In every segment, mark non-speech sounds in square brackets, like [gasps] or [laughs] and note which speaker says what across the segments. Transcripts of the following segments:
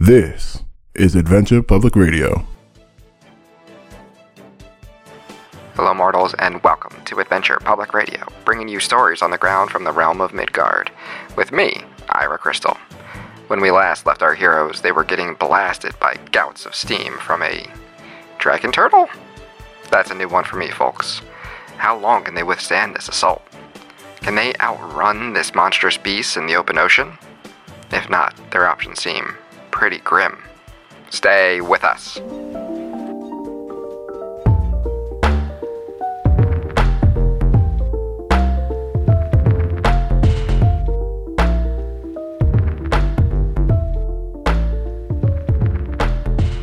Speaker 1: This is Adventure Public Radio.
Speaker 2: Hello, mortals, and welcome to Adventure Public Radio, bringing you stories on the ground from the realm of Midgard. With me, Ira Crystal. When we last left our heroes, they were getting blasted by gouts of steam from a. dragon turtle? That's a new one for me, folks. How long can they withstand this assault? Can they outrun this monstrous beast in the open ocean? If not, their options seem pretty grim. Stay with us.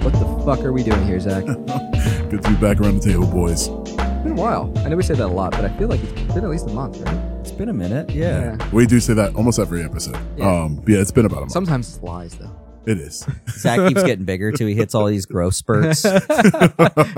Speaker 3: What the fuck are we doing
Speaker 1: [laughs]
Speaker 3: here, Zach? It's
Speaker 1: Good to be back around the table, boys.
Speaker 3: been a while. I know we say that a lot, but I feel like it's been at least a month, right?
Speaker 4: It's been a minute, yeah.
Speaker 1: We do say that almost every episode.
Speaker 3: Yeah.
Speaker 1: Um, yeah, it's been about a month.
Speaker 3: Sometimes it's lies,
Speaker 1: [laughs]
Speaker 3: though.
Speaker 1: it is.
Speaker 4: [laughs] Zach keeps getting bigger too. He hits all these growth
Speaker 3: [laughs]
Speaker 4: spurts.
Speaker 3: Oh,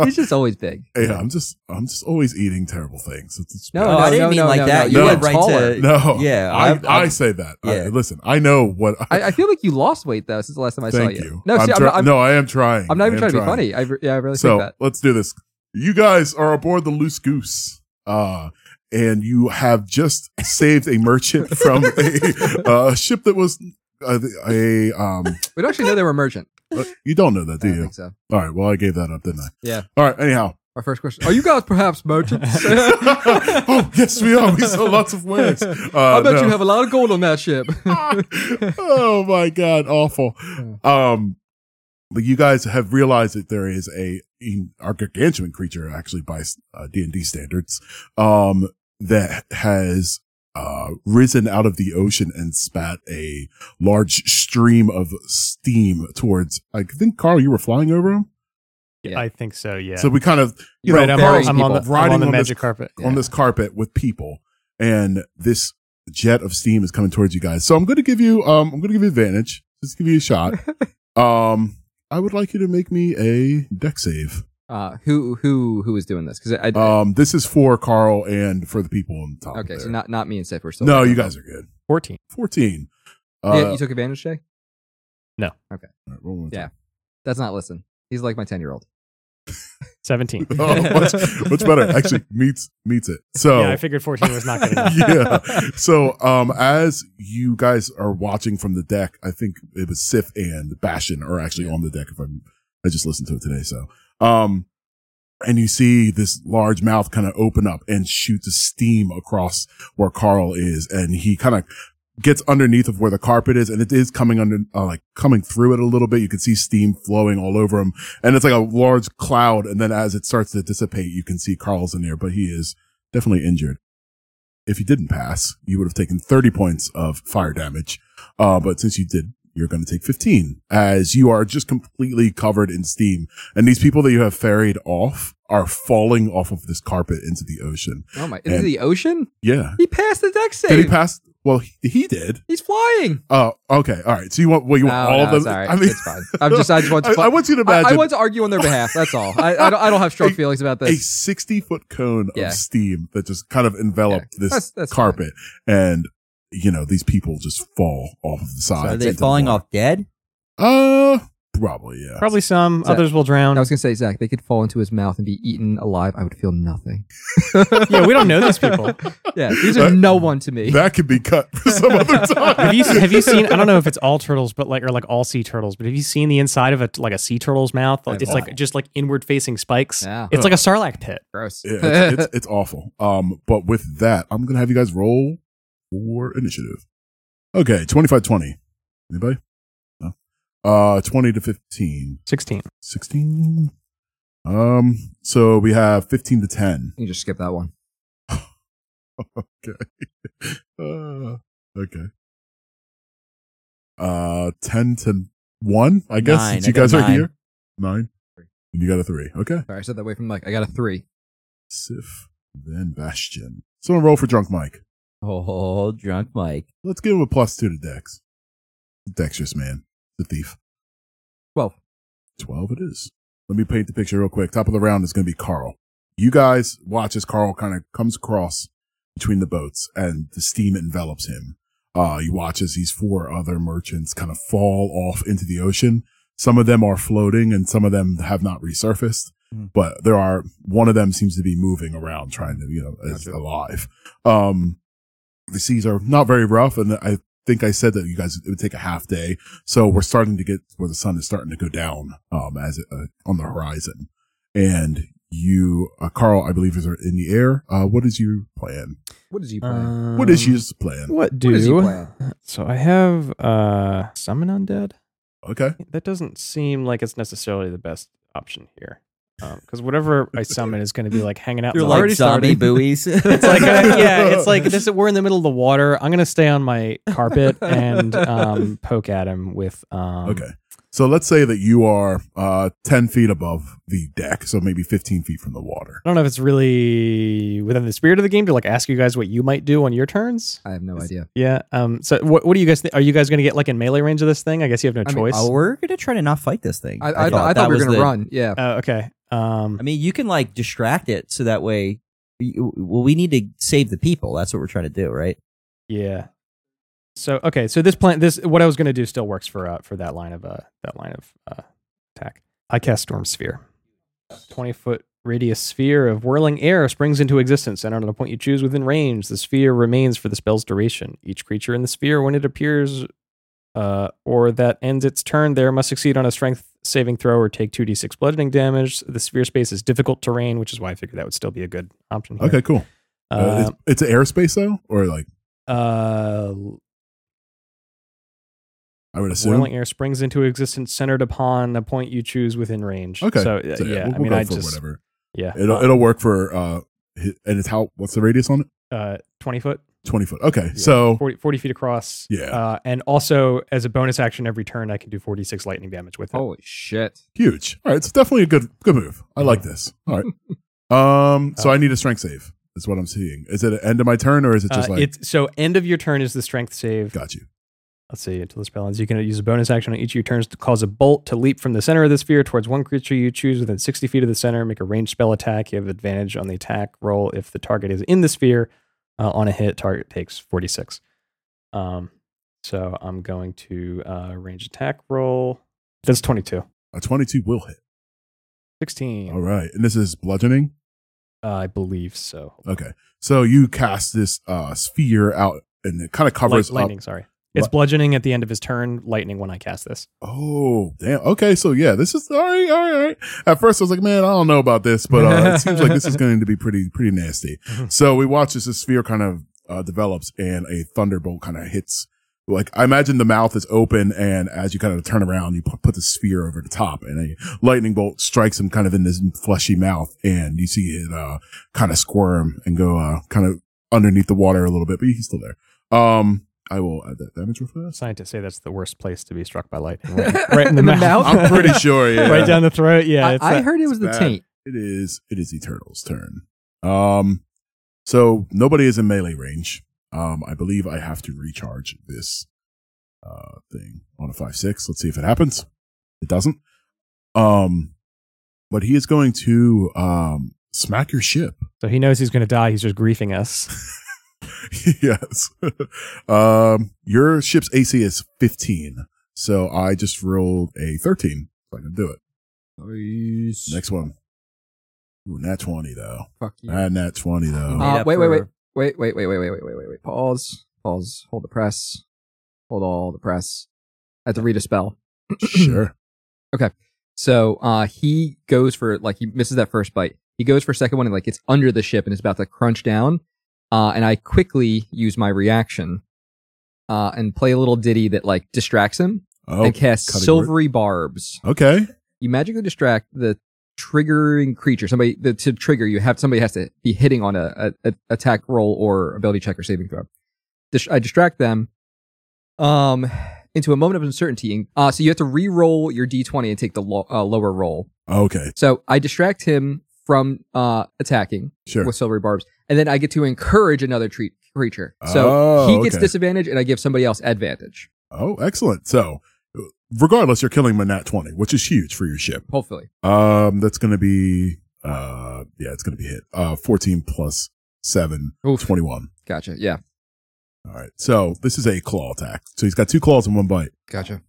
Speaker 3: He's just always big.
Speaker 1: yeah, I'm just, I'm just always eating terrible things. It's, it's-
Speaker 3: No,
Speaker 4: Oh, I didn't
Speaker 3: no,
Speaker 4: mean
Speaker 3: no,
Speaker 4: like
Speaker 3: no,
Speaker 4: that.
Speaker 3: no.
Speaker 4: You
Speaker 1: No.
Speaker 4: went right
Speaker 3: Taller.
Speaker 4: to
Speaker 1: no,
Speaker 4: Yeah,
Speaker 1: I,
Speaker 4: I've-
Speaker 1: I,
Speaker 4: I've-
Speaker 1: say that. I-
Speaker 4: yeah.
Speaker 1: listen, I know what.
Speaker 3: [laughs]
Speaker 1: I,
Speaker 3: I, I feel like you lost weight though since the last time I saw
Speaker 1: thank
Speaker 3: you.
Speaker 1: you.
Speaker 3: No,
Speaker 1: I'm
Speaker 3: see, I'm,
Speaker 1: try-
Speaker 3: not- I'm,
Speaker 1: no, I am trying.
Speaker 3: I'm not even
Speaker 1: I am
Speaker 3: trying to be funny. I, re- yeah, I really
Speaker 1: so
Speaker 3: think that.
Speaker 1: let's do this. You guys are aboard the Loose Goose, uh, and you have just saved a merchant
Speaker 3: [laughs]
Speaker 1: from a uh, ship that was uh, a. Um,
Speaker 3: We don't actually know they were merchant.
Speaker 1: Uh, you don't know that,
Speaker 3: I
Speaker 1: do
Speaker 3: don't
Speaker 1: you?
Speaker 3: think so.
Speaker 1: All right. Well, I gave that up, didn't I?
Speaker 3: Yeah.
Speaker 1: All right.
Speaker 3: [laughs]
Speaker 1: Anyhow.
Speaker 3: Our first question: Are you guys
Speaker 1: [laughs]
Speaker 3: perhaps merchants? [laughs]
Speaker 1: oh yes, we are. We sell lots of wares. Uh,
Speaker 3: I bet
Speaker 1: no.
Speaker 3: you have a lot of gold on that ship.
Speaker 1: [laughs] oh my god, awful. Um, but you guys have realized that there is a, a gargantuan creature, actually by uh, D and D standards, um, that has uh risen out of the ocean and spat a large stream of steam towards. I think Carl, you were flying over him,
Speaker 3: Yeah.
Speaker 5: I think so. Yeah.
Speaker 1: so we kind of you
Speaker 5: right.
Speaker 1: know
Speaker 5: I'm,
Speaker 1: Carl's
Speaker 3: burying
Speaker 5: on, I'm on the,
Speaker 3: people.
Speaker 5: I'm
Speaker 1: Riding
Speaker 5: on the
Speaker 1: on this-
Speaker 5: magic carpet.
Speaker 1: on this carpet with people and this jet of steam is coming towards you guys. So I'm going to give you, um, I'm going to give you advantage. Just give you a shot.
Speaker 3: [laughs]
Speaker 1: um, I would like you to make me a deck save.
Speaker 3: Uh, who who who is doing this? Because I, I
Speaker 1: Um, this is for Carl and for the people on top.
Speaker 3: okay,
Speaker 1: Oh, there.
Speaker 3: so not not me and Seth. We're still
Speaker 1: no, you guys are good.
Speaker 5: 14.
Speaker 1: 14. Uh,
Speaker 3: Yeah, you took advantage, Jay.
Speaker 1: all right, roll one
Speaker 3: Yeah.
Speaker 1: time. [laughs]
Speaker 3: That's not listen. He's like my ten year old.
Speaker 5: 17.
Speaker 1: [laughs] Oh, much, much
Speaker 5: [laughs]
Speaker 1: better. Actually, meets meets
Speaker 3: [laughs]
Speaker 1: it. So
Speaker 5: Yeah, I figured 14
Speaker 1: [laughs]
Speaker 5: was not going to
Speaker 1: yeah. [laughs] So, um, as you guys are watching from the deck, I think it was Sif and Bashan are actually on the deck. If I'm, I just listened to it today. So, um, and you see this large mouth kind of open up and shoots a steam across where Carl is, and he kind of gets underneath of where the carpet is, and it is coming under, uh, like coming through it a little bit. You can see steam flowing all over him, and it's like a large cloud. And then as it starts to dissipate, you can see Carl's in there, but he is definitely injured. If you didn't pass, you would have taken 30 points of fire damage. Uh, but since you did, you're going to take 15 as you are just completely covered in steam. And these people that you have ferried off are falling off of this carpet into the ocean.
Speaker 3: Oh my! Into
Speaker 1: And-
Speaker 3: the ocean?
Speaker 1: Yeah.
Speaker 3: He passed the deck
Speaker 1: Did he
Speaker 3: save.
Speaker 1: pass? Well, he, he did.
Speaker 3: He's flying.
Speaker 1: Oh, okay. All right. So you want, well, you want
Speaker 3: no,
Speaker 1: all
Speaker 3: no,
Speaker 1: of them?
Speaker 3: It's, all right.
Speaker 1: I mean,
Speaker 3: it's fine. I'm just, I just want to.
Speaker 1: [laughs] I, I want you to imagine
Speaker 3: I, want to argue on their behalf. That's all. I, I, don't, I don't have strong feelings
Speaker 1: [laughs]
Speaker 3: about
Speaker 1: a
Speaker 3: this.
Speaker 1: 60 foot cone
Speaker 3: Yeah.
Speaker 1: of steam that just kind of enveloped this
Speaker 3: That's- that's
Speaker 1: carpet. And, you know, these people just fall off of the side.
Speaker 4: Are they falling off dead?
Speaker 1: Uh, probably, yeah.
Speaker 5: Probably some.
Speaker 3: Zach.
Speaker 5: Others will drown.
Speaker 3: I was gonna say, Zach, they could fall into his mouth and be eaten alive. I would feel
Speaker 1: [laughs]
Speaker 3: nothing.
Speaker 5: yeah, we don't know these people.
Speaker 3: Yeah, these are
Speaker 1: That-
Speaker 3: no one to me.
Speaker 1: That could be cut for some other time.
Speaker 5: [laughs] Have you, have you seen? I don't know if it's all turtles, but like or like all sea turtles. But have you seen the inside of a like a sea turtle's mouth? Like,
Speaker 3: I've
Speaker 5: it's
Speaker 3: not.
Speaker 5: like just like inward facing spikes.
Speaker 3: Yeah.
Speaker 5: It's like a sarlacc pit.
Speaker 1: [laughs]
Speaker 3: Gross.
Speaker 1: Yeah,
Speaker 3: [laughs]
Speaker 1: it's, it's, it's awful. Um, but with that, I'm going to have you guys roll for initiative. Okay, 25 20. Anybody? No. Uh, 20 to 15.
Speaker 5: Sixteen.
Speaker 1: 16. Um, so we have 15 to
Speaker 3: [gasps]
Speaker 1: 10.
Speaker 3: you just skip that one.
Speaker 1: Okay. Uh, okay. Uh, 10 to 1, I guess,
Speaker 4: Nine.
Speaker 1: since
Speaker 4: I
Speaker 1: you
Speaker 4: got
Speaker 1: guys are
Speaker 4: nine.
Speaker 1: here. 9. And you got a 3. Okay.
Speaker 3: Sorry, I said that away from the mic. I got a three.
Speaker 1: Sif, then Bastion. Someone roll for Drunk Mike.
Speaker 4: Oh, drunk Mike.
Speaker 1: Let's give him a plus 2 to Dex. Dexterous man. The thief.
Speaker 3: Twelve.
Speaker 1: 12 it is. Let me paint the picture real quick. Top of the round is going to be Carl. You guys watch as Carl kind of comes across between the boats and the steam envelops him. Uh, you watch as these four other merchants kind of fall off into the ocean Some of them are floating and some of them have not resurfaced,
Speaker 4: Mhm.
Speaker 1: but there are one of them seems to be moving around trying to, you know, is
Speaker 4: Gotcha.
Speaker 1: alive. Um, the seas are not very rough. And I think I said that you guys, it would take a half day. So we're starting to get where the sun is starting to go down, um, as it, uh, on the horizon and you, uh, Carl, I believe is in the air. Uh, what is your plan?
Speaker 3: What is he playing?
Speaker 5: Um,
Speaker 1: What is your plan?
Speaker 5: What do?
Speaker 3: what is he playing?
Speaker 5: So I have uh summon undead.
Speaker 1: Okay.
Speaker 5: That doesn't seem like it's necessarily the best option here, because whatever I summon is going to be like hanging out.
Speaker 4: You're
Speaker 5: in the
Speaker 4: like
Speaker 5: already
Speaker 4: zombie [laughs]
Speaker 5: started.
Speaker 4: buoys.
Speaker 3: [laughs]
Speaker 5: It's like uh, yeah, it's like this. We're in the middle of the water. I'm gonna stay on my carpet and um, poke at him with. Um,
Speaker 1: Okay. So let's say that you are uh, 10 feet above the deck, so maybe 15 feet from the water.
Speaker 5: I don't know if it's really within the spirit of the game to like ask you guys what you might do on your turns.
Speaker 3: I have no idea.
Speaker 5: Yeah. Um. So what what do you guys think? Are you guys gonna get like in melee range of this thing? I guess you have no
Speaker 3: I mean,
Speaker 5: choice.
Speaker 4: oh, we're gonna try to not fight this thing.
Speaker 3: I, I, I thought, we
Speaker 4: that
Speaker 3: were
Speaker 4: was
Speaker 3: gonna
Speaker 4: the-
Speaker 3: run. Yeah.
Speaker 5: Oh, okay. Um.
Speaker 4: I mean, you can like distract it so that way. you- Well, we need to save the people. That's what we're trying to do, right?
Speaker 5: Yeah. So okay, so this plan, this what I was gonna do still works for uh, for that line of uh that line of uh, attack. I cast Storm Sphere. Twenty foot radius sphere of whirling air springs into existence, and on a point you choose within range, the sphere remains for the spell's duration. Each creature in the sphere, when it appears, uh, or that ends its turn, there must succeed on a Strength saving throw or take two d6 bludgeoning damage. The sphere space is difficult terrain, which is why I figured that would still be a good option. Here.
Speaker 1: Okay, cool. Uh,
Speaker 5: Uh,
Speaker 1: it's, it's airspace though, or like
Speaker 5: uh,
Speaker 1: I would assume.
Speaker 5: Whirling air springs into existence centered upon a point you choose within range.
Speaker 1: okay.
Speaker 5: So, uh, yeah,
Speaker 1: we'll,
Speaker 5: I
Speaker 1: we'll
Speaker 5: mean,
Speaker 1: go
Speaker 5: I
Speaker 1: for
Speaker 5: just
Speaker 1: whatever.
Speaker 5: yeah,
Speaker 1: It'll it'll work for uh, hi- and it's how what's the radius on it?
Speaker 5: uh, twenty foot,
Speaker 1: 20 foot. Okay,
Speaker 5: Yeah.
Speaker 1: so
Speaker 5: 40, 40 feet across.
Speaker 1: Yeah.
Speaker 5: Uh, and also as a bonus action every turn, I can do forty six lightning damage with it.
Speaker 1: Oh.
Speaker 3: Holy shit!
Speaker 1: huge. All right, it's definitely a good good move. I like this. All right. [laughs] Um, so I need a strength save. Is what I'm seeing. Is it an end of my turn, or is it
Speaker 5: Uh,
Speaker 1: just like
Speaker 5: it's so end of your turn is the strength save.
Speaker 1: got you?
Speaker 5: Let's see until the spell ends. You can use a bonus action on each of your turns to cause a bolt to leap from the center of the sphere towards one creature you choose within sixty feet of the center. Make a ranged spell attack. You have advantage on the attack roll if the target is in the sphere. Uh, on a hit, target takes forty six. Um, so I'm going to uh, range attack roll. That's 22.
Speaker 1: A 22 will hit.
Speaker 5: 16.
Speaker 1: All right, and this is bludgeoning.
Speaker 5: Uh, I believe so.
Speaker 1: Okay. So you cast this uh sphere out and it kind of covers
Speaker 5: Light- lightning,
Speaker 1: up.
Speaker 5: sorry. It's
Speaker 1: Li-
Speaker 5: bludgeoning at the end of his turn. Lightning when I cast this.
Speaker 1: Oh, damn. Okay, so yeah, this is all right, all right, all right. At first I was like, man, I don't know about this, but uh, it seems like this is going to be pretty pretty nasty.
Speaker 5: Mhm.
Speaker 1: so we watch as the sphere kind of uh, develops and a thunderbolt kind of hits like I imagine the mouth is open and as you kind of turn around, you pu- put the sphere over the top and a lightning bolt strikes him kind of in this fleshy mouth and you see it, uh, kind of squirm and go, uh, kind of underneath the water a little bit, but he's still there. Um, I will add that damage real fast.
Speaker 5: Scientists say that's the worst place to be struck by lightning. Right, right [laughs] in the mouth.
Speaker 1: I'm pretty sure. Yeah.
Speaker 5: right down the throat. Yeah.
Speaker 3: I,
Speaker 5: it's
Speaker 3: I
Speaker 5: that-
Speaker 3: heard it was the
Speaker 1: bad.
Speaker 3: taint.
Speaker 1: It is, it is the turtle's turn. Um, so nobody is in melee range. Um, I believe I have to recharge this, uh, thing on a five, six. Let's see if it happens. It doesn't. Um, but he is going to, um, smack your ship. [laughs]
Speaker 5: So he knows he's going to die. He's just griefing us.
Speaker 1: yes. um, your ship's AC is 15. So I just rolled a 13. So I can do it.
Speaker 3: Nice.
Speaker 1: Next one. Ooh, nat 20 though.
Speaker 3: Fuck you.
Speaker 1: Not nat 20 though.
Speaker 4: Made
Speaker 3: Uh,
Speaker 4: up
Speaker 3: wait, wait, wait,
Speaker 4: for-
Speaker 3: wait, wait, wait, wait, wait, wait, wait, wait, wait. Pause. Pause. Hold the press. Hold all the press. I have to read a spell. [clears throat]
Speaker 1: sure.
Speaker 3: So uh, he goes for like he misses that first bite. He goes for a second one and like gets under the ship and is about to crunch down. Uh, and I quickly use my reaction uh, and play a little ditty that like distracts him
Speaker 1: Oh,
Speaker 3: and cast
Speaker 1: cutting
Speaker 3: silvery barbs.
Speaker 1: Oh, okay.
Speaker 3: You magically distract the triggering creature. Somebody the, to trigger you have somebody has to be hitting on a, a, a attack roll or ability check or saving throw. Dis- I distract them um into a moment of uncertainty. And, uh, so you have to re-roll your d20 and take the lo- uh, lower roll.
Speaker 1: Okay.
Speaker 3: So I distract him from uh, attacking
Speaker 1: Sure.
Speaker 3: with silvery barbs, and then I get to encourage another treat creature. So
Speaker 1: Oh,
Speaker 3: he gets
Speaker 1: okay.
Speaker 3: disadvantage, and I give somebody else advantage.
Speaker 1: Oh, excellent. So regardless, you're killing my nat 20, which is huge for your ship.
Speaker 3: Hopefully,
Speaker 1: Um, that's going to be, uh, yeah, it's going to be hit. Uh, 14 plus 7,
Speaker 3: Oof.
Speaker 1: 21.
Speaker 3: gotcha. Yeah,
Speaker 1: All right. So this is a claw attack. So he's got two claws and one bite.
Speaker 3: gotcha.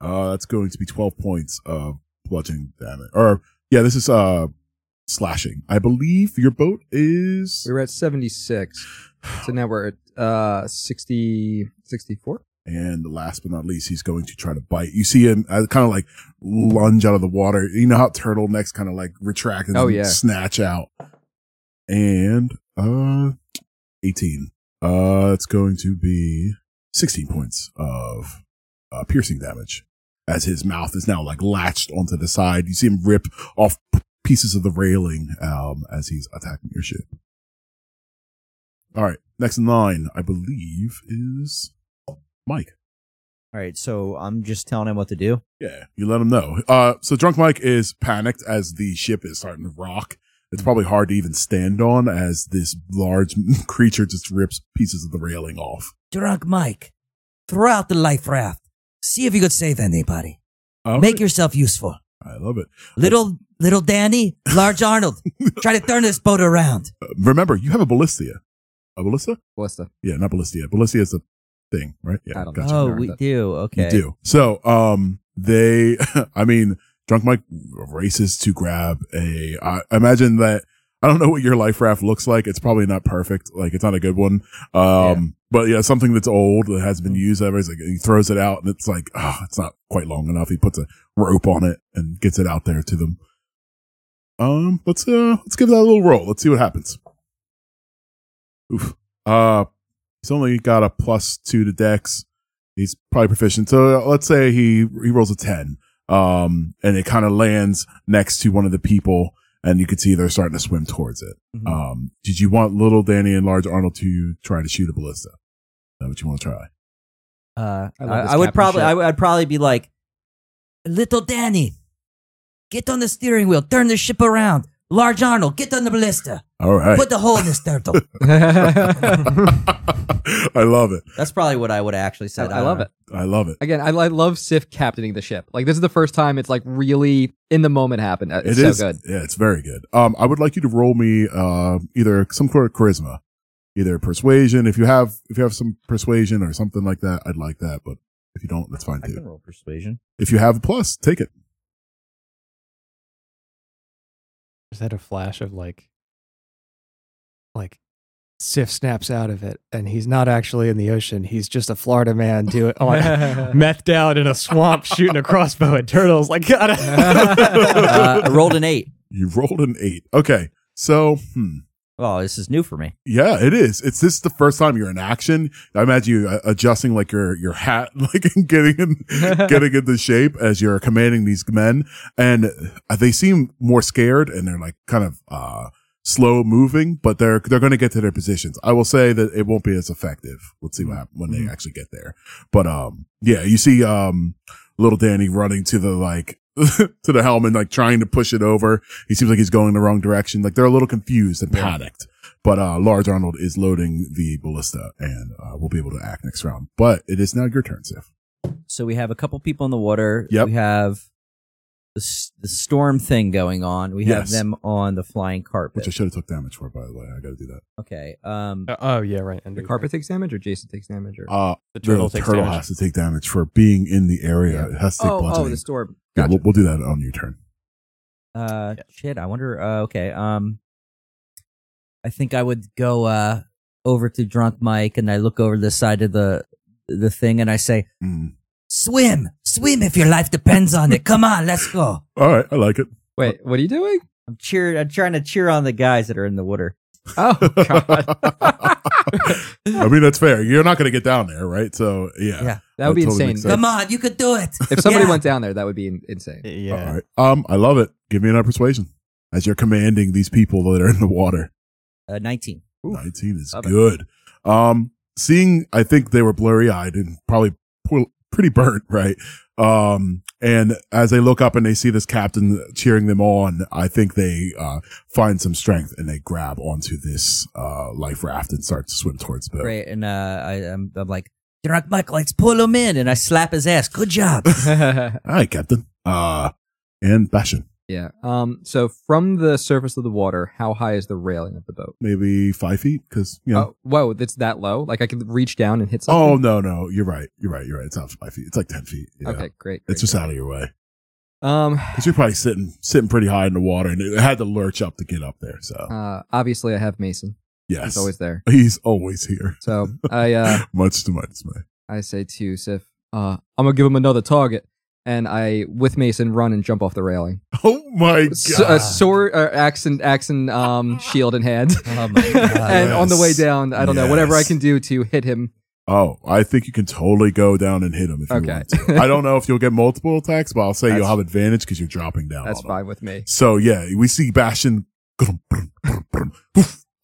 Speaker 1: Uh, that's going to be 12 points of bludgeoning damage. Or, yeah, this is uh slashing. I believe your boat is.
Speaker 3: We were at 76. So now we're at uh 60 64.
Speaker 1: And last but not least, he's going to try to bite. You see him uh, kind of like lunge out of the water. You know how turtlenecks kind of like retract and
Speaker 3: Oh,
Speaker 1: then
Speaker 3: yeah.
Speaker 1: snatch out. And uh, 18. Uh, it's going to be 16 points of uh, piercing damage as his mouth is now like latched onto the side. You see him rip off p- pieces of the railing um, as he's attacking your ship. All right, next line, I believe, is Mike.
Speaker 4: All right, so I'm just telling him what to do.
Speaker 1: Yeah, you let him know. Uh, so drunk Mike is panicked as the ship is starting to rock. It's probably hard to even stand on as this large [laughs] creature just rips pieces of the railing off.
Speaker 4: Drunk Mike, throw out the life raft. See if you could save anybody.
Speaker 1: All
Speaker 4: Make
Speaker 1: right,
Speaker 4: yourself useful.
Speaker 1: I love it.
Speaker 4: Little little Danny,
Speaker 1: [laughs]
Speaker 4: large Arnold. Try to turn this boat around.
Speaker 1: Uh, remember, you have a ballista. A ballista?
Speaker 3: What's the
Speaker 1: Yeah, not ballista. Ballista is a thing, right? Yeah,
Speaker 3: I don't know.
Speaker 1: gotcha.
Speaker 4: Oh,
Speaker 3: Alright,
Speaker 4: we
Speaker 3: that-
Speaker 4: do. Okay.
Speaker 1: You do. So, um, they, [laughs] I mean, Drunk Mike races to grab a, I imagine that, I don't know what your life raft looks like. It's probably not perfect. Like, it's not a good one. Um, but yeah, something that's old that has been used. Everybody's like, he throws it out and it's like, ah, it's not quite long enough. He puts a rope on it and gets it out there to them. Um, let's, uh, let's give that a little roll. Let's see what happens. Oof. Uh, he's only got a plus two to dex he's probably proficient. So uh, let's say he he rolls a ten, um, and it kind of lands next to one of the people, and you can see they're starting to swim towards it.
Speaker 4: Mhm.
Speaker 1: Um, did you want little Danny and large Arnold to try to shoot a ballista? Is that what you want to try?
Speaker 4: Uh,
Speaker 3: I
Speaker 4: I,
Speaker 3: love this
Speaker 4: I would
Speaker 3: captain
Speaker 4: probably,
Speaker 3: ship.
Speaker 4: I would, I'd probably be like, little Danny, get on the steering wheel, turn the ship around. Large Arnold, get on the ballista,
Speaker 1: All right. [laughs]
Speaker 4: [laughs] put the hole in this turtle.
Speaker 1: I love it.
Speaker 4: That's probably what I would have actually
Speaker 3: I,
Speaker 4: [laughs] said. uh,
Speaker 3: I love
Speaker 4: don't
Speaker 3: it.
Speaker 1: I love it.
Speaker 3: Again, I, I love Sif captaining the ship. Like this is the first time it's like really in the moment happened. Uh, It's
Speaker 1: It
Speaker 3: so
Speaker 1: is-
Speaker 3: good.
Speaker 1: Yeah, it's very good. Um, I would like you to roll me uh, either some sort of charisma, either persuasion. If you have if you have some persuasion or something like that, I'd like that. But if you don't, that's fine
Speaker 4: know. I
Speaker 1: too.
Speaker 4: can roll persuasion.
Speaker 1: If you have a plus, take it.
Speaker 5: Is that a flash of like, like, Sif snaps out of it, and he's not actually in the ocean. He's just a Florida man doing on [laughs]
Speaker 1: [laughs]
Speaker 5: methed out in a swamp, shooting a crossbow at turtles. Like, [laughs] God.
Speaker 4: Uh, I rolled an eight.
Speaker 1: You [laughs] rolled an eight. Okay. So, hmm.
Speaker 4: Oh, this is new for me.
Speaker 1: Yeah, it is. It's this is the first time you're in action. I imagine you uh, adjusting like your your hat, [laughs] like and getting in, getting into shape as you're commanding these men, and they seem more scared and they're like kind of uh slow moving, but they're they're going to get to their positions. I will say that it won't be as effective. Let's see what happens when they actually get there. But um, yeah, you see um, little Danny running to the like. [laughs] to the helm and like trying to push it over. He seems like he's going the wrong direction. Like they're a little confused and panicked but uh, large Arnold is loading the ballista, and uh, we'll be able to act next round. But it is now your turn, Sif.
Speaker 4: So we have a couple people in the water.
Speaker 1: Yep.
Speaker 4: We have the, s- the storm thing going on. We have
Speaker 1: Yes.
Speaker 4: them on the flying
Speaker 1: Which
Speaker 4: carpet.
Speaker 1: I should have took damage for, by the way. I got to do that.
Speaker 4: okay. Um,
Speaker 5: oh yeah, right. And
Speaker 3: The carpet takes damage or Jason takes damage or
Speaker 1: Uh, the
Speaker 5: The
Speaker 1: turtle,
Speaker 5: turtle takes damage.
Speaker 1: has to take damage for being in the area. It has to take
Speaker 3: Oh, oh,
Speaker 1: bludgeoning.
Speaker 3: the storm.
Speaker 1: Yeah, we'll, we'll do that on your turn.
Speaker 4: Uh,
Speaker 5: Yeah.
Speaker 4: shit. I wonder. Uh, okay. Um, I think I would go uh over to drunk Mike, and I look over the side of the the thing, and I say,
Speaker 1: Mm.
Speaker 4: "Swim, swim if your life depends on it. Come on, let's go."
Speaker 1: All right, I like it.
Speaker 3: Wait, what are you doing?
Speaker 4: I'm cheer. I'm trying to cheer on the guys that are in the water.
Speaker 1: [laughs]
Speaker 3: Oh god.
Speaker 1: I mean, that's fair. You're not going to get down there, right? So, yeah.
Speaker 4: Yeah.
Speaker 3: [laughs] That would be
Speaker 1: That totally
Speaker 3: insane.
Speaker 1: makes sense.
Speaker 4: Come on, you could do it.
Speaker 3: If somebody
Speaker 4: Yeah.
Speaker 3: went down there, that would be in- insane.
Speaker 5: Yeah.
Speaker 1: All right. Um, I love it. Give me another persuasion as you're commanding these people that are in the water.
Speaker 4: Uh, Nineteen.
Speaker 1: 19 is
Speaker 3: Love it.
Speaker 1: good. Um, seeing, I think they were blurry eyed and probably pu- pretty burnt, right? Um, and as they look up and they see this captain cheering them on, I think they, uh, find some strength and they grab onto this, uh, life raft and start to swim towards the boat.
Speaker 4: Great. And uh, I, I'm, I'm like, drunk Mike, let's pull [laughs] him in, and I slap his ass. Good job.
Speaker 1: All right, captain. Uh, and Bashan.
Speaker 3: [laughs] Yeah. Um. So from the surface of the water, how high is the railing of the boat?
Speaker 1: maybe five feet because you know.
Speaker 3: Oh, whoa! It's that low. Like I could reach down and hit
Speaker 1: Oh.
Speaker 3: something.
Speaker 1: no no you're right you're right you're right it's not five feet it's like ten feet yeah.
Speaker 3: Okay. Great.
Speaker 1: it's
Speaker 3: great.
Speaker 1: just out of your way [sighs]
Speaker 3: Um.
Speaker 1: because you're probably sitting sitting pretty high in the water and it had to lurch up to get up there so
Speaker 3: Uh. Obviously, I have Mason.
Speaker 1: yes
Speaker 3: He's always there.
Speaker 1: he's always here [laughs]
Speaker 3: So I uh
Speaker 1: much to my dismay
Speaker 3: I say to Sif, uh, I'm gonna give him another target, and I with Mason run and jump off the railing.
Speaker 1: oh my god
Speaker 3: S- uh, sword, uh, axe, and axe and um shield in hand.
Speaker 1: [laughs]
Speaker 4: Oh my
Speaker 3: [laughs]
Speaker 4: god.
Speaker 3: and on the way
Speaker 1: Yes.
Speaker 3: down, I don't know, whatever I
Speaker 1: Yes.
Speaker 3: can do to hit him.
Speaker 1: oh I think you can totally go down and hit him if you
Speaker 3: Okay.
Speaker 1: want to I don't know if you'll get multiple attacks but I'll say you'll
Speaker 3: That's-
Speaker 1: have advantage because you're dropping down
Speaker 3: That's
Speaker 1: on him.
Speaker 3: fine with me.
Speaker 1: So yeah, we see Bastion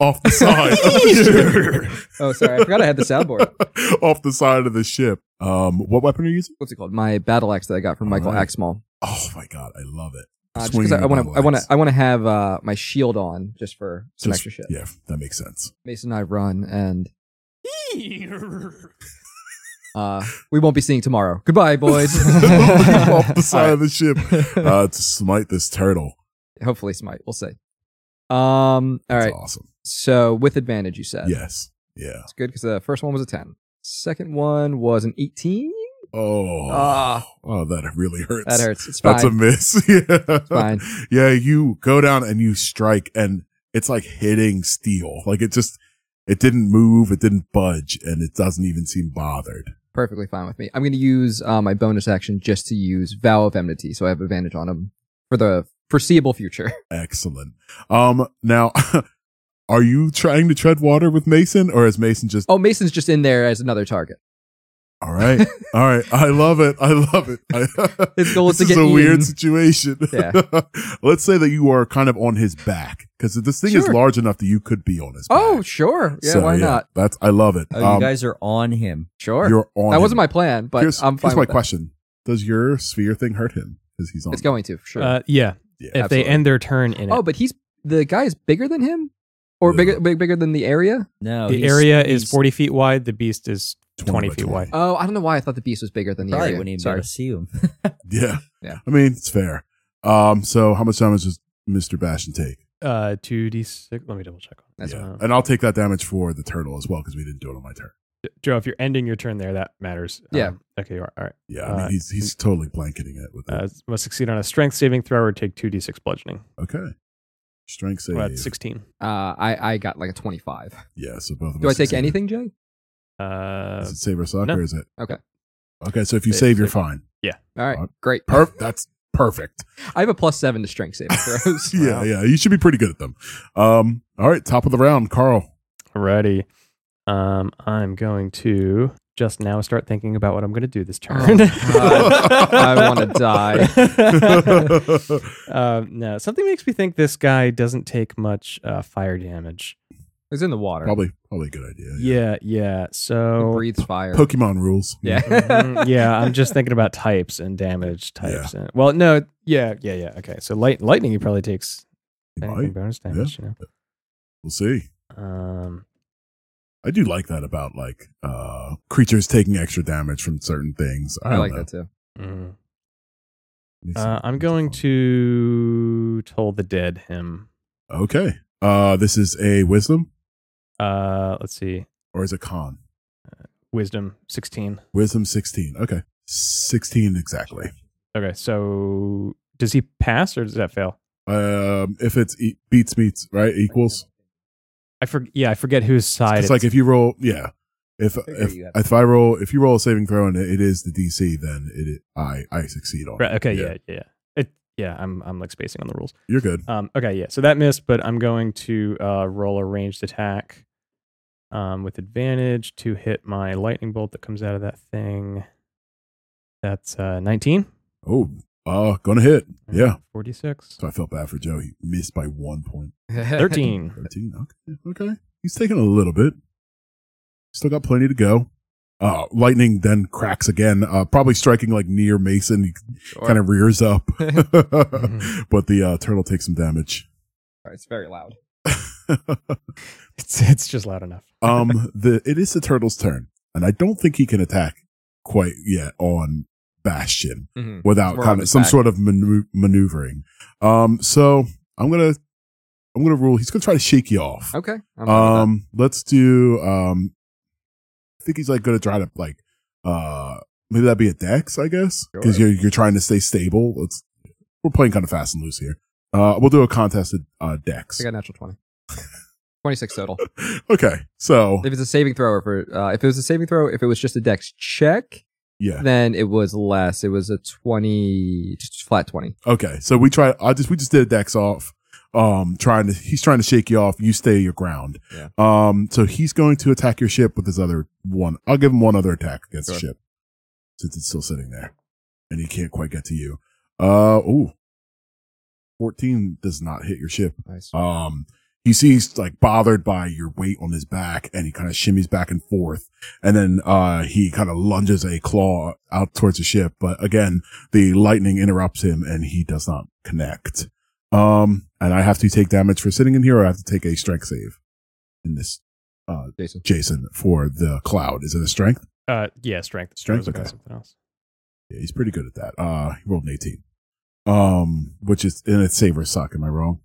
Speaker 1: off the side of the
Speaker 3: [laughs] Oh, sorry, I forgot I had the soundboard.
Speaker 1: [laughs] ship. off the side of the ship. Um, what weapon are you using?
Speaker 3: What's it called? My battle axe that I got from Michael
Speaker 1: Alright.
Speaker 3: Axe Mall.
Speaker 1: Oh my god, I love it.
Speaker 3: Uh, just
Speaker 1: Swinging
Speaker 3: 'cause I
Speaker 1: the
Speaker 3: want to,
Speaker 1: battle
Speaker 3: I want to,
Speaker 1: axe.
Speaker 3: I want to have uh, my shield on just for some
Speaker 1: Just-
Speaker 3: extra shit.
Speaker 1: Yeah, that makes sense.
Speaker 3: Mason and I run, and
Speaker 4: [laughs]
Speaker 3: uh, we won't be seeing tomorrow.
Speaker 1: [laughs]
Speaker 3: Goodbye, boys. [laughs]
Speaker 1: off the side of the ship uh, to smite this turtle.
Speaker 3: [laughs] Hopefully, smite. We'll see. Um. All
Speaker 1: Uh, That's
Speaker 3: right. Uh,
Speaker 1: awesome.
Speaker 3: So with advantage, you said.
Speaker 1: Yes. Yeah.
Speaker 3: It's good because the first one was a ten. Second one was an eighteen.
Speaker 1: Oh.
Speaker 3: Ah.
Speaker 1: oh, that really hurts.
Speaker 3: That hurts. It's fine.
Speaker 1: That's a miss. [laughs] yeah.
Speaker 3: fine.
Speaker 1: Yeah, you go down and you strike and it's like hitting steel. Like it just it didn't move, it didn't budge, and it doesn't even seem bothered.
Speaker 3: Perfectly fine with me. I'm going to use uh, my bonus action just to use vow of enmity, so I have advantage on him for the foreseeable future.
Speaker 1: Excellent. Um now [laughs] are you trying to tread water with Mason or is Mason just
Speaker 3: Oh, Mason's just in there as another target.
Speaker 1: all right? All right. I love it. I love it. I,
Speaker 3: [laughs] His goal is
Speaker 1: this
Speaker 3: to
Speaker 1: is
Speaker 3: get
Speaker 1: a weird
Speaker 3: eaten.
Speaker 1: situation.
Speaker 3: Yeah.
Speaker 1: [laughs] Let's say that you are kind of on his back because this thing is
Speaker 3: Sure.
Speaker 1: large enough that you could be on his back.
Speaker 3: Oh, sure. Yeah,
Speaker 1: So,
Speaker 3: why not?
Speaker 1: That's I love it.
Speaker 3: Um,
Speaker 1: Um,
Speaker 4: Oh, you guys are on him.
Speaker 3: Sure.
Speaker 1: You're on
Speaker 3: that
Speaker 1: him.
Speaker 3: wasn't my plan, but
Speaker 1: here's,
Speaker 3: I'm fine.
Speaker 1: here's my
Speaker 3: with that.
Speaker 1: question: Does your sphere thing hurt him? Because he's on.
Speaker 3: It's going to sure.
Speaker 5: Uh, yeah.
Speaker 1: Yeah.
Speaker 5: If
Speaker 3: Absolutely.
Speaker 5: they end their turn in it.
Speaker 3: oh, but he's the guy is bigger than him, or
Speaker 1: Yeah.
Speaker 3: bigger big, bigger than the area.
Speaker 4: No,
Speaker 5: the
Speaker 4: he's-
Speaker 5: area is
Speaker 4: he's
Speaker 5: 40 feet wide. The beast is 20
Speaker 1: by
Speaker 5: feet wide.
Speaker 3: Oh, I don't know why I thought the beast was bigger than the
Speaker 4: Probably
Speaker 3: area.
Speaker 4: wouldn't even be
Speaker 3: Sorry.
Speaker 4: able to see him.
Speaker 1: [laughs]
Speaker 4: [laughs]
Speaker 1: Yeah.
Speaker 3: Yeah.
Speaker 1: I mean, it's fair. Um. So how much damage does Mister Bastion take?
Speaker 5: Uh, 2d6. Let me double check.
Speaker 3: That's
Speaker 1: yeah.
Speaker 5: fine.
Speaker 1: And I'll take that damage for the turtle as well because we didn't do it on my turn.
Speaker 5: Joe, if you're ending your turn there, that matters.
Speaker 3: Yeah.
Speaker 5: Um, okay, you are. All right.
Speaker 1: Yeah. I mean,
Speaker 5: Uh,
Speaker 1: he's he's totally blanketing it with
Speaker 5: Uh,
Speaker 1: it.
Speaker 5: must succeed on a strength saving throw or take 2d6 bludgeoning.
Speaker 1: Okay. Strength save.
Speaker 5: Well, that's 16.
Speaker 3: Uh, I I got like a twenty five.
Speaker 1: Yeah. So both of
Speaker 3: Do I
Speaker 1: us
Speaker 3: take
Speaker 1: succeed.
Speaker 3: anything, Jay?
Speaker 5: Uh,
Speaker 1: Is it save or suck
Speaker 5: No.
Speaker 1: or is it?
Speaker 3: Okay.
Speaker 1: Okay. So if you
Speaker 5: Save-
Speaker 1: save, you're
Speaker 5: save.
Speaker 1: fine.
Speaker 3: All right,
Speaker 1: Alright.
Speaker 3: great.
Speaker 5: [laughs]
Speaker 1: Perf. That's perfect.
Speaker 3: I have a plus seven to strength saving throws.
Speaker 1: [laughs] Yeah.
Speaker 5: Wow.
Speaker 1: Yeah. You should be pretty good at them. Um. All right. Top of the round, Carl.
Speaker 5: Alrighty. Um, I'm going to just now start thinking about what I'm going to do this turn.
Speaker 3: Oh,
Speaker 5: [laughs]
Speaker 3: I [laughs] want to die.
Speaker 5: um, no, something makes me think this guy doesn't take much uh, fire damage.
Speaker 3: It's in the water.
Speaker 1: [laughs] Probably. Probably a good idea.
Speaker 5: Yeah, yeah.
Speaker 3: It
Speaker 5: So
Speaker 3: breathes fire.
Speaker 1: Pokemon rules.
Speaker 3: yeah. [laughs]
Speaker 5: Mhm, yeah, [laughs] I'm just thinking about types and damage types. And, well, no, yeah, yeah, yeah. Okay, so light lightning, he probably takes
Speaker 1: You
Speaker 5: anything
Speaker 1: might.
Speaker 5: bonus damage. You
Speaker 1: We'll see.
Speaker 5: know. Um,
Speaker 1: I do like that about like uh creatures taking extra damage from certain things. I,
Speaker 3: I
Speaker 1: don't
Speaker 3: like
Speaker 1: know.
Speaker 3: that too.
Speaker 5: mm.
Speaker 1: Let me see.
Speaker 5: Uh, I'm going to toll the dead him.
Speaker 1: Okay. Uh this is a wisdom
Speaker 5: Uh, let's see,
Speaker 1: or is it con?
Speaker 5: wisdom 16.
Speaker 1: Wisdom 16. Okay. 16 exactly.
Speaker 5: Okay, so does he pass or does that fail?
Speaker 1: Um if it's e- beats meets, right?
Speaker 3: [laughs]
Speaker 1: Equals.
Speaker 5: I for, yeah, I forget whose side.
Speaker 1: It's like if you roll yeah. If if,
Speaker 4: you have-
Speaker 1: if I roll if you roll a saving throw and it is the DC then it I I succeed on. it.
Speaker 5: Right, okay, yeah, yeah, yeah. It, yeah, I'm I'm like spacing on the rules.
Speaker 1: You're good.
Speaker 5: Um, okay, yeah. So that missed, but I'm going to uh, roll a ranged attack um, with advantage to hit my lightning bolt that comes out of that thing. That's uh, 19.
Speaker 1: Oh, uh going to hit. Yeah.
Speaker 5: 46. [laughs]
Speaker 1: So I felt bad for Joe. He missed by 1 point. [laughs]
Speaker 5: 13.
Speaker 1: 13. Okay. Okay. He's taking a little bit. Still got plenty to go. Uh, lightning then cracks again, uh, probably striking like near Mason. He
Speaker 3: Sure.
Speaker 1: kind of rears
Speaker 4: [laughs]
Speaker 1: up, [laughs]
Speaker 5: Mm-hmm.
Speaker 1: but the uh, turtle takes some damage. [laughs]
Speaker 3: It's very loud.
Speaker 5: It's, it's just loud enough.
Speaker 1: um, the it is the turtle's turn, and I don't think he can attack quite yet on Bastion
Speaker 5: Mm-hmm.
Speaker 1: without
Speaker 3: We're on
Speaker 1: kind of
Speaker 3: his
Speaker 1: some
Speaker 3: back.
Speaker 1: sort of manu- maneuvering. Um, so I'm gonna I'm gonna rule. He's gonna try to shake you off.
Speaker 3: Okay. I'm fine with
Speaker 1: Um, let's do. Um, I think he's like gonna try to like uh maybe that'd be a dex, I guess, because
Speaker 3: Sure.
Speaker 1: you're you're trying to stay stable. Let's we're playing kind of fast and loose here. Uh, we'll do a contested uh
Speaker 3: that.
Speaker 1: dex.
Speaker 3: I got a natural twenty. [laughs] Twenty six total.
Speaker 1: Okay, so
Speaker 3: If it's a saving throw, or if, it, uh, if it was a saving throw, if it was just a dex check,
Speaker 1: yeah,
Speaker 3: then it was less. It was a twenty, just flat twenty.
Speaker 1: okay, so we try. I just we just did a dex off. Um, trying to he's trying to shake you off. You stay your ground.
Speaker 3: Yeah.
Speaker 1: Um, so he's going to attack your ship with his other one. I'll give him one other attack against the
Speaker 3: Sure.
Speaker 1: ship since it's still sitting there and he can't quite get to you. Uh, ooh, 14 does not hit your ship.
Speaker 3: Nice.
Speaker 1: Um, he sees like bothered by your weight on his back and he kind of shimmies back and forth. And then, uh, he kind of lunges a claw out towards the ship. But again, the lightning interrupts him and he does not connect. Um, and I have to take damage for sitting in here or I have to take a strength save in this,
Speaker 3: Jason.
Speaker 1: Jason, for the cloud. Is it a strength?
Speaker 5: Uh, yeah, strength.
Speaker 1: Strength,
Speaker 5: I was looking at
Speaker 1: okay.
Speaker 5: Something else.
Speaker 1: Yeah, he's pretty good at that. Uh, he rolled an 18. Um, which is, and it's saver suck. Am I wrong?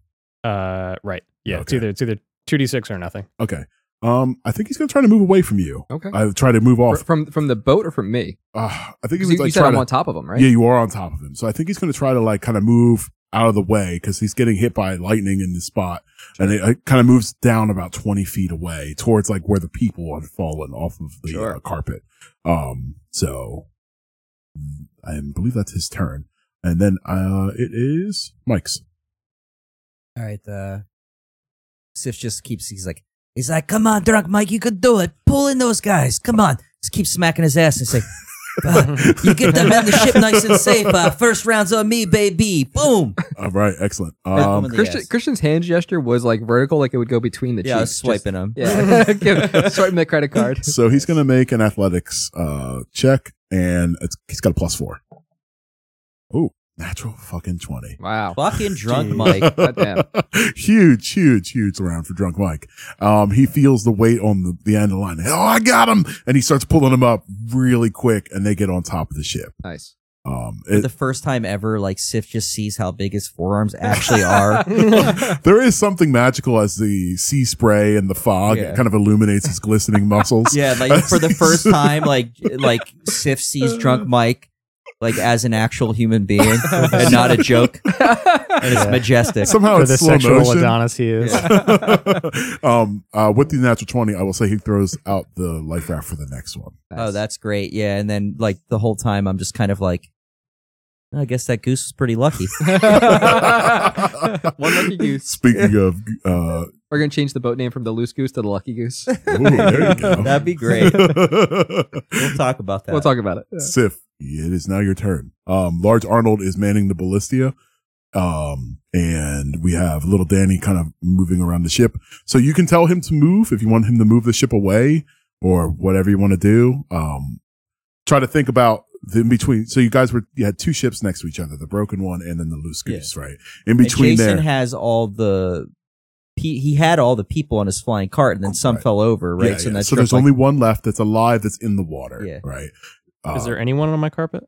Speaker 5: Uh, right. Yeah, it's
Speaker 1: Okay.
Speaker 5: either it's either two d six or nothing.
Speaker 1: Okay. Um, I think he's going to try to move away from you.
Speaker 3: Okay.
Speaker 1: I try to move
Speaker 3: Fr-
Speaker 1: off.
Speaker 3: from from the boat or from me?
Speaker 1: Uh, I think he
Speaker 3: 'Cause
Speaker 1: was
Speaker 3: You,
Speaker 1: like
Speaker 3: you said
Speaker 1: trying
Speaker 3: I'm
Speaker 1: to,
Speaker 3: on top of him, right?
Speaker 1: yeah, you are on top of him. So I think he's going to try to like kind of move out of the way because he's getting hit by lightning in this spot and it, it kind of moves down about 20 feet away towards like where the people had fallen off of the
Speaker 3: Sure.
Speaker 1: uh, carpet. Um, so mm, I believe that's his turn. And then, uh, it is Mike's.
Speaker 4: All right. Uh, Sif just keeps. He's like, he's like, come on, drunk Mike, you could do it. Pull in those guys. Come on. Just keep smacking his
Speaker 3: [laughs]
Speaker 4: ass and say, "Ah, you get them on the ship nice and safe. Uh, first round's on me, baby. Boom.
Speaker 1: [laughs] All right, excellent.
Speaker 4: Welcome
Speaker 1: Um,
Speaker 4: in the
Speaker 3: Christian,
Speaker 4: ass.
Speaker 3: Christian's hand gesture was like vertical, like it would go between the
Speaker 4: yeah, I was
Speaker 3: cheeks. just-
Speaker 4: swiping him.
Speaker 3: [laughs] yeah,
Speaker 1: [laughs]
Speaker 3: Give- swipe him the credit card.
Speaker 1: so he's going to make an athletics uh, check, and it's, he's got a plus four. Ooh, natural fucking twenty.
Speaker 3: [laughs] Wow.
Speaker 4: Fucking drunk Mike.
Speaker 3: goddamn.
Speaker 1: [laughs] huge, huge, huge round for drunk Mike. Um, he feels the weight on the, the end of the line. Oh, I got him! And he starts pulling him up really quick, and they get on top of the ship.
Speaker 3: Nice.
Speaker 1: [laughs]
Speaker 3: [laughs]
Speaker 1: Um,
Speaker 4: For
Speaker 1: it-
Speaker 4: the first time ever, like Sif just sees how big his forearms actually are.
Speaker 1: there is something magical as the sea spray and the fog
Speaker 4: Yeah.
Speaker 1: kind of illuminates his
Speaker 4: [laughs]
Speaker 1: glistening muscles.
Speaker 4: Yeah, like for the first
Speaker 1: [laughs]
Speaker 4: time, like like Sif sees drunk Mike like as an actual
Speaker 1: [laughs]
Speaker 4: human being and not a joke. And it's majestic.
Speaker 1: Somehow
Speaker 5: For
Speaker 1: Oh, it's
Speaker 5: the
Speaker 1: slow
Speaker 5: sexual
Speaker 1: motion.
Speaker 5: Adonis he is.
Speaker 1: [laughs] um, uh, with the natural 20, I will say he throws out the life raft for the next one.
Speaker 4: Oh, that's great. Yeah, and then like the whole time, I'm just kind of like, I guess that goose was pretty lucky. [laughs]
Speaker 3: [laughs] One lucky goose.
Speaker 1: Speaking of, uh,
Speaker 3: We're gonna change the boat name from the Loose Goose to the Lucky Goose.
Speaker 5: [laughs]
Speaker 1: ooh, there you [laughs] go.
Speaker 4: That'd be great.
Speaker 1: [laughs]
Speaker 4: [laughs] We'll talk about that.
Speaker 3: We'll talk about it.
Speaker 1: Sif, it is now your turn. Um, Large Arnold is manning the ballistia. Um, and we have little Danny kind of moving around the ship. So you can tell him to move if you want him to move the ship away or whatever you want to do. Um, try to think about the in between. So you guys were, you had two ships next to each other, the broken one and then the loose goose, right? In
Speaker 4: And
Speaker 1: between
Speaker 4: Jason
Speaker 1: there.
Speaker 4: has all the. He, he had all the people on his flying cart, and then some
Speaker 1: Right.
Speaker 4: fell over, right?
Speaker 1: Yeah,
Speaker 4: so
Speaker 1: yeah.
Speaker 4: that's
Speaker 1: So there's only one left that's alive that's in the water,
Speaker 4: Yeah.
Speaker 1: right?
Speaker 5: Is
Speaker 1: Uh,
Speaker 5: there anyone on my carpet?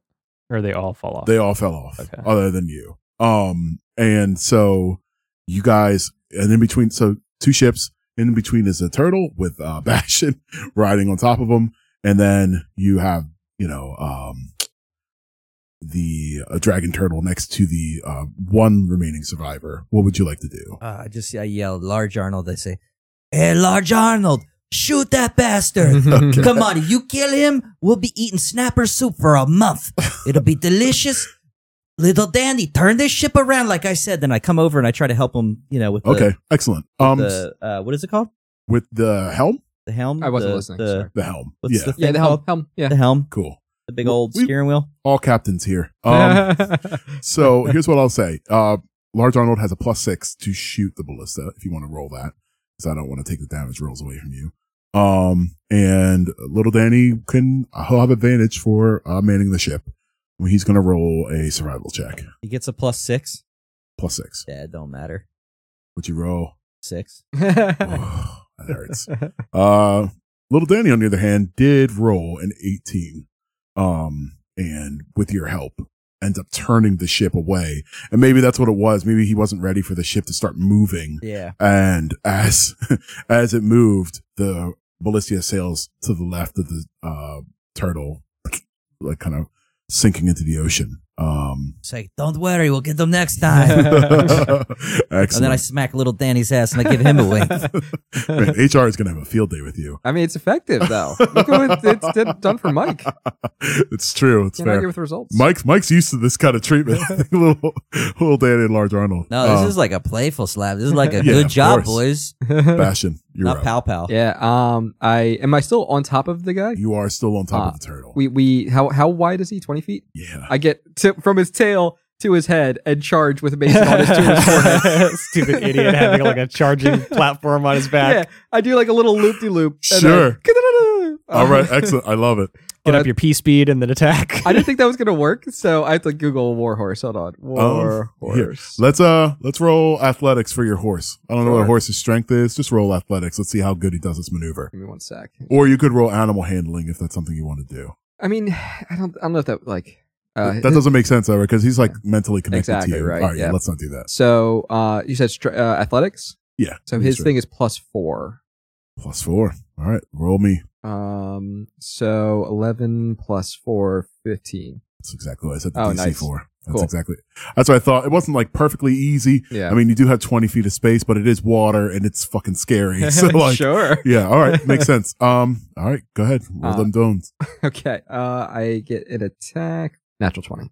Speaker 5: Or they all fall off?
Speaker 1: They all fell off,
Speaker 5: Okay.
Speaker 1: other than you. Um, and so you guys, and in between, so two ships. In between is a turtle with uh, [laughs] Bastion riding on top of him, and then you have you know um, the uh, dragon turtle next to the uh, one remaining survivor. What would you like to do?
Speaker 4: Uh, I just I yelled, "Large Arnold!" They say, "Hey, Large Arnold, shoot that bastard!"
Speaker 1: [laughs]
Speaker 4: Come on, if you kill him, we'll be eating snapper soup for a month. It'll be delicious. Little Dandy, turn this ship around, like I said. Then I come over and I try to help him, you know, with the,
Speaker 1: okay, excellent. Um,
Speaker 4: the uh, what is it called?
Speaker 1: with the helm,
Speaker 4: The helm.
Speaker 3: I wasn't
Speaker 4: The-
Speaker 3: listening,
Speaker 4: The,
Speaker 3: sorry.
Speaker 1: the helm.
Speaker 4: What's
Speaker 1: yeah,
Speaker 4: the
Speaker 3: [laughs]
Speaker 4: thing
Speaker 3: Yeah, the helm.
Speaker 4: called?
Speaker 3: helm.
Speaker 1: [laughs]
Speaker 3: Yeah.
Speaker 4: The helm.
Speaker 1: cool.
Speaker 4: The big old
Speaker 1: We-
Speaker 4: steering wheel.
Speaker 1: All captains
Speaker 4: [laughs]
Speaker 1: here. Um,
Speaker 5: [laughs]
Speaker 1: So here's what I'll say. Uh, Large Arnold has a plus six to shoot the ballista if you want to roll that, because I don't want to take the damage rolls away from you. Um, and little Danny can he'll have advantage for uh, manning the ship. He's gonna roll a survival check,
Speaker 4: He gets a plus six.
Speaker 1: plus six.
Speaker 4: Yeah, it don't matter.
Speaker 1: What you roll?
Speaker 4: Six.
Speaker 1: Oh, that hurts. Uh, little Danny, on the other hand, did roll an eighteen. Um, and with your help ends up turning the ship away. And maybe that's what it was. Maybe he wasn't ready for the ship to start moving.
Speaker 4: Yeah.
Speaker 1: And as, [laughs] as it moved, the ballista sails to the left of the, uh, turtle, like kind of sinking into the ocean.
Speaker 4: [laughs]
Speaker 1: Um, [laughs]
Speaker 4: It's like, don't worry, we'll get them next time. and then I
Speaker 1: excellent.
Speaker 4: smack little Danny's ass and I give him a
Speaker 1: [laughs]
Speaker 4: wink.
Speaker 1: Man, HR is going to have a field day with you.
Speaker 3: [laughs]
Speaker 1: [laughs]
Speaker 3: I mean, it's effective though. Look at what it's did- done for Mike.
Speaker 1: it's true. It's
Speaker 3: Can't
Speaker 1: fair.
Speaker 3: argue with results. [laughs]
Speaker 1: Mike's Mike's used to this kind of treatment. [laughs] little little Danny and Large Arnold. Uh,
Speaker 4: No, this is like a playful slap. This is like
Speaker 1: Oh.
Speaker 4: a
Speaker 1: Yeah,
Speaker 4: good
Speaker 1: of
Speaker 4: job,
Speaker 1: course.
Speaker 4: boys.
Speaker 1: Bastion. You're
Speaker 4: Not
Speaker 1: up.
Speaker 4: pow pow.
Speaker 3: yeah. Um. I am I still on top of the guy?
Speaker 1: You are still on top
Speaker 3: Ah,
Speaker 1: of the turtle.
Speaker 3: We we how how wide is he? Twenty feet.
Speaker 1: yeah.
Speaker 3: I get to, from his tail to his head and charge with Mason on his
Speaker 1: [laughs]
Speaker 3: to his forehead.
Speaker 5: [laughs] Stupid idiot having like a charging platform on his
Speaker 3: [laughs] Yeah,
Speaker 5: back.
Speaker 3: I do like a little loop de loop. [laughs]
Speaker 1: Sure. All
Speaker 3: Um,
Speaker 1: right, excellent. I love it.
Speaker 5: Get
Speaker 3: But-
Speaker 5: up your P speed and then attack.
Speaker 3: I didn't think that was gonna work, so I have to Google warhorse. Hold
Speaker 1: Oh,
Speaker 3: on, warhorse.
Speaker 1: here. Let's uh let's roll athletics for your horse. I don't know what a
Speaker 3: Sure.
Speaker 1: horse's strength is. Just roll athletics. Let's see how good he does this maneuver.
Speaker 3: Give me one sec.
Speaker 1: Or you could roll animal handling if that's something you want to do.
Speaker 3: I mean, I don't, I don't know if that like. Uh,
Speaker 1: that doesn't make sense, though, because he's like mentally connected
Speaker 3: Exactly,
Speaker 1: to you.
Speaker 3: right,
Speaker 1: All right, yeah.
Speaker 3: yeah.
Speaker 1: let's not do that.
Speaker 3: So uh, you said str- uh, athletics.
Speaker 1: Yeah.
Speaker 3: So his
Speaker 1: Sure.
Speaker 3: thing is plus four.
Speaker 1: plus four. All right, roll me.
Speaker 3: Um, so 11 plus 4, 15.
Speaker 1: That's exactly what I said. The
Speaker 3: Oh,
Speaker 1: DC
Speaker 3: nice.
Speaker 1: four. That's
Speaker 3: Cool.
Speaker 1: exactly. That's what I thought. It wasn't like perfectly easy.
Speaker 3: Yeah.
Speaker 1: I mean, you do have 20 feet of space, but it is water and it's fucking
Speaker 3: [laughs]
Speaker 1: scary. [laughs] So like,
Speaker 3: sure.
Speaker 1: yeah. All right.
Speaker 3: [laughs]
Speaker 1: Makes sense. Um, all right. Go ahead. Roll
Speaker 3: Uh,
Speaker 1: them dones.
Speaker 3: Okay. Uh, I get an attack. Natural 20.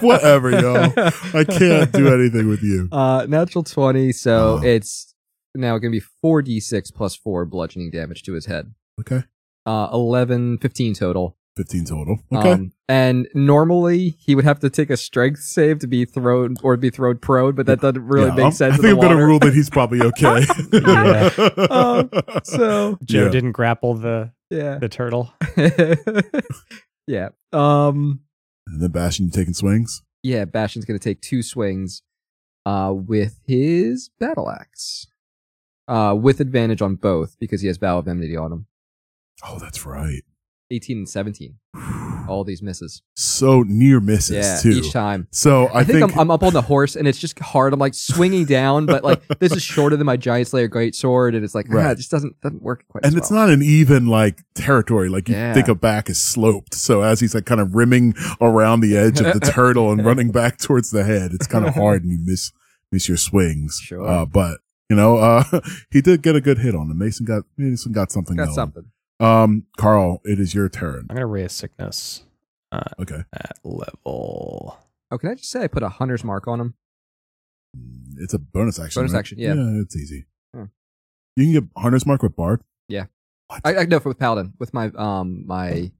Speaker 1: [laughs] Whatever, yo. I can't
Speaker 3: [laughs]
Speaker 1: do anything with you.
Speaker 3: Uh, natural 20. So
Speaker 1: Oh.
Speaker 3: it's now going to be 4d6 plus 4 bludgeoning damage to his head.
Speaker 1: Okay.
Speaker 3: Uh, 11, 15 total.
Speaker 1: 15 total. Okay.
Speaker 3: Um, and normally he would have to take a strength save to be thrown or be thrown prone, but that doesn't really
Speaker 1: Yeah,
Speaker 3: make
Speaker 1: I'm-
Speaker 3: sense.
Speaker 1: I
Speaker 3: in the
Speaker 1: think I'm going to
Speaker 3: water.
Speaker 1: rule that he's
Speaker 3: [laughs]
Speaker 1: probably okay.
Speaker 5: Yeah.
Speaker 1: [laughs]
Speaker 3: Um, So
Speaker 5: [laughs] Joe
Speaker 1: Yeah.
Speaker 5: didn't grapple the
Speaker 3: yeah, [laughs]
Speaker 5: the turtle.
Speaker 3: yeah. Um,
Speaker 1: and then Bastion, you taking swings?
Speaker 3: yeah. Bastion's gonna take two swings, uh, with his battle axe, uh, with advantage on both because he has bow of enmity on him.
Speaker 1: Oh, that's right.
Speaker 3: Eighteen and seventeen. All these misses.
Speaker 1: So near misses,
Speaker 3: Oh. yeah,
Speaker 1: too.
Speaker 3: each time.
Speaker 1: So I,
Speaker 3: I, think, I'm, I'm up on the horse and it's just hard. I'm like swinging down, but
Speaker 1: [laughs]
Speaker 3: like this is shorter than my giant slayer great sword, and it's like ah,
Speaker 1: Right.
Speaker 3: it just doesn't doesn't work quite.
Speaker 1: and
Speaker 3: as
Speaker 1: it's
Speaker 3: well.
Speaker 1: not an even like territory like you
Speaker 3: Yeah.
Speaker 1: think of back as sloped so as he's like kind of rimming around the edge
Speaker 3: [laughs]
Speaker 1: of the turtle and running back towards the head it's kind of hard and you miss miss your swings
Speaker 3: Sure.
Speaker 1: uh, but you know uh [laughs] he did get a good hit on him mason got mason got something
Speaker 3: got
Speaker 1: going.
Speaker 3: something.
Speaker 1: um carl it is your turn
Speaker 5: I'm gonna raise sickness
Speaker 3: Uh-huh.
Speaker 1: okay
Speaker 5: at level.
Speaker 3: Oh, can I just say I put a hunter's mark on him?
Speaker 1: Mm, it's a bonus action
Speaker 3: Bonus
Speaker 1: right?
Speaker 3: action, yeah.
Speaker 1: it's easy
Speaker 3: Hmm.
Speaker 1: you can get hunter's mark with bard
Speaker 3: Yeah.
Speaker 1: What?
Speaker 3: I, I no for with paladin with my um my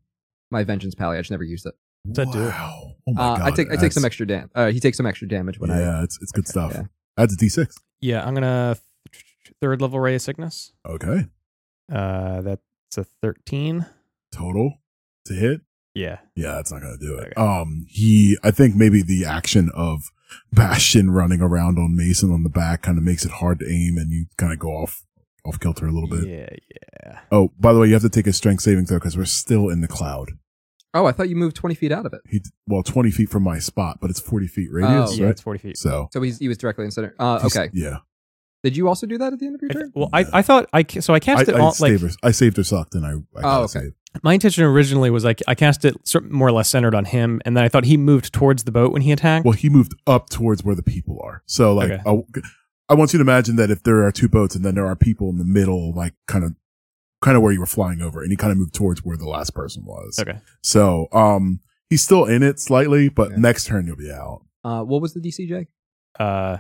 Speaker 3: my vengeance pally. I just never used it.
Speaker 5: that do?
Speaker 1: wow oh my
Speaker 3: Uh,
Speaker 1: god
Speaker 3: I take I take some
Speaker 1: that's-
Speaker 3: extra damage. Uh, he takes some extra damage when I
Speaker 1: yeah it's, it's good stuff
Speaker 3: yeah.
Speaker 1: that's a d6
Speaker 5: Yeah, I'm gonna third level ray of sickness.
Speaker 1: okay
Speaker 5: Uh, that's a thirteen.
Speaker 1: total to hit.
Speaker 5: Yeah.
Speaker 1: Yeah, that's not gonna do it.
Speaker 5: Okay.
Speaker 1: Um, he, I think maybe the action of [laughs] Bastion running around on Mason on the back kind of makes it hard to aim, and you kind of go off off kilter a little bit.
Speaker 5: Yeah, yeah.
Speaker 1: Oh, by the way, you have to take a strength saving throw because we're still in the cloud.
Speaker 3: Oh, I thought you moved twenty feet out of it.
Speaker 1: He well, twenty feet from my spot, but it's forty feet radius,
Speaker 3: Oh.
Speaker 5: yeah,
Speaker 1: right?
Speaker 5: it's forty feet.
Speaker 1: So
Speaker 3: So he's he was directly in center. Uh,
Speaker 1: he's-
Speaker 3: okay.
Speaker 1: yeah.
Speaker 3: Did you also do that at the end of your
Speaker 5: I th-
Speaker 3: turn?
Speaker 5: well, I, I thought I ca- so I
Speaker 1: I,
Speaker 5: cast it
Speaker 1: I
Speaker 5: all like Oh,
Speaker 1: saved her, I saved her sucked, and I, I got a
Speaker 3: okay.
Speaker 1: save.
Speaker 5: my intention originally was like I cast it sort more or less centered on him, and then I thought he moved towards the boat when he attacked.
Speaker 1: Well, he moved up towards where the people are. So like,
Speaker 5: Okay.
Speaker 1: I, I want you to imagine that if there are two boats and then there are people in the middle, like kind of, kind of where you were flying over and he kind of moved towards where the last person was.
Speaker 5: okay,
Speaker 1: So, um, he's still in it slightly, but
Speaker 3: Yeah.
Speaker 1: next turn you'll be out.
Speaker 3: uh, what was the DCJ?
Speaker 5: uh,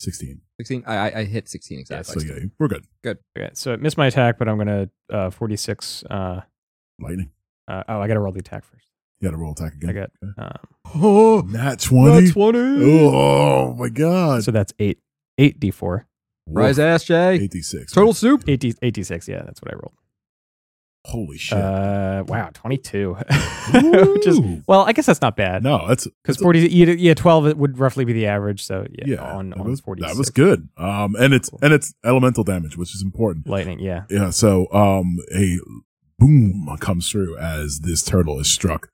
Speaker 1: 16.
Speaker 3: Sixteen. I, I I hit sixteen exactly.
Speaker 1: So yeah, we're good.
Speaker 5: okay. So it missed my attack, but I'm gonna uh, forty six. Uh,
Speaker 1: Lightning.
Speaker 5: uh, oh, I gotta roll the attack first.
Speaker 1: You got to roll attack again.
Speaker 5: I got um,
Speaker 1: oh, nat 20. Oh my
Speaker 5: um,
Speaker 1: God.
Speaker 5: so that's eight eight d four
Speaker 3: Rise
Speaker 1: Woof.
Speaker 3: ass Jay.
Speaker 1: 86.
Speaker 3: Turtle soup.
Speaker 5: eight d eight d six. Yeah, that's what I rolled.
Speaker 1: Holy shit.
Speaker 5: Uh, [laughs] wow, twenty [laughs] two. Which is
Speaker 1: Ooh.
Speaker 5: well, I guess that's not bad.
Speaker 1: no, that's
Speaker 5: Because forty, yeah, yeah, twelve it would roughly be the average. So yeah, on,
Speaker 1: that
Speaker 5: on
Speaker 1: was,
Speaker 5: forty,
Speaker 1: That was good. Um, and it's
Speaker 5: Cool.
Speaker 1: and it's elemental damage, which is important.
Speaker 5: Lightning, yeah,
Speaker 1: Yeah. So, um, a boom comes through as this turtle is struck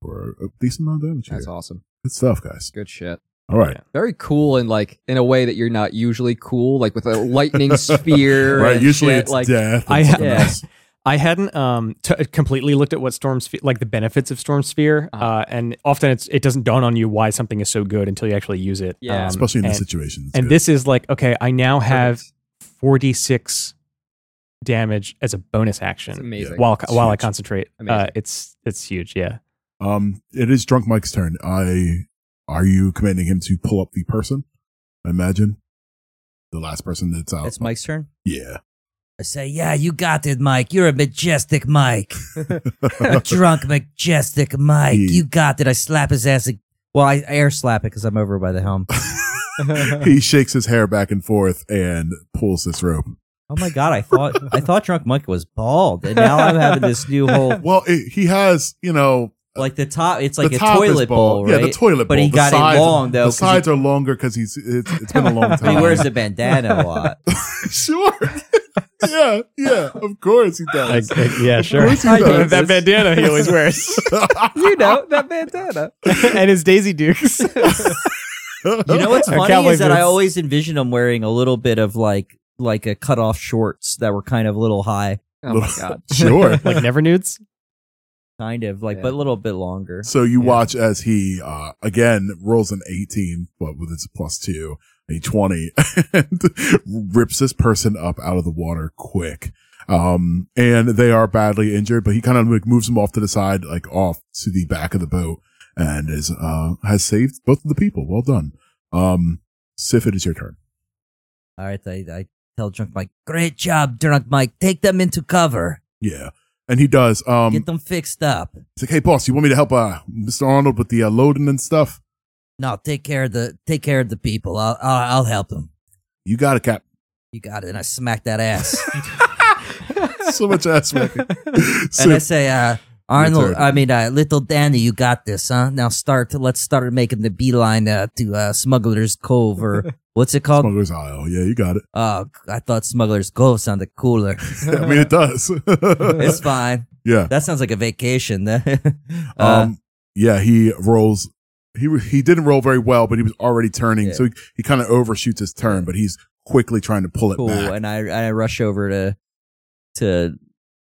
Speaker 1: for a decent amount of damage.
Speaker 3: That's
Speaker 1: here.
Speaker 3: awesome.
Speaker 1: Good stuff, guys.
Speaker 3: Good shit.
Speaker 1: All right.
Speaker 3: Very cool and like in a way that you're not usually cool, like with
Speaker 1: [laughs]
Speaker 3: a lightning sphere.
Speaker 1: Right.
Speaker 3: and
Speaker 1: Usually
Speaker 3: shit,
Speaker 1: it's
Speaker 3: like
Speaker 1: death. and
Speaker 5: I-
Speaker 1: something
Speaker 5: yeah.
Speaker 1: else.
Speaker 5: I hadn't um, t- completely looked at what Storm Sphere, like the benefits of Storm Sphere,
Speaker 3: Uh-huh.
Speaker 5: uh, and often it's, it doesn't dawn on you why something is so good until you actually use it. um,
Speaker 3: Yeah.
Speaker 1: Especially in
Speaker 5: and,
Speaker 1: this situation. it's
Speaker 5: And
Speaker 1: good.
Speaker 5: this is like, okay, I now have
Speaker 3: Perfect.
Speaker 5: 46 damage as a bonus
Speaker 3: It's
Speaker 5: action
Speaker 3: amazing. [laughs]
Speaker 5: while
Speaker 1: It's
Speaker 5: while I
Speaker 1: huge.
Speaker 5: concentrate. Uh,
Speaker 3: Amazing.
Speaker 5: it's it's huge, yeah.
Speaker 1: Um, it is drunk Mike's turn. I are you commanding him to pull up the person? I imagine the last person that's out.
Speaker 4: It's Mike's turn.
Speaker 1: Yeah,
Speaker 4: I say, yeah, you got it, Mike. You're a majestic Mike.
Speaker 1: [laughs]
Speaker 4: Drunk, majestic Mike.
Speaker 1: Yeah.
Speaker 4: You got it. I slap his ass. ag- Well, I I air slap it because I'm over by the helm.
Speaker 1: he shakes his hair back and forth and pulls this rope.
Speaker 4: Oh my god, I thought I thought Drunk Mike was bald, and now I'm having this new whole
Speaker 1: Well, it, he has you know
Speaker 4: like the top. It's like
Speaker 1: the
Speaker 4: a
Speaker 1: top is
Speaker 4: toilet bowl,
Speaker 1: bald.
Speaker 4: right?
Speaker 1: Yeah, the toilet bowl.
Speaker 4: But he
Speaker 1: The
Speaker 4: got it
Speaker 1: sides-
Speaker 4: long, though,
Speaker 1: The
Speaker 4: 'cause
Speaker 1: sides are longer because he's it's, it's been a long
Speaker 4: [laughs] But
Speaker 1: time.
Speaker 4: he wears a bandana
Speaker 1: [laughs]
Speaker 4: a lot.
Speaker 1: sure. yeah, yeah. Of course he does. [laughs] sure.
Speaker 5: yeah, [laughs] sure.
Speaker 1: course he I does. did
Speaker 5: [laughs] that
Speaker 3: this.
Speaker 5: bandana he always
Speaker 1: [laughs]
Speaker 5: wears,
Speaker 3: you know, that bandana.
Speaker 5: and his Daisy Dukes.
Speaker 4: You know
Speaker 1: [laughs]
Speaker 4: oh what's
Speaker 5: Or
Speaker 4: funny
Speaker 5: cowboy
Speaker 4: is that I
Speaker 5: boots.
Speaker 4: always envision him wearing a little bit of like like a cut off shorts that were kind of a little high,
Speaker 1: [laughs]
Speaker 3: Oh my god. [laughs]
Speaker 1: sure.
Speaker 5: like never nudes.
Speaker 4: kind of like,
Speaker 3: Yeah.
Speaker 4: but a little bit longer.
Speaker 1: So you
Speaker 5: Yeah.
Speaker 1: watch as he uh again rolls an 18, but with its plus two, a 20, [laughs] and rips this person up out of the water quick. Um, and they are badly injured, but he kind of like moves them off to the side, like off to the back of the boat, and is uh has saved both of the people. Well done. Um, Sif, it is your turn.
Speaker 4: All right, I, I tell Drunk Mike, great job, Drunk Mike. Take them into cover.
Speaker 1: Yeah, and he does. Um,
Speaker 4: Get them fixed up.
Speaker 1: he's like, hey boss, you want me to help uh Mr. Arnold with the uh, loading and stuff?
Speaker 4: No, take care of the take care of the people. I'll I'll, I'll help them.
Speaker 1: You got it,
Speaker 4: [laughs]
Speaker 1: Cap.
Speaker 4: You got it. And I smack that ass.
Speaker 1: [laughs] So much ass whacking.
Speaker 4: [laughs]
Speaker 1: [laughs]
Speaker 4: and I
Speaker 1: Sif, [laughs]
Speaker 4: say, uh, Arnold,
Speaker 1: Retarded.
Speaker 4: I mean, uh, little Danny, you got this, huh? Now start. Let's start making the beeline uh, to uh, Smuggler's
Speaker 1: [laughs]
Speaker 4: Cove or what's it called?
Speaker 1: Smuggler's Isle. Yeah, you got
Speaker 4: [laughs]
Speaker 1: it.
Speaker 4: Oh, I thought Smuggler's Cove sounded cooler.
Speaker 1: [laughs] I mean, it does.
Speaker 4: it's fine.
Speaker 1: [laughs] yeah.
Speaker 4: That sounds like a vacation. [laughs] uh,
Speaker 1: Um, yeah, he rolls. He he didn't roll very well, but he was already turning,
Speaker 4: Yeah.
Speaker 1: so he, he kind of overshoots his turn, but he's quickly trying to pull it
Speaker 4: cool.
Speaker 1: back.
Speaker 4: And I I rush over to to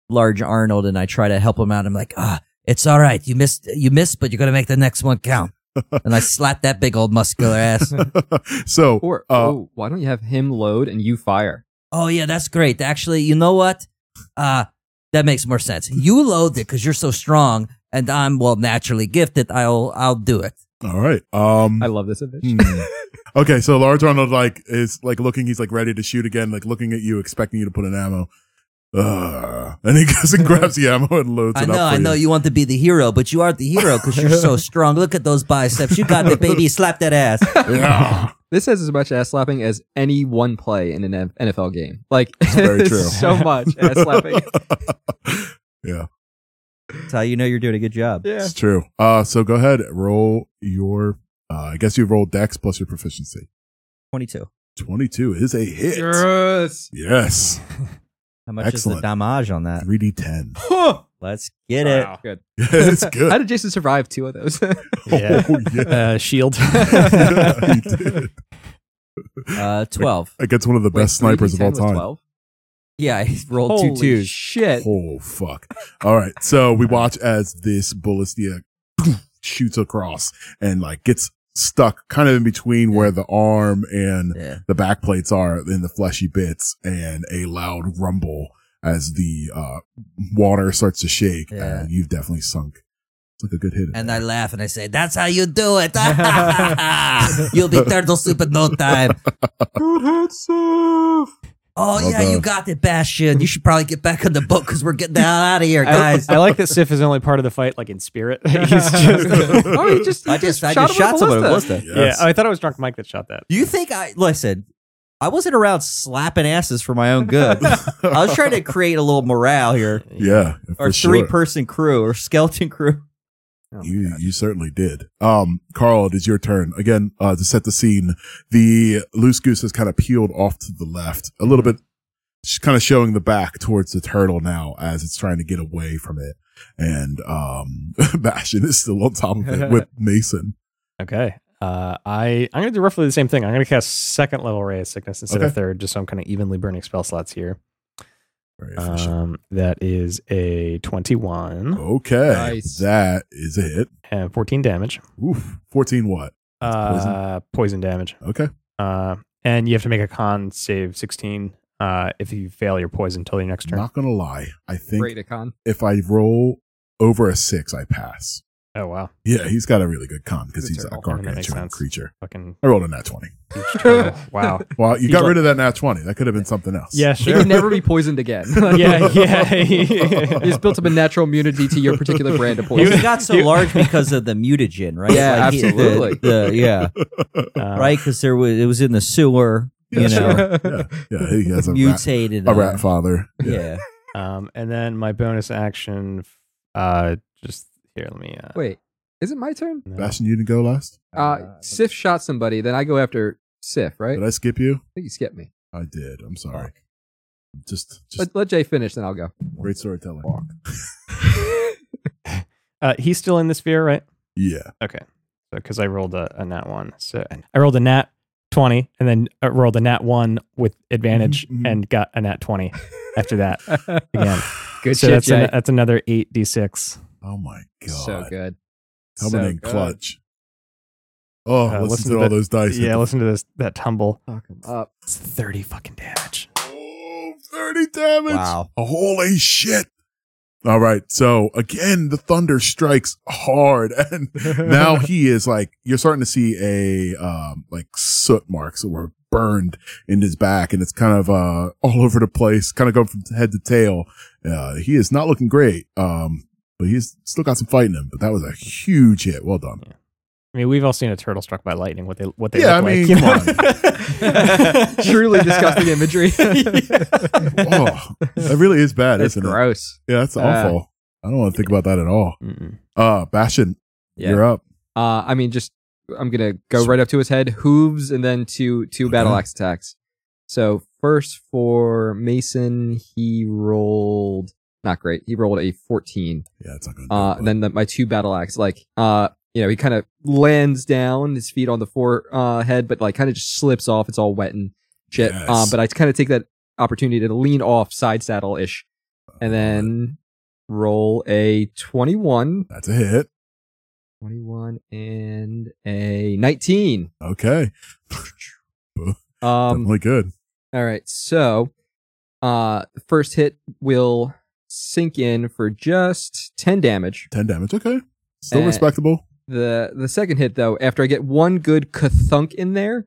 Speaker 4: large Arnold and I try to help him out. I'm like, ah, it's all right. You missed. You missed, but you're gonna make the next
Speaker 1: [laughs]
Speaker 4: one count. and I slap that big old muscular ass.
Speaker 1: [laughs] so
Speaker 3: Or
Speaker 1: Uh,
Speaker 3: oh, why don't you have him load and you fire?
Speaker 4: Oh yeah, that's great. Actually, you know what? Uh that makes more sense. You load it because you're so strong, and I'm well naturally gifted. I'll I'll do it.
Speaker 1: all right. Um,
Speaker 3: I love this adventure.
Speaker 1: hmm. okay, so large Arnold like is like looking. He's like ready to shoot again, like looking at you, expecting you to put an ammo. Uh, and he goes
Speaker 4: [laughs]
Speaker 1: and grabs the ammo and loads
Speaker 4: I
Speaker 1: it
Speaker 4: know,
Speaker 1: up. for
Speaker 4: I know. You. want to be the hero, but you aren't the hero because
Speaker 1: [laughs]
Speaker 4: you're so strong. Look at those biceps. You got it, baby. Slap that ass. [laughs]
Speaker 1: Yeah.
Speaker 3: [laughs] This has as much ass slapping as any one play in an N- NFL game. Like [laughs]
Speaker 1: very
Speaker 3: it's
Speaker 1: true.
Speaker 3: so much
Speaker 1: [laughs]
Speaker 3: ass slapping.
Speaker 4: [laughs] That's how you know you're doing a
Speaker 1: [laughs]
Speaker 4: good job.
Speaker 3: Yeah.
Speaker 1: It's true. Uh, so go ahead, roll your. Uh, I guess you roll dex plus your proficiency.
Speaker 4: Twenty-two.
Speaker 1: 22 is a hit.
Speaker 3: Yes.
Speaker 1: Yes.
Speaker 4: How much
Speaker 1: Excellent.
Speaker 4: is the damage on that?
Speaker 1: 3d10.
Speaker 4: Let's get it.
Speaker 3: Good.
Speaker 1: Yeah, [laughs] it's
Speaker 3: How [laughs]
Speaker 1: good.
Speaker 3: did Jason survive two of those? [laughs]
Speaker 5: Yeah.
Speaker 1: Oh, yeah. [laughs]
Speaker 5: Uh, shield.
Speaker 1: Yeah, [laughs] he did.
Speaker 4: Uh, twelve.
Speaker 1: Against one of the
Speaker 3: Wait,
Speaker 1: best snipers of all
Speaker 3: 3d10 was
Speaker 1: time.
Speaker 3: 12?
Speaker 1: [laughs]
Speaker 4: Yeah, I rolled
Speaker 3: Holy
Speaker 4: two twos.
Speaker 3: shit.
Speaker 1: Oh, fuck. All right. So we watch as this ballistia [laughs] shoots across and like gets stuck kind of in between where the arm and
Speaker 4: yeah.
Speaker 1: the back plates are in the fleshy bits and a loud rumble as the uh, water starts to shake.
Speaker 4: Yeah.
Speaker 1: And you've definitely sunk. It's like a good hit.
Speaker 4: And [laughs] I laugh and I say, "That's how you do
Speaker 1: [laughs]
Speaker 4: it. You'll be turtle soup in no time."
Speaker 3: Good hit,
Speaker 4: Oh
Speaker 1: Well
Speaker 4: yeah, you
Speaker 1: done.
Speaker 4: got it, Bastion. You should probably get back on the boat because we're getting the hell out [laughs] of here,
Speaker 5: I,
Speaker 4: guys.
Speaker 5: I like that Sif is only part of the fight, like in spirit.
Speaker 1: [laughs]
Speaker 5: [laughs] He's just.
Speaker 3: Oh, he just, [laughs] he
Speaker 4: I just, I
Speaker 3: shot,
Speaker 4: just shot someone
Speaker 3: someone.
Speaker 4: with a ballista.
Speaker 1: Yes.
Speaker 5: [laughs] Yeah, oh, I thought it was drunk Mike that shot that.
Speaker 4: Do you think I listen? I wasn't around slapping asses for my
Speaker 1: [laughs]
Speaker 4: own good. I was trying to create a little morale here.
Speaker 1: yeah.
Speaker 4: Our
Speaker 1: for
Speaker 4: three
Speaker 1: sure.
Speaker 4: person crew or skeleton crew.
Speaker 1: You you certainly did. Um, Carl, it is your turn again uh, to set the scene. The loose goose has kind of peeled off to the left
Speaker 5: Mm-hmm.
Speaker 1: a little bit, just kind of showing the back towards the turtle now as it's trying to get away from it. and um, [laughs] Bastion is still on top of
Speaker 5: [laughs]
Speaker 1: it with Mason.
Speaker 5: Okay. Uh, I I'm gonna do roughly the same thing. I'm gonna cast second level ray of sickness instead of
Speaker 1: Okay.
Speaker 5: third, just so I'm kind of evenly burning spell slots here.
Speaker 1: Very efficient.
Speaker 5: Um, that is a 21
Speaker 1: okay,
Speaker 3: Nice.
Speaker 1: that is a hit.
Speaker 5: and 14 damage.
Speaker 1: Oof, fourteen what? poison?
Speaker 5: Uh, poison damage.
Speaker 1: Okay,
Speaker 5: Uh, and you have to make a con save 16. Uh, if you fail your poison until your next turn.
Speaker 1: not gonna lie, I think [laughs]
Speaker 3: Great icon.
Speaker 1: if I roll over a six, I pass.
Speaker 5: Oh wow,
Speaker 1: Yeah, he's got a really good con because
Speaker 3: Good
Speaker 1: he's a
Speaker 3: turtle.
Speaker 5: I mean, that makes
Speaker 1: gargantuan
Speaker 5: sense.
Speaker 1: creature.
Speaker 5: fucking
Speaker 1: I rolled a nat twenty.
Speaker 5: huge
Speaker 3: [laughs]
Speaker 5: turtle.
Speaker 1: [laughs]
Speaker 5: Wow.
Speaker 1: Well, you
Speaker 5: He's
Speaker 1: got
Speaker 5: like-
Speaker 1: rid of that nat twenty. That could have been something else. [laughs]
Speaker 5: Yeah,
Speaker 3: He
Speaker 5: sure.
Speaker 3: can never be poisoned
Speaker 4: [laughs]
Speaker 3: again. [laughs]
Speaker 5: [laughs] yeah, yeah.
Speaker 3: He's built up a natural immunity to your particular brand of
Speaker 5: You-
Speaker 4: Well,
Speaker 3: poison.
Speaker 4: [laughs] he got so
Speaker 5: you-
Speaker 4: large because of the mutagen, right?
Speaker 3: Yeah,
Speaker 4: he- the-
Speaker 3: absolutely.
Speaker 4: the- yeah,
Speaker 5: Uh,
Speaker 4: right. Because there was it was in the sewer,
Speaker 1: [laughs] Yeah,
Speaker 4: you know,
Speaker 1: sure. yeah, yeah. He has a rat,
Speaker 4: mutated.
Speaker 1: a
Speaker 4: uh,
Speaker 1: rat father.
Speaker 4: yeah.
Speaker 5: Um, and then my bonus action, f- uh, just here. Let me. Uh,
Speaker 3: [laughs] Wait, is it my turn?
Speaker 5: no.
Speaker 1: Bastion, you didn't go last.
Speaker 3: Uh, Sif shot somebody, then I go after Sif, right?
Speaker 1: Did
Speaker 3: I
Speaker 1: I skip you?
Speaker 3: think you skipped me.
Speaker 1: I did. I'm sorry. Just, just
Speaker 3: Let, let Jay finish, then
Speaker 1: [laughs]
Speaker 3: I'll go.
Speaker 1: great storytelling.
Speaker 5: Uh, he's still in the sphere, right?
Speaker 1: Yeah.
Speaker 5: Okay. Because I rolled a, a nat one, so and I rolled a nat twenty, and then uh, rolled a nat one with advantage,
Speaker 1: Mhm, mhm.
Speaker 5: and got a nat twenty after that
Speaker 3: [laughs]
Speaker 5: again.
Speaker 3: Good
Speaker 5: so
Speaker 3: Oh, shit,
Speaker 5: that's
Speaker 3: Jay.
Speaker 5: an, that's another eight d six.
Speaker 1: Oh my god.
Speaker 3: so good.
Speaker 1: Coming
Speaker 3: So
Speaker 1: in
Speaker 3: good.
Speaker 1: clutch. Oh,
Speaker 5: Uh,
Speaker 1: listen,
Speaker 5: listen
Speaker 1: to all
Speaker 5: to the-
Speaker 1: those dice.
Speaker 5: Yeah, listen to this that tumble.
Speaker 3: Fuck him up.
Speaker 5: It's thirty fucking damage.
Speaker 1: Oh, 30 damage.
Speaker 4: Wow.
Speaker 1: Holy shit. All right. So again, the thunder strikes hard [laughs] and now he is like, you're starting to see a, um, like soot marks that were burned in his back and it's kind of, uh, all [laughs] over the place, kind of going from head to tail. Uh, he is not looking great. Um, but he's still got some fight in him, but that was a huge hit. Well
Speaker 3: [laughs]
Speaker 1: done.
Speaker 5: I mean, we've all seen a turtle struck by lightning. What they what they
Speaker 1: Yeah,
Speaker 5: look
Speaker 1: I mean,
Speaker 3: [laughs]
Speaker 5: like.
Speaker 3: come on.
Speaker 4: [laughs]
Speaker 3: Truly disgusting [laughs] imagery.
Speaker 1: Oh, that really is bad,
Speaker 3: That's
Speaker 1: isn't it?
Speaker 3: gross.
Speaker 1: Yeah, that's
Speaker 3: Uh,
Speaker 1: awful. I don't want to think about that at all.
Speaker 5: Mm-mm.
Speaker 1: Uh, Bastion,
Speaker 3: Yeah.
Speaker 1: you're up.
Speaker 3: Uh, I mean, just I'm gonna go right up to his head, hooves, and then two two battle
Speaker 1: Okay.
Speaker 3: axe attacks. So first for Mason, he rolled not great. He rolled a 14.
Speaker 1: Yeah, it's not going
Speaker 3: Uh, and then the, my two battle axe, like uh, you know, he kind of lands down, his feet on the forehead, uh, head, but like kind of just slips off. It's all wet and shit.
Speaker 1: Yes.
Speaker 3: Um, but I kind of take that opportunity to lean off side saddle ish,
Speaker 1: uh,
Speaker 3: and then roll a 21
Speaker 1: that's a hit.
Speaker 3: 21 and a 19.
Speaker 1: Okay, [laughs]
Speaker 3: Um
Speaker 1: definitely good.
Speaker 3: all right. So, uh first hit will sink in for just 10 damage.
Speaker 1: Ten damage. Okay, still
Speaker 3: eh.
Speaker 1: respectable.
Speaker 3: The the second hit though, after I get one good kathunk in there,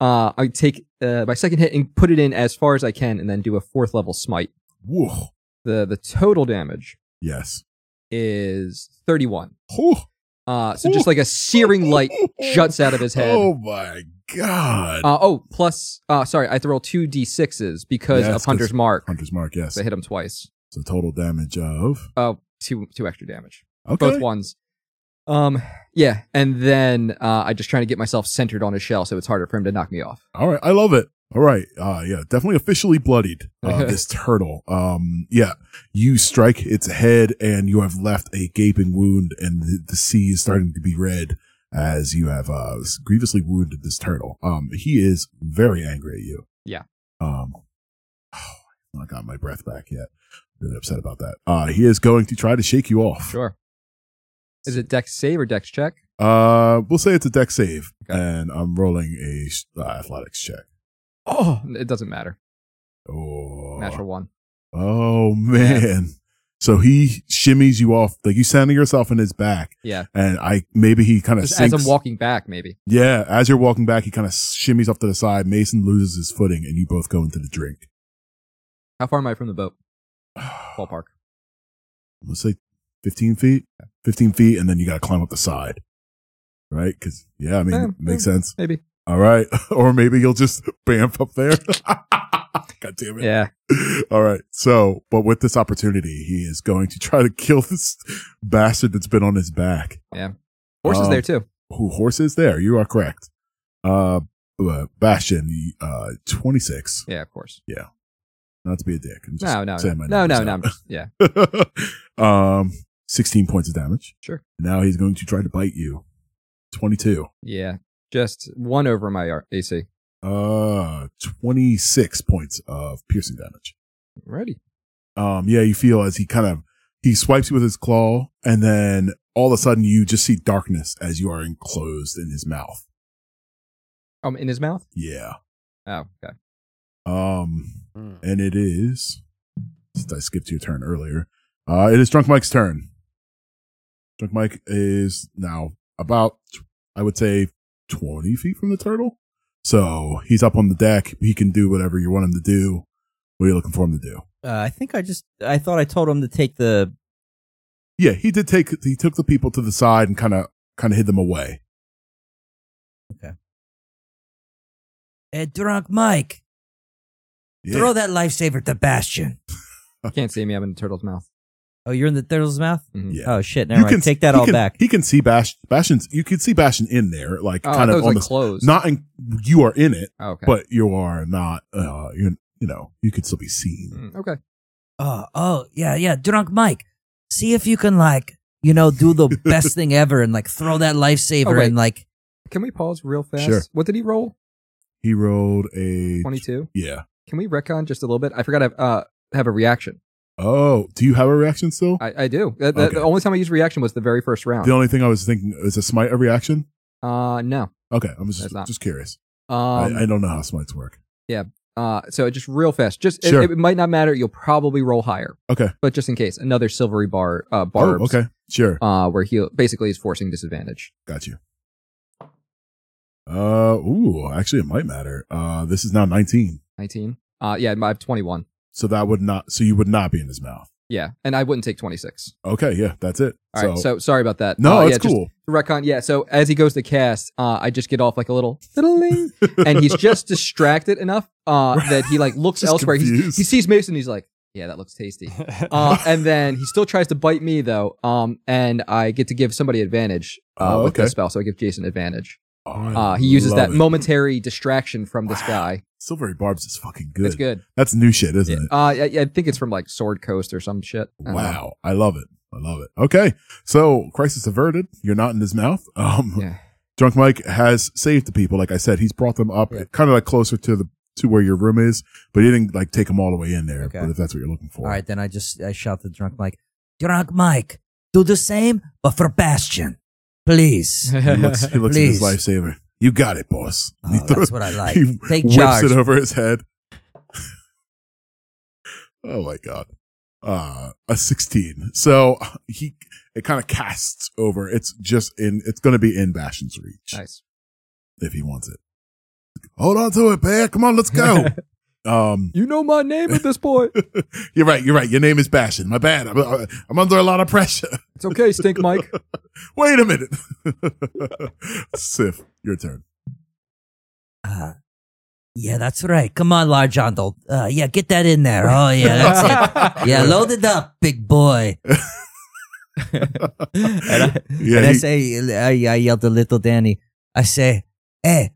Speaker 3: uh I take uh, my second hit and put it in as far as I can and then do a fourth level smite.
Speaker 1: Woo.
Speaker 3: The the total damage
Speaker 1: Yes.
Speaker 3: is 31.
Speaker 1: Whew.
Speaker 3: Uh so just like a
Speaker 1: [laughs]
Speaker 3: searing light juts out of his head.
Speaker 1: Oh my god.
Speaker 3: Uh, oh, plus, uh, sorry, I have to roll two d6s because
Speaker 1: Yes,
Speaker 3: of Hunter's
Speaker 1: 'cause-
Speaker 3: Mark.
Speaker 1: Hunter's mark. Yes.
Speaker 3: So I hit him twice.
Speaker 1: So total damage of
Speaker 3: Oh, two, two extra damage.
Speaker 1: okay.
Speaker 3: Both ones. Um, yeah, and then uh, I just trying to get myself centered on his shell, so it's harder for him to knock me off.
Speaker 1: All right, I love it. All right, uh, yeah, definitely officially bloodied.
Speaker 3: [laughs]
Speaker 1: Uh, this turtle. Um, yeah, you strike its head, and you have left a gaping wound, and the, the sea is starting to be red as you have uh, grievously wounded this turtle. Um, he is very angry at you.
Speaker 3: Yeah.
Speaker 1: Um, [sighs] I got my breath back yet. Really upset about that. Uh, he is going to try to shake you off.
Speaker 3: Sure. Is it Dex save or Dex check?
Speaker 1: Uh, we'll say it's a deck save,
Speaker 3: Okay.
Speaker 1: and I'm rolling a uh, athletics check.
Speaker 3: Oh, it doesn't matter.
Speaker 1: Oh,
Speaker 3: Natural one.
Speaker 1: Oh man. So he shimmies you off, like you center yourself in his back,
Speaker 3: Yeah.
Speaker 1: and I maybe he kind of
Speaker 3: Just as
Speaker 1: sinks.
Speaker 3: I'm walking back, maybe.
Speaker 1: yeah, as you're walking back, he kind of shimmies off to the side. Mason loses his footing, and you both go into the drink.
Speaker 3: How far am I from the boat?
Speaker 1: Let's [sighs]
Speaker 3: Ballpark.
Speaker 1: say fifteen feet, fifteen feet, and then you got to climb up the side, right? Because yeah, I mean,
Speaker 3: Yeah,
Speaker 1: makes sense.
Speaker 3: Maybe.
Speaker 1: All right, [laughs] or maybe you'll just bamf up there. [laughs] God damn it.
Speaker 3: Yeah.
Speaker 1: [laughs] All right. So, but with this opportunity, he is going to try to [laughs] kill this bastard that's been on his back.
Speaker 3: Horse is
Speaker 1: Um,
Speaker 3: there too.
Speaker 1: Who horse is there? You are correct. Uh, uh, Bastion, uh, 26.
Speaker 3: Yeah, of course.
Speaker 1: Not to be a dick. I'm just
Speaker 3: No, no,
Speaker 1: saying
Speaker 3: no,
Speaker 1: my
Speaker 3: no, no, no.
Speaker 1: numbers
Speaker 3: I'm- Yeah,
Speaker 1: out. [laughs] um, 16 points of damage.
Speaker 3: sure.
Speaker 1: Now he's going to try to bite you. 22.
Speaker 3: Yeah, just one over my R- AC.
Speaker 1: Uh, 26 points of piercing damage.
Speaker 3: Ready?
Speaker 1: um yeah you feel as he kind of he swipes you with his claw and then all of a sudden you just see darkness as you are enclosed in his mouth
Speaker 3: Um, in his mouth.
Speaker 1: yeah
Speaker 3: Oh, okay.
Speaker 1: um
Speaker 5: Hmm.
Speaker 1: and it is since i skipped your turn earlier uh it is drunk mike's turn drunk mike is now about i would say 20 feet from the turtle so he's up on the deck he can do whatever you want him to do what are you looking for him to do
Speaker 4: Uh, I think I just I thought I told him to take the
Speaker 1: Yeah, he did take he took the people to the side and kind of kind of hid them away.
Speaker 4: Eh, drunk Mike.
Speaker 1: Yeah.
Speaker 4: Throw that lifesaver to Bastion.
Speaker 3: Can't see me. I'm in the turtle's mouth.
Speaker 4: Oh, you're in the turtle's mouth.
Speaker 3: Mhm.
Speaker 1: Yeah.
Speaker 4: Oh shit! Never mind. take that
Speaker 1: he
Speaker 4: all
Speaker 1: can-
Speaker 4: back.
Speaker 1: He can see Bash Bastion's you can see Bastion in there like
Speaker 3: Oh, I
Speaker 1: kind
Speaker 3: thought it
Speaker 1: of
Speaker 3: was
Speaker 1: on
Speaker 3: like
Speaker 1: the
Speaker 3: closed.
Speaker 1: not in, you are in it,
Speaker 3: oh, okay.
Speaker 1: but you are not uh you you know, you could still be seen.
Speaker 3: Mm, okay.
Speaker 4: oh, oh yeah, yeah. Drunk Mike. See if you can like you know do
Speaker 1: [laughs]
Speaker 4: the best thing ever and like throw that
Speaker 3: Oh,
Speaker 4: lifesaver
Speaker 3: wait.
Speaker 4: and like
Speaker 3: Can we pause real fast?
Speaker 1: Sure.
Speaker 3: What did he roll?
Speaker 1: He rolled a
Speaker 3: Twenty two.
Speaker 1: Yeah.
Speaker 3: Can we recon just a little bit? I forgot I have, uh, have a reaction.
Speaker 1: Oh, do you have a reaction still?
Speaker 3: I, I do. That, that-
Speaker 1: Okay.
Speaker 3: The only time I used reaction was the very first round.
Speaker 1: the only thing I was thinking is a smite a reaction?
Speaker 3: uh, no.
Speaker 1: Okay, I'm just
Speaker 3: It's not.
Speaker 1: just curious.
Speaker 3: Um,
Speaker 1: I, I don't know how smites work.
Speaker 3: uh, so just real fast. Just it-
Speaker 1: Sure.
Speaker 3: it, might not matter. You'll probably roll higher,
Speaker 1: Okay.
Speaker 3: but just in case, another silvery bar uh,
Speaker 1: Oh,
Speaker 3: barbs.
Speaker 1: okay. Sure.
Speaker 3: Uh, where he basically is forcing disadvantage.
Speaker 1: Got you. Uh, ooh, actually, it might matter. Uh, this is now 19.
Speaker 3: Nineteen. Uh, yeah, I have twenty one.
Speaker 1: So that would not, so you would not be in his mouth.
Speaker 3: Yeah, and I wouldn't take twenty six.
Speaker 1: Okay. Yeah. That's it.
Speaker 3: All right, so, sorry about that.
Speaker 1: no,
Speaker 3: uh,
Speaker 1: it's
Speaker 3: yeah, just
Speaker 1: cool.
Speaker 3: to retcon. Yeah, so as he goes to cast, uh, I just get off like a little
Speaker 1: [laughs]
Speaker 3: fiddling, and he's just distracted enough uh, that he like
Speaker 1: [laughs]
Speaker 3: looks
Speaker 1: Just
Speaker 3: elsewhere. He's,
Speaker 1: confused.
Speaker 3: he sees Mason, he's like, "Yeah, that looks tasty."
Speaker 5: [laughs]
Speaker 1: [laughs]
Speaker 3: Uh, and then he still tries to bite me though, um, and I get to give somebody advantage uh,
Speaker 1: Oh,
Speaker 3: with
Speaker 1: okay.
Speaker 3: this spell. So I give Jason advantage.
Speaker 1: Oh, I
Speaker 3: Uh, he uses
Speaker 1: love
Speaker 3: that
Speaker 1: it.
Speaker 3: momentary distraction from this
Speaker 1: Wow.
Speaker 3: guy.
Speaker 1: Silvery Barbs is fucking good.
Speaker 3: That's good.
Speaker 1: That's new shit, isn't it?
Speaker 3: Uh, I, I think it's from like Sword Coast or some shit. I don't know.
Speaker 1: Wow. I love it. I love it. Okay. So crisis averted. You're not in his mouth. [laughs] Um,
Speaker 3: Yeah.
Speaker 1: Drunk Mike has saved the people. Like I said, he's brought them up
Speaker 4: Yeah.
Speaker 1: kind of like closer to the, to where your room is, but he didn't like take them all the way in there.
Speaker 4: Okay.
Speaker 1: But if that's what you're looking for.
Speaker 4: all right. Then I just I shout to drunk Mike. Drunk Mike, do the same, but for Bastion,
Speaker 1: [laughs]
Speaker 4: please.
Speaker 1: He looks, he looks at his
Speaker 3: [laughs]
Speaker 4: Please.
Speaker 1: lifesaver. You got it, boss. And
Speaker 4: Oh,
Speaker 1: [laughs]
Speaker 4: that's what I like.
Speaker 1: he
Speaker 4: Take
Speaker 1: whips
Speaker 4: charge.
Speaker 1: it over his head. [laughs] oh my god. Uh, a 16. So uh, he, it kind of casts over. It's just in, it's going to be in Bastion's reach
Speaker 3: Nice.
Speaker 1: if he wants it. Hold on to it, man. Come on, let's
Speaker 4: [laughs]
Speaker 1: go. um, [laughs]
Speaker 3: You know my name at this point.
Speaker 1: you're right. You're right. Your name is Bastion. My bad. I'm, uh, I'm under a lot of pressure. [laughs]
Speaker 3: It's okay, Stink Mike.
Speaker 1: Wait a minute. [laughs] Sif, your turn.
Speaker 4: Uh, yeah, that's right. Come on, large Arnold. Uh, yeah, get that in
Speaker 1: [laughs]
Speaker 4: there. Oh [laughs] yeah, that's
Speaker 3: [laughs]
Speaker 4: it. Yeah, load it up,
Speaker 1: [laughs]
Speaker 4: big boy. and I,
Speaker 1: Yeah,
Speaker 4: and I
Speaker 1: he-
Speaker 4: say, I, I yelled to little Danny. I say, "Hey,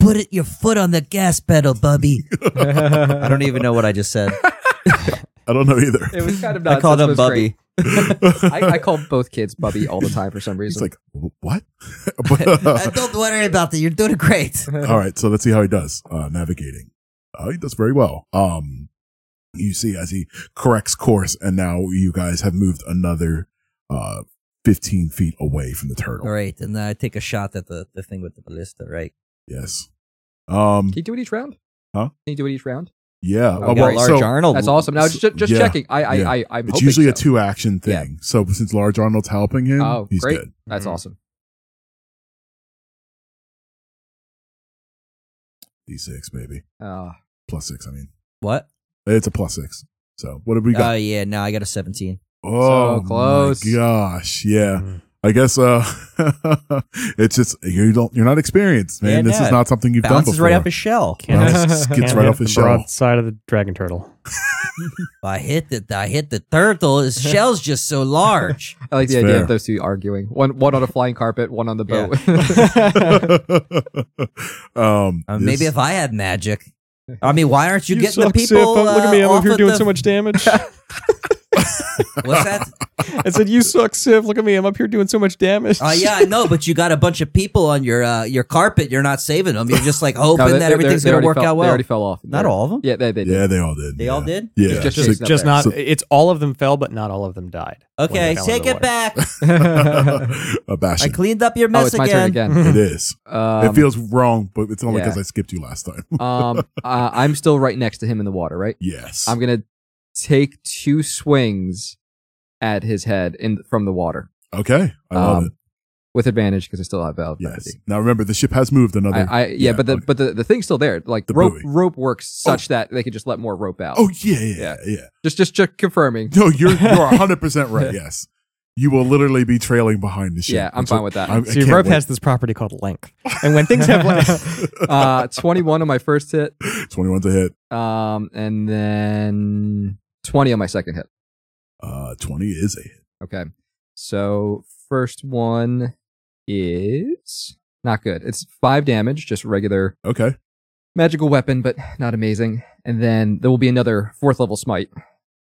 Speaker 4: put it, your foot on the gas
Speaker 1: [laughs]
Speaker 4: pedal, bubby." I don't even know what I just said.
Speaker 1: I don't know either.
Speaker 3: It
Speaker 1: [laughs]
Speaker 3: was kind of
Speaker 4: I
Speaker 3: nuts.
Speaker 4: called
Speaker 3: That's
Speaker 4: him
Speaker 3: what's great.
Speaker 4: Bubby.
Speaker 3: [laughs] I, I call both kids Bubby all the time for some
Speaker 1: He's
Speaker 3: reason.
Speaker 1: like, "Wh- what? [laughs]
Speaker 4: [laughs]
Speaker 1: But,
Speaker 4: Uh, don't worry about that. You're doing great. [laughs]
Speaker 1: all right, so let's see how he does uh, navigating. Uh, he does very well. Um, you see, as he corrects course, and now you guys have moved another uh, 15 feet away from the turtle.
Speaker 4: All right, and then I take a shot at the, the thing with the ballista. Right.
Speaker 1: Yes. Um.
Speaker 3: Can you do it each round?
Speaker 1: Huh?
Speaker 3: Can you do it each round?
Speaker 1: Yeah.
Speaker 3: Oh,
Speaker 1: uh,
Speaker 4: We got
Speaker 3: well,
Speaker 4: large Arnold.
Speaker 3: That's awesome. Now, just, just
Speaker 1: yeah,
Speaker 3: checking. I, I,
Speaker 1: yeah.
Speaker 3: I, I'm
Speaker 1: it's
Speaker 3: hoping
Speaker 1: usually a
Speaker 3: so.
Speaker 1: two action thing.
Speaker 3: Yeah.
Speaker 1: So since Large Arnold's helping him,
Speaker 3: Oh,
Speaker 1: he's
Speaker 3: great.
Speaker 1: good.
Speaker 3: That's
Speaker 5: Mhm.
Speaker 3: awesome.
Speaker 1: D6, maybe.
Speaker 3: Uh,
Speaker 1: Plus six, I mean.
Speaker 4: What?
Speaker 1: It's a plus six. So what have we got?
Speaker 4: Oh yeah, no, I got a 17.
Speaker 1: oh,
Speaker 3: so close.
Speaker 1: My gosh. Yeah.
Speaker 5: Mm.
Speaker 1: I guess uh [laughs] it's just you don't you're not experienced, man.
Speaker 4: Yeah,
Speaker 1: this
Speaker 4: no.
Speaker 1: is not something you've done
Speaker 4: Bounces
Speaker 1: before.
Speaker 4: right off his shell.
Speaker 1: Well, this gets right
Speaker 5: hit
Speaker 1: off his
Speaker 5: the
Speaker 1: shell.
Speaker 5: broad side of the dragon turtle.
Speaker 4: I hit the I hit the turtle. His shell's just so large.
Speaker 3: I like the
Speaker 1: It's
Speaker 3: idea
Speaker 1: fair.
Speaker 3: of those two arguing. One, one on a flying carpet, one on the [laughs]
Speaker 4: Yeah.
Speaker 3: boat.
Speaker 1: um
Speaker 4: Uh, maybe
Speaker 1: [laughs]
Speaker 3: [laughs]
Speaker 1: this-
Speaker 4: if I had magic, I mean, why aren't you, getting the
Speaker 5: suck, Sif.
Speaker 4: people?
Speaker 5: Look at me.
Speaker 4: uh,
Speaker 5: I'm
Speaker 4: off
Speaker 5: up here
Speaker 4: of
Speaker 5: doing
Speaker 4: the-
Speaker 5: so much
Speaker 4: [laughs]
Speaker 5: damage.
Speaker 4: What's that?
Speaker 5: I said, "You suck, Sif. Look at me. I'm up here doing so much damage."
Speaker 4: Oh yeah, I know, but you got a bunch of people on your uh, your carpet. You're not saving them. You're just like
Speaker 3: No,
Speaker 4: hoping
Speaker 3: they-
Speaker 4: that
Speaker 3: they-
Speaker 4: everything's
Speaker 3: they
Speaker 4: going
Speaker 3: already
Speaker 4: to work
Speaker 3: fell-
Speaker 4: out
Speaker 3: They
Speaker 4: well.
Speaker 3: already fell off.
Speaker 4: Not all of them.
Speaker 3: Yeah, they, they did.
Speaker 1: yeah, they all did.
Speaker 4: They
Speaker 1: yeah.
Speaker 4: all did.
Speaker 1: Yeah.
Speaker 3: Just-
Speaker 1: So-
Speaker 5: [laughs] just,
Speaker 3: not
Speaker 5: just
Speaker 3: there.
Speaker 5: not.
Speaker 1: So-
Speaker 5: it's all of them fell, but not all of them died. when they
Speaker 4: Okay,
Speaker 5: fell into
Speaker 4: take
Speaker 5: the
Speaker 4: it
Speaker 5: water.
Speaker 4: back.
Speaker 5: [laughs]
Speaker 3: [laughs]
Speaker 1: a [laughs]
Speaker 4: I
Speaker 1: bastion.
Speaker 4: cleaned up your
Speaker 3: oh,
Speaker 4: mess
Speaker 3: it's my turn
Speaker 4: again. [laughs]
Speaker 3: again.
Speaker 1: it
Speaker 3: [clears throat]
Speaker 1: is.
Speaker 3: Um,
Speaker 1: it feels wrong, but it's only
Speaker 3: yeah.
Speaker 1: because I skipped you last time. [laughs]
Speaker 3: um, uh, I'm still right next to him in the water, right?
Speaker 1: yes.
Speaker 3: I'm gonna take two swings at his head in from the water
Speaker 1: okay. I love
Speaker 3: Um,
Speaker 1: it.
Speaker 3: with advantage because I still have valid
Speaker 1: Yes.
Speaker 3: property.
Speaker 1: Now remember, the ship has moved another.
Speaker 3: I, I yeah, but the
Speaker 1: okay.
Speaker 3: but the, the thing's still there. Like
Speaker 1: The
Speaker 3: rope
Speaker 1: buoy.
Speaker 3: rope works such that they could just let more rope out.
Speaker 1: oh yeah, yeah, yeah, yeah.
Speaker 3: Just just check confirming.
Speaker 1: No, you're
Speaker 3: [laughs]
Speaker 1: you're 100 percent right. Yes, you will literally be trailing behind the ship.
Speaker 3: Yeah, I'm
Speaker 1: which
Speaker 3: fine
Speaker 1: I-
Speaker 3: with that.
Speaker 1: I- I
Speaker 5: So your
Speaker 1: can't
Speaker 5: rope
Speaker 1: wait.
Speaker 5: has this property called length, and when
Speaker 1: [laughs]
Speaker 5: things
Speaker 4: [laughs]
Speaker 5: have length,
Speaker 3: [laughs] Uh, 21 on my first hit,
Speaker 1: 21 to hit.
Speaker 3: um, and then 20 on my second hit.
Speaker 1: Uh, 20 is a hit.
Speaker 3: Okay, so first one is not good. It's five damage, just regular
Speaker 1: Okay.
Speaker 3: magical weapon, but not amazing. And then there will be another fourth level smite.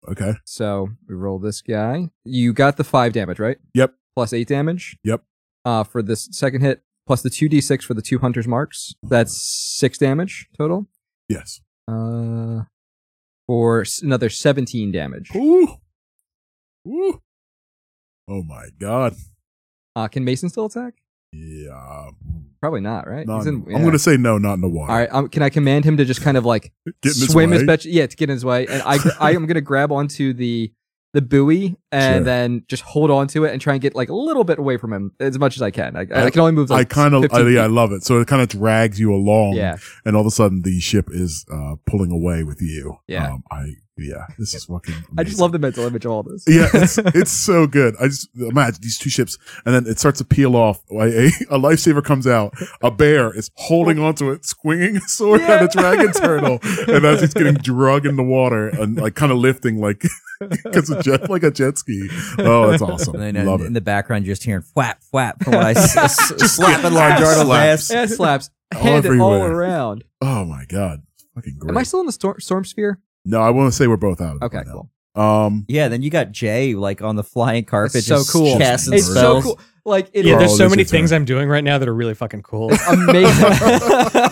Speaker 1: Okay.
Speaker 3: So we roll this guy. You got the five damage, right?
Speaker 1: Yep.
Speaker 3: Plus eight damage.
Speaker 1: Yep.
Speaker 3: Uh, for this second hit, plus the two d six for the two hunters marks. That's six damage total.
Speaker 1: Yes.
Speaker 3: Uh, for s- another seventeen damage.
Speaker 1: Ooh. Ooh. Oh my god.
Speaker 3: Uh, can Mason still attack?
Speaker 1: Yeah.
Speaker 3: Probably not, right?
Speaker 1: Not-
Speaker 3: He's in- yeah.
Speaker 1: I'm gonna say no, not in the water.
Speaker 3: All right. Um, can I command him to just kind of like
Speaker 1: Get in his
Speaker 3: swim as
Speaker 1: way.
Speaker 3: best? Yeah, to get in his
Speaker 1: [laughs]
Speaker 3: way, and I I am gonna grab onto the the buoy and
Speaker 1: Sure.
Speaker 3: then just hold on to it and try and get like a little bit away from him as much as I can. I, I,
Speaker 1: I-
Speaker 3: can only move. Like,
Speaker 1: I kind of,
Speaker 3: 15
Speaker 1: I, yeah, I
Speaker 3: feet.
Speaker 1: love it. So it kind of drags you along,
Speaker 3: yeah.
Speaker 1: and all of a sudden the ship is uh, pulling away with you.
Speaker 3: Yeah.
Speaker 1: um, I yeah, this is fucking.
Speaker 3: I just
Speaker 1: amazing.
Speaker 3: love the mental image of all this.
Speaker 1: Yeah, it's, it's so good. I just imagine these two ships, and then it starts to peel off. A, a lifesaver comes out. A bear is holding onto it, swinging a sword at a dragon turtle, and as he's getting drug in the water and like kind of lifting, like [laughs] because a jet, like a jet ski. Oh, that's awesome!
Speaker 4: And then uh,
Speaker 1: Love
Speaker 4: in, in
Speaker 1: it.
Speaker 4: the background, you're just hearing flap, flap from what I
Speaker 1: [laughs]
Speaker 4: s- s- slapping Lord
Speaker 1: Slaps.
Speaker 4: Jarno's ass.
Speaker 3: Ass slaps.
Speaker 1: [laughs] All
Speaker 3: Hand it all
Speaker 1: everywhere.
Speaker 3: around.
Speaker 1: Oh my god, fucking great!
Speaker 3: Am I still in the storm, storm sphere?
Speaker 1: no, I want to say we're both out. Of it
Speaker 3: Okay,
Speaker 1: by now.
Speaker 3: cool.
Speaker 1: Um,
Speaker 4: Yeah, then you got Jay like on the flying carpet,
Speaker 3: It's so
Speaker 4: just
Speaker 3: cool.
Speaker 4: casting
Speaker 3: It's so
Speaker 4: spells.
Speaker 3: cool. Like it
Speaker 5: yeah,
Speaker 1: Carl,
Speaker 5: there's so
Speaker 1: this
Speaker 5: many
Speaker 1: is her.
Speaker 5: things I'm doing right now that are really fucking cool.
Speaker 3: [laughs]
Speaker 1: [laughs]
Speaker 3: amazing.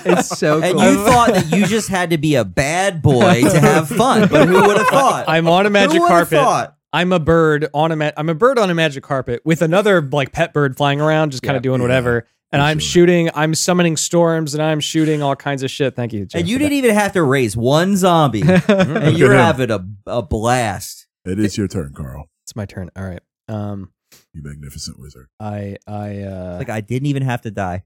Speaker 3: it's so
Speaker 4: And
Speaker 3: cool. [laughs]
Speaker 4: you thought that you just had to be a bad boy to have fun, but who
Speaker 5: [laughs]
Speaker 4: would have thought?
Speaker 5: I'm on a
Speaker 4: who
Speaker 5: magic
Speaker 4: would've
Speaker 5: carpet.
Speaker 4: Thought?
Speaker 5: I'm a bird on a ma- I'm a bird on a magic carpet with another like pet bird flying around, just kind
Speaker 3: Yeah.
Speaker 5: of doing
Speaker 1: Yeah,
Speaker 5: whatever. And
Speaker 1: for
Speaker 5: I'm
Speaker 1: sure.
Speaker 5: shooting. I'm summoning storms, and I'm shooting all kinds of shit. Thank you. Jeff,
Speaker 4: And you
Speaker 5: for that.
Speaker 4: didn't even have to raise one
Speaker 5: [laughs]
Speaker 4: zombie, and you're
Speaker 1: Look at
Speaker 4: having a, a blast.
Speaker 1: It is your turn, Carl.
Speaker 5: It's my turn. All right. Um,
Speaker 1: You magnificent wizard.
Speaker 5: I I uh,
Speaker 4: Like I didn't even have to die.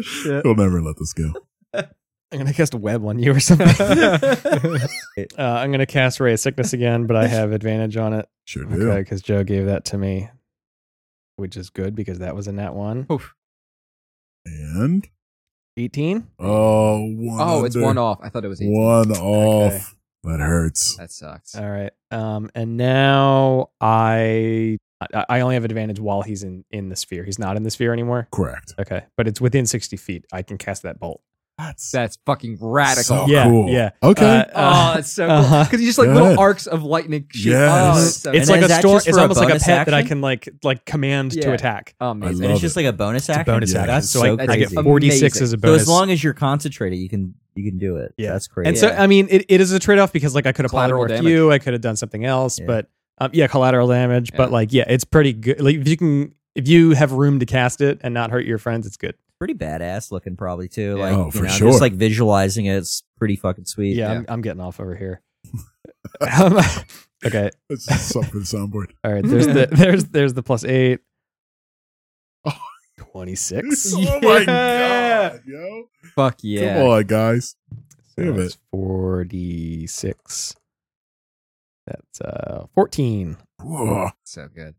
Speaker 1: [laughs]
Speaker 5: shit.
Speaker 1: He'll never let this go.
Speaker 5: I'm gonna cast a web on you [laughs] or something. uh, I'm gonna cast Ray of Sickness again, [laughs] but I have advantage on it.
Speaker 1: Sure do.
Speaker 5: Okay, because Joe gave that to me, which is good because that was in that one.
Speaker 1: And
Speaker 5: 18.
Speaker 1: oh, one
Speaker 3: [laughs] oh, it's
Speaker 1: under.
Speaker 3: one off. I thought it was 18.
Speaker 1: One off.
Speaker 5: Okay.
Speaker 1: That hurts.
Speaker 3: That sucks.
Speaker 5: All right. Um, and now I I I only have advantage while he's in in the sphere. He's not in the sphere anymore.
Speaker 1: Correct.
Speaker 5: Okay, but it's within 60 feet. I can cast that bolt.
Speaker 1: That's
Speaker 3: That's fucking radical.
Speaker 1: so
Speaker 3: Uh,
Speaker 5: Yeah,
Speaker 1: cool.
Speaker 5: yeah.
Speaker 1: Okay.
Speaker 5: Uh, uh,
Speaker 3: oh, that's so cool.
Speaker 5: uh-huh.
Speaker 3: Because you just like
Speaker 1: Good.
Speaker 3: little arcs of lightning. shoot.
Speaker 1: Yes.
Speaker 3: Oh, it's so
Speaker 4: And
Speaker 5: it's like
Speaker 4: is
Speaker 5: a
Speaker 4: that
Speaker 5: storm.
Speaker 4: just
Speaker 5: It's
Speaker 4: for a
Speaker 5: almost like a pet
Speaker 4: bonus
Speaker 5: that I
Speaker 4: action?
Speaker 5: can like like command
Speaker 3: Yeah.
Speaker 5: to attack.
Speaker 3: Oh, amazing.
Speaker 1: I
Speaker 4: And
Speaker 1: love
Speaker 4: it's just
Speaker 1: it.
Speaker 4: like a bonus
Speaker 5: It's a
Speaker 4: action.
Speaker 5: bonus
Speaker 1: Yeah.
Speaker 5: action.
Speaker 4: That's
Speaker 5: so,
Speaker 4: so
Speaker 5: I, I get
Speaker 4: crazy.
Speaker 5: 46 as a
Speaker 4: So
Speaker 5: bonus.
Speaker 4: as long as you're concentrated, you can you can do it.
Speaker 5: Yeah.
Speaker 4: that's crazy.
Speaker 5: and so I mean, it, it is a trade off because like I could have
Speaker 3: Collateral
Speaker 5: collateral
Speaker 3: damage.
Speaker 5: you, I could have done something else,
Speaker 4: Yeah.
Speaker 5: but um, yeah, collateral damage.
Speaker 3: Yeah.
Speaker 5: But like, yeah, it's pretty good. Like if you can, if you have room to cast it and not hurt your friends, it's good.
Speaker 4: pretty badass looking, probably too.
Speaker 3: Yeah.
Speaker 4: Like
Speaker 1: Oh,
Speaker 4: you
Speaker 1: for
Speaker 4: know,
Speaker 1: sure.
Speaker 4: just like visualizing it, it's pretty fucking sweet.
Speaker 5: Yeah, I'm, I'm getting off over [laughs] here. Um, [laughs] okay,
Speaker 1: It's just something
Speaker 5: [laughs]
Speaker 1: soundboard.
Speaker 5: all right. There's the there's there's the plus eight.
Speaker 1: Oh.
Speaker 5: [laughs]
Speaker 1: [laughs]
Speaker 5: 26.
Speaker 1: Oh my god, yo!
Speaker 3: Fuck
Speaker 1: Come
Speaker 3: yeah.
Speaker 1: on, guys.
Speaker 5: So
Speaker 1: Damn
Speaker 5: that's 46. That's uh 14.
Speaker 1: Whoa.
Speaker 3: So good.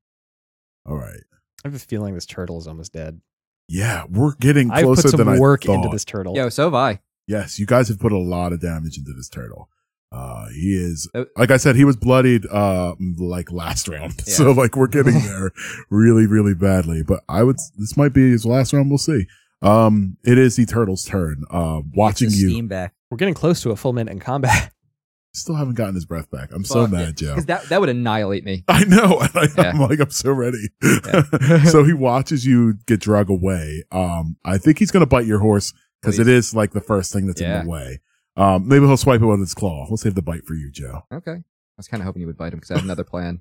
Speaker 1: All right.
Speaker 5: I have a feeling this turtle is almost dead.
Speaker 1: Yeah, we're getting
Speaker 5: I've put
Speaker 1: closer than
Speaker 5: some
Speaker 1: I
Speaker 5: work
Speaker 1: thought.
Speaker 5: into this turtle.
Speaker 3: Yo, so have I.
Speaker 1: Yes, you guys have put a lot of damage into this turtle. Uh, he is,
Speaker 3: Uh,
Speaker 1: like I said, he was bloodied, uh, like last round. [laughs]
Speaker 3: Yeah. [laughs]
Speaker 1: So like we're getting there really, really badly, but I would, this might be his last round. We'll see. Um, it is the turtle's turn. Uh, watching
Speaker 4: Get the
Speaker 1: you,
Speaker 4: Steam back.
Speaker 5: We're getting close to a full minute in combat.
Speaker 1: still haven't gotten his breath back. I'm so
Speaker 3: Fuck
Speaker 1: mad,
Speaker 3: it.
Speaker 1: Joe. [laughs]
Speaker 3: Because that, that would annihilate me.
Speaker 1: I know. And I,
Speaker 3: Yeah.
Speaker 1: I'm like, I'm so ready. [laughs] so he watches you get drug away. Um, I think he's gonna bite your horse because it is like the first thing that's
Speaker 3: Yeah.
Speaker 1: in the way. Um, maybe he'll swipe it with his claw. We'll save the bite for you, Joe.
Speaker 3: [laughs] Okay. I was kind of hoping you would bite him because I have another plan.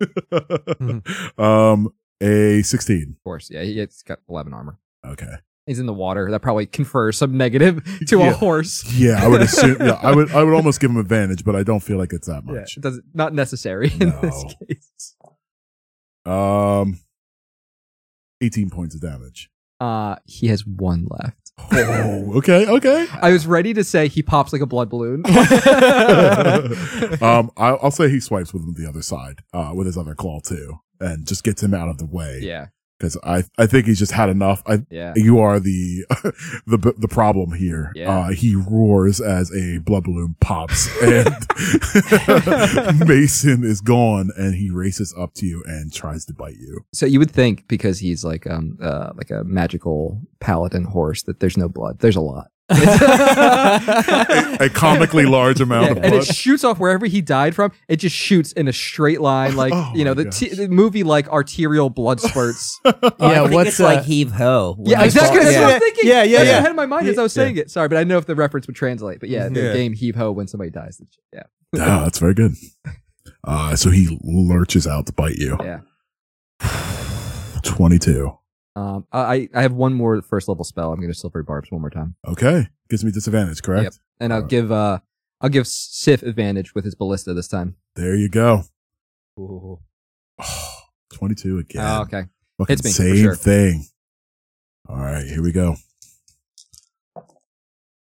Speaker 1: [laughs]
Speaker 3: Of
Speaker 1: um, a sixteen.
Speaker 3: course. Yeah, he- he's got 11 armor.
Speaker 1: Okay.
Speaker 3: He's in the water. That probably confers some negative [laughs] to
Speaker 1: Yeah.
Speaker 3: a horse.
Speaker 1: Yeah, I would assume. yeah, I would. I would almost give him advantage, but I don't feel like it's that
Speaker 3: Yeah,
Speaker 1: much.
Speaker 3: it does not necessary in this
Speaker 1: No.
Speaker 3: case.
Speaker 1: Um, eighteen points of damage.
Speaker 3: Uh, he has one left.
Speaker 1: Oh, okay, okay.
Speaker 3: I was ready to say he pops like a
Speaker 1: [laughs]
Speaker 3: blood balloon. [laughs]
Speaker 1: um, I, I'll say he swipes with the other side, uh, with his other claw too, and just gets him out of the way.
Speaker 3: yeah,
Speaker 1: because I, I think he's just had enough. I,
Speaker 3: yeah.
Speaker 1: you are the, [laughs] the, b- the problem here.
Speaker 3: Yeah.
Speaker 1: Uh, he roars as a blood balloon
Speaker 3: [laughs]
Speaker 1: pops, and Mason is gone, and he races up to you and tries to bite you.
Speaker 3: So you would think because he's like um uh like a magical paladin horse that there's no blood. There's a [laughs]
Speaker 5: [laughs]
Speaker 3: lot.
Speaker 1: A comically large amount
Speaker 3: Yeah,
Speaker 1: of
Speaker 3: and
Speaker 1: blood.
Speaker 3: it shoots off wherever he died from. It just shoots in a straight line, like
Speaker 1: Oh
Speaker 3: you know
Speaker 1: my
Speaker 3: the, t- the movie like arterial blood
Speaker 5: [laughs]
Speaker 3: spurts.
Speaker 4: Oh, I
Speaker 5: yeah,
Speaker 4: think
Speaker 5: what's
Speaker 4: it's
Speaker 5: uh,
Speaker 4: like heave ho?
Speaker 3: yeah,
Speaker 5: When
Speaker 3: exactly.
Speaker 5: they
Speaker 3: That's what I
Speaker 5: fall-
Speaker 3: was thinking.
Speaker 5: Yeah,
Speaker 3: That's
Speaker 5: yeah, yeah.
Speaker 3: what I had in my mind as I was
Speaker 5: Yeah.
Speaker 3: saying it. Sorry, but I didn't know if the reference would translate. But yeah, the
Speaker 5: Yeah.
Speaker 3: game heave ho when somebody dies. Yeah,
Speaker 1: Ah, that's very good. Uh, so he lurches out to bite you. [sighs]
Speaker 3: yeah.
Speaker 1: 22.
Speaker 3: Um, I I have one more first level spell. I'm gonna silver barbs one more time,
Speaker 1: Okay. Gives me disadvantage, correct?
Speaker 3: Yep. and I'll
Speaker 1: Alright.
Speaker 3: give uh I'll give Sif advantage with his ballista this time.
Speaker 1: There you go. [sighs]
Speaker 4: Ooh.
Speaker 1: 22 again.
Speaker 3: Oh, okay.
Speaker 1: Fucking
Speaker 3: Hits me, for
Speaker 1: same
Speaker 3: sure.
Speaker 1: thing. All right, here we go.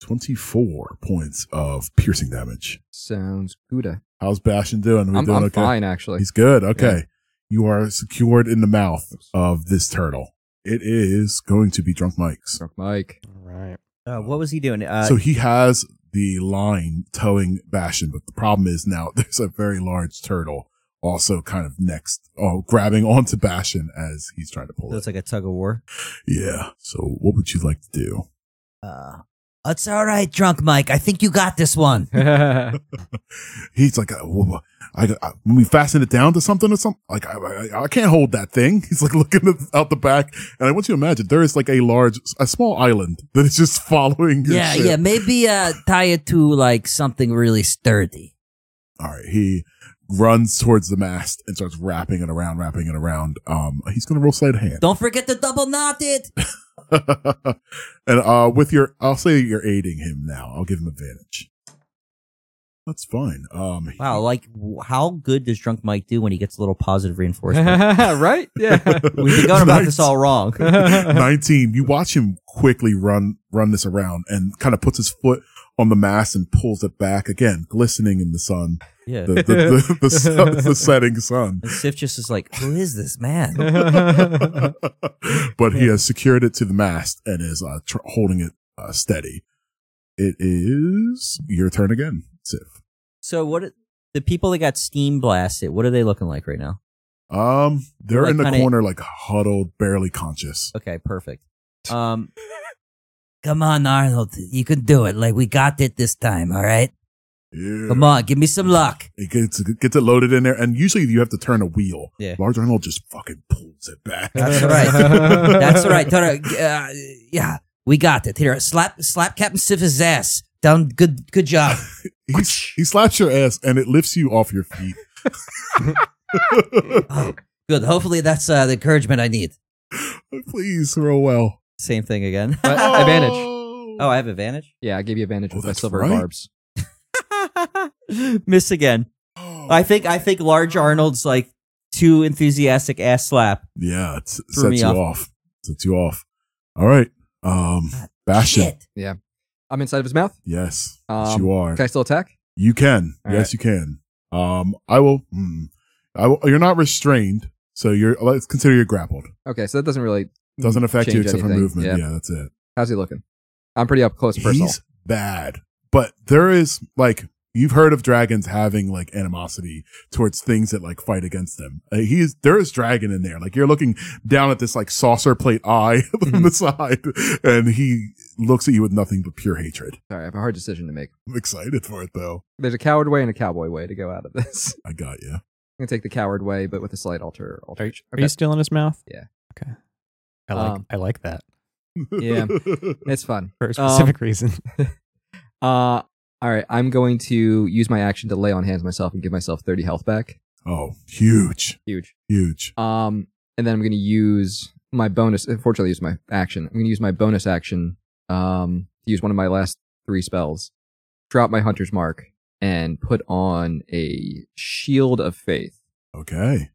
Speaker 1: 24 points of piercing damage.
Speaker 3: Sounds good.
Speaker 1: How's Bastion doing? We
Speaker 3: I'm,
Speaker 1: doing
Speaker 3: I'm
Speaker 1: okay?
Speaker 3: fine actually.
Speaker 1: He's good. Okay. You are secured in the mouth of this turtle. It is going to be Drunk Mike's.
Speaker 3: Mike.
Speaker 5: [laughs] Right.
Speaker 4: Uh, what was he doing? Uh,
Speaker 1: so he has the line towing Bastion, but the problem is now [laughs] there's a very large turtle also kind of next, oh, grabbing onto Bastion as he's trying to pull
Speaker 4: so
Speaker 1: it.
Speaker 4: it's like a tug of war.
Speaker 1: Yeah. So what would you like to do?
Speaker 4: Uh, it's all right, drunk Mike. I think you got this one.
Speaker 1: He's like, uh, wha- wha- I, I, when we fasten it down to something or something, like I, I, I can't hold that thing. [laughs] He's like looking at- out the back, and I want you to imagine there is like a large, a small island that is just [laughs] following. Your
Speaker 4: yeah,
Speaker 1: ship.
Speaker 4: yeah. Maybe uh, tie it to like something really sturdy.
Speaker 1: All right, he runs towards the mast and starts wrapping it around, wrapping it around. Um, he's gonna roll sleight of hand.
Speaker 4: Don't forget to double knot it.
Speaker 1: [laughs] and uh with your I'll say you're aiding him now. I'll give him advantage. That's fine. Um he-
Speaker 4: Wow, [laughs] like w- how good does drunk Mike do when he gets a little positive
Speaker 5: [laughs]
Speaker 4: reinforcement?
Speaker 5: right?
Speaker 3: [laughs]
Speaker 5: Yeah.
Speaker 4: We've been
Speaker 1: [laughs]
Speaker 4: going about this all wrong.
Speaker 5: [laughs]
Speaker 1: 19 you watch him quickly run run this around and kind of puts his foot on the mast and pulls it back again glistening in the sun
Speaker 4: yeah.
Speaker 1: the the, the, the, sun- the setting
Speaker 4: [laughs]
Speaker 1: sun
Speaker 4: And Sif just is like, who is
Speaker 1: [laughs]
Speaker 4: this man?
Speaker 1: but he has secured it to the mast and is uh, tr- holding it uh, steady it is your turn again Sif.
Speaker 4: So what? The people that got steam blasted, what are they looking like right now?
Speaker 1: um they're
Speaker 4: Like,
Speaker 1: in the
Speaker 4: kinda-
Speaker 1: corner like huddled barely conscious
Speaker 4: Okay, perfect. Um, [laughs] come on, Arnold, you can do it. Like we got it this time. All right,
Speaker 1: Yeah.
Speaker 4: come on, give me some luck.
Speaker 1: It gets gets it loaded in there, and usually you have to turn a wheel.
Speaker 4: Yeah.
Speaker 1: Large Arnold just fucking pulls it back.
Speaker 4: That's
Speaker 1: [laughs]
Speaker 4: right. That's all right. Tara, uh, yeah, we got it. Here, slap, slap Captain Sif's ass. Down, good, good [laughs] job.
Speaker 1: He's, he slaps your ass, and it lifts you off your feet.
Speaker 4: Oh, good. Hopefully, that's uh, the encouragement I need.
Speaker 1: Please roll well.
Speaker 4: Same thing again. [laughs]
Speaker 3: But
Speaker 4: oh,
Speaker 3: advantage.
Speaker 4: I have [laughs] advantage.
Speaker 3: Yeah, I gave you advantage
Speaker 1: Oh,
Speaker 3: with my
Speaker 1: that's
Speaker 3: silver
Speaker 1: right.
Speaker 3: barbs.
Speaker 4: Miss again. Oh. I think. I think large Arnold's like too enthusiastic ass slap.
Speaker 1: Yeah, it s-
Speaker 4: Threw me
Speaker 1: sets you off.
Speaker 4: off. Ah,
Speaker 1: Sets you off. All right. Um, Bastion.
Speaker 4: Shit.
Speaker 3: I'm inside of his mouth.
Speaker 1: Yes, yes,
Speaker 3: Um,
Speaker 1: you are.
Speaker 3: Can I still attack?
Speaker 1: You can.
Speaker 3: All
Speaker 1: yes, you can. Um, I will. Mm, I will. You're not restrained, so you're. Let's consider you're grappled.
Speaker 3: Okay, so that doesn't really.
Speaker 1: Doesn't affect you
Speaker 3: Change
Speaker 1: except for
Speaker 3: anything.
Speaker 1: movement.
Speaker 3: Yeah.
Speaker 1: yeah, that's it.
Speaker 3: How's he looking? I'm pretty up close personal.
Speaker 1: He's bad, but there is like you've heard of dragons having like animosity towards things that like fight against them. Uh, he is there is dragon in there. Like you're looking down at this like saucer plate eye [laughs]
Speaker 3: Mm-hmm.
Speaker 1: on the side, and he looks at you with nothing but pure hatred.
Speaker 3: Sorry, I have a hard decision to make.
Speaker 1: I'm excited for it though.
Speaker 3: There's a coward way and a cowboy way to go out of this. [laughs]
Speaker 1: I got you.
Speaker 3: I'm gonna take the coward way, but with a slight alter. alter.
Speaker 5: Are, you- are
Speaker 3: Okay.
Speaker 5: you still in his mouth?
Speaker 3: Yeah.
Speaker 5: Okay. I like
Speaker 3: Um,
Speaker 5: I like that
Speaker 3: Yeah. It's fun.
Speaker 5: for a
Speaker 3: um,
Speaker 5: specific reason.
Speaker 3: Uh, all right, I'm going to use my action to lay on hands myself and give myself 30 health back.
Speaker 1: [laughs] oh, huge,
Speaker 3: Huge.
Speaker 1: huge.
Speaker 3: Um, and then I'm going to use my bonus. Unfortunately, use my action. I'm going to use my bonus action. Um, to use one of my last three spells. Drop my hunter's mark and put on a shield of faith.
Speaker 1: Okay.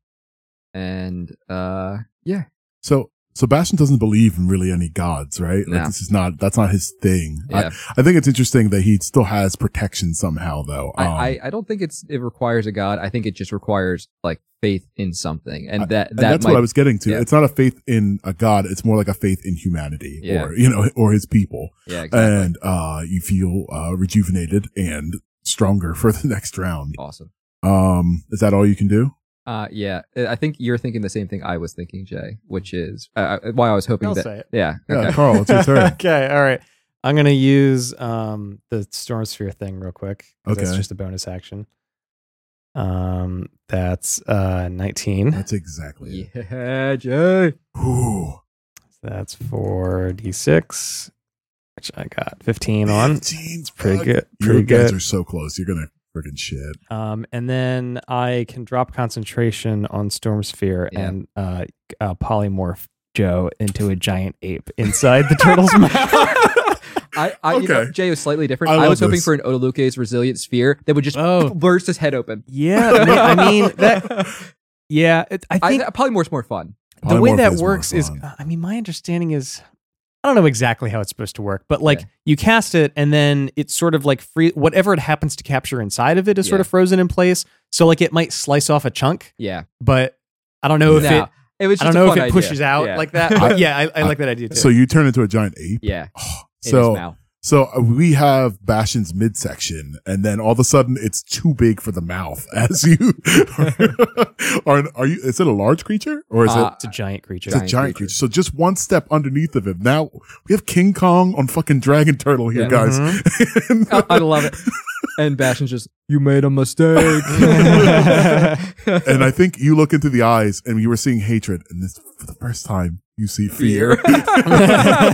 Speaker 3: And uh, yeah,
Speaker 1: So Sebastian doesn't believe in really any gods, right? Like
Speaker 3: No.
Speaker 1: this is not that's not his thing.
Speaker 3: yeah.
Speaker 1: I, I think it's interesting that he still has protection somehow though.
Speaker 3: I,
Speaker 1: Um,
Speaker 3: I, I don't think it's it requires a god. I think it just requires like faith in something, and
Speaker 1: I-
Speaker 3: that
Speaker 1: and
Speaker 3: that
Speaker 1: that's
Speaker 3: might
Speaker 1: what I was getting to.
Speaker 3: yeah.
Speaker 1: It's not a faith in a god. It's more like a faith in humanity
Speaker 3: Yeah.
Speaker 1: or, you know, or his people.
Speaker 3: yeah exactly.
Speaker 1: And, uh, you feel, uh, rejuvenated and stronger [laughs] for the next round.
Speaker 3: awesome.
Speaker 1: Um, is that all you can do?
Speaker 3: Uh, yeah, I I think you're thinking the same thing I was thinking, Jay, which is uh, uh, why I was hoping
Speaker 5: I'll
Speaker 3: that.
Speaker 5: say it.
Speaker 3: Yeah,
Speaker 1: Yeah,
Speaker 3: okay.
Speaker 1: Carl,
Speaker 5: [laughs]
Speaker 1: it's your turn.
Speaker 3: [laughs]
Speaker 5: okay, all right. I'm gonna use um the storm sphere thing real quick. 'cause That's
Speaker 1: Okay.
Speaker 5: just a bonus action. Um that's uh 19.
Speaker 1: That's exactly it.
Speaker 3: [laughs] yeah, Jay.
Speaker 1: Ooh,
Speaker 5: That's four D six, which I got fifteen on.
Speaker 1: 15's
Speaker 5: Pretty
Speaker 1: fuck.
Speaker 5: good.
Speaker 1: You
Speaker 5: Pretty
Speaker 1: guys are
Speaker 5: good.
Speaker 1: so close. You're going to freaking shit.
Speaker 5: Um and then I can drop concentration on Storm Sphere
Speaker 3: Yeah.
Speaker 5: and uh, uh polymorph Joe into a giant ape inside the
Speaker 1: [laughs]
Speaker 5: turtle's mouth.
Speaker 3: I, I you know,
Speaker 1: Okay.
Speaker 3: Jay was slightly different.
Speaker 1: I
Speaker 3: I,
Speaker 1: love
Speaker 3: was hoping
Speaker 1: this.
Speaker 3: for an Odaluke's resilient sphere that would just
Speaker 5: Oh.
Speaker 3: burst his head open.
Speaker 5: yeah, I mean that yeah, it, I
Speaker 3: I
Speaker 5: think
Speaker 3: probably more more fun.
Speaker 5: the way
Speaker 1: Polymorph
Speaker 5: that
Speaker 1: is more
Speaker 5: works is
Speaker 1: fun.
Speaker 5: i mean my understanding is i don't know exactly how it's supposed to work but like
Speaker 3: Okay.
Speaker 5: you cast it and then it's sort of like free whatever it happens to capture inside of it is sort
Speaker 3: Yeah.
Speaker 5: of frozen in place so like it might slice off a chunk
Speaker 3: Yeah,
Speaker 5: but i don't know if
Speaker 3: No,
Speaker 5: it
Speaker 3: it was.
Speaker 5: i
Speaker 3: Just
Speaker 5: don't
Speaker 3: a
Speaker 5: know if
Speaker 3: fun
Speaker 5: it
Speaker 3: idea.
Speaker 5: pushes out
Speaker 3: Yeah. [laughs]
Speaker 5: like that but yeah i, I like that idea too
Speaker 1: So you turn into a giant ape.
Speaker 3: Yeah, in his
Speaker 1: so,
Speaker 3: mouth.
Speaker 1: so we have Bastion's midsection, and then all of a sudden it's too big for the mouth. [laughs] As you are, are you? Is it a large creature or is
Speaker 3: Uh,
Speaker 1: it?
Speaker 5: it's a giant creature
Speaker 1: It's a
Speaker 3: giant [laughs]
Speaker 1: giant
Speaker 3: creature.
Speaker 1: creature. So just one step underneath of him. Now we have King Kong on fucking Dragon Turtle here,
Speaker 3: Yeah.
Speaker 1: guys.
Speaker 5: Mhm.
Speaker 1: [laughs]
Speaker 3: Uh, I, I love it. And Bastion's just, you made a mistake.
Speaker 1: [laughs]
Speaker 3: [laughs]
Speaker 1: and I think you look into the eyes, and you were seeing hatred, and this for the first time you see fear.
Speaker 5: [laughs]
Speaker 1: [laughs]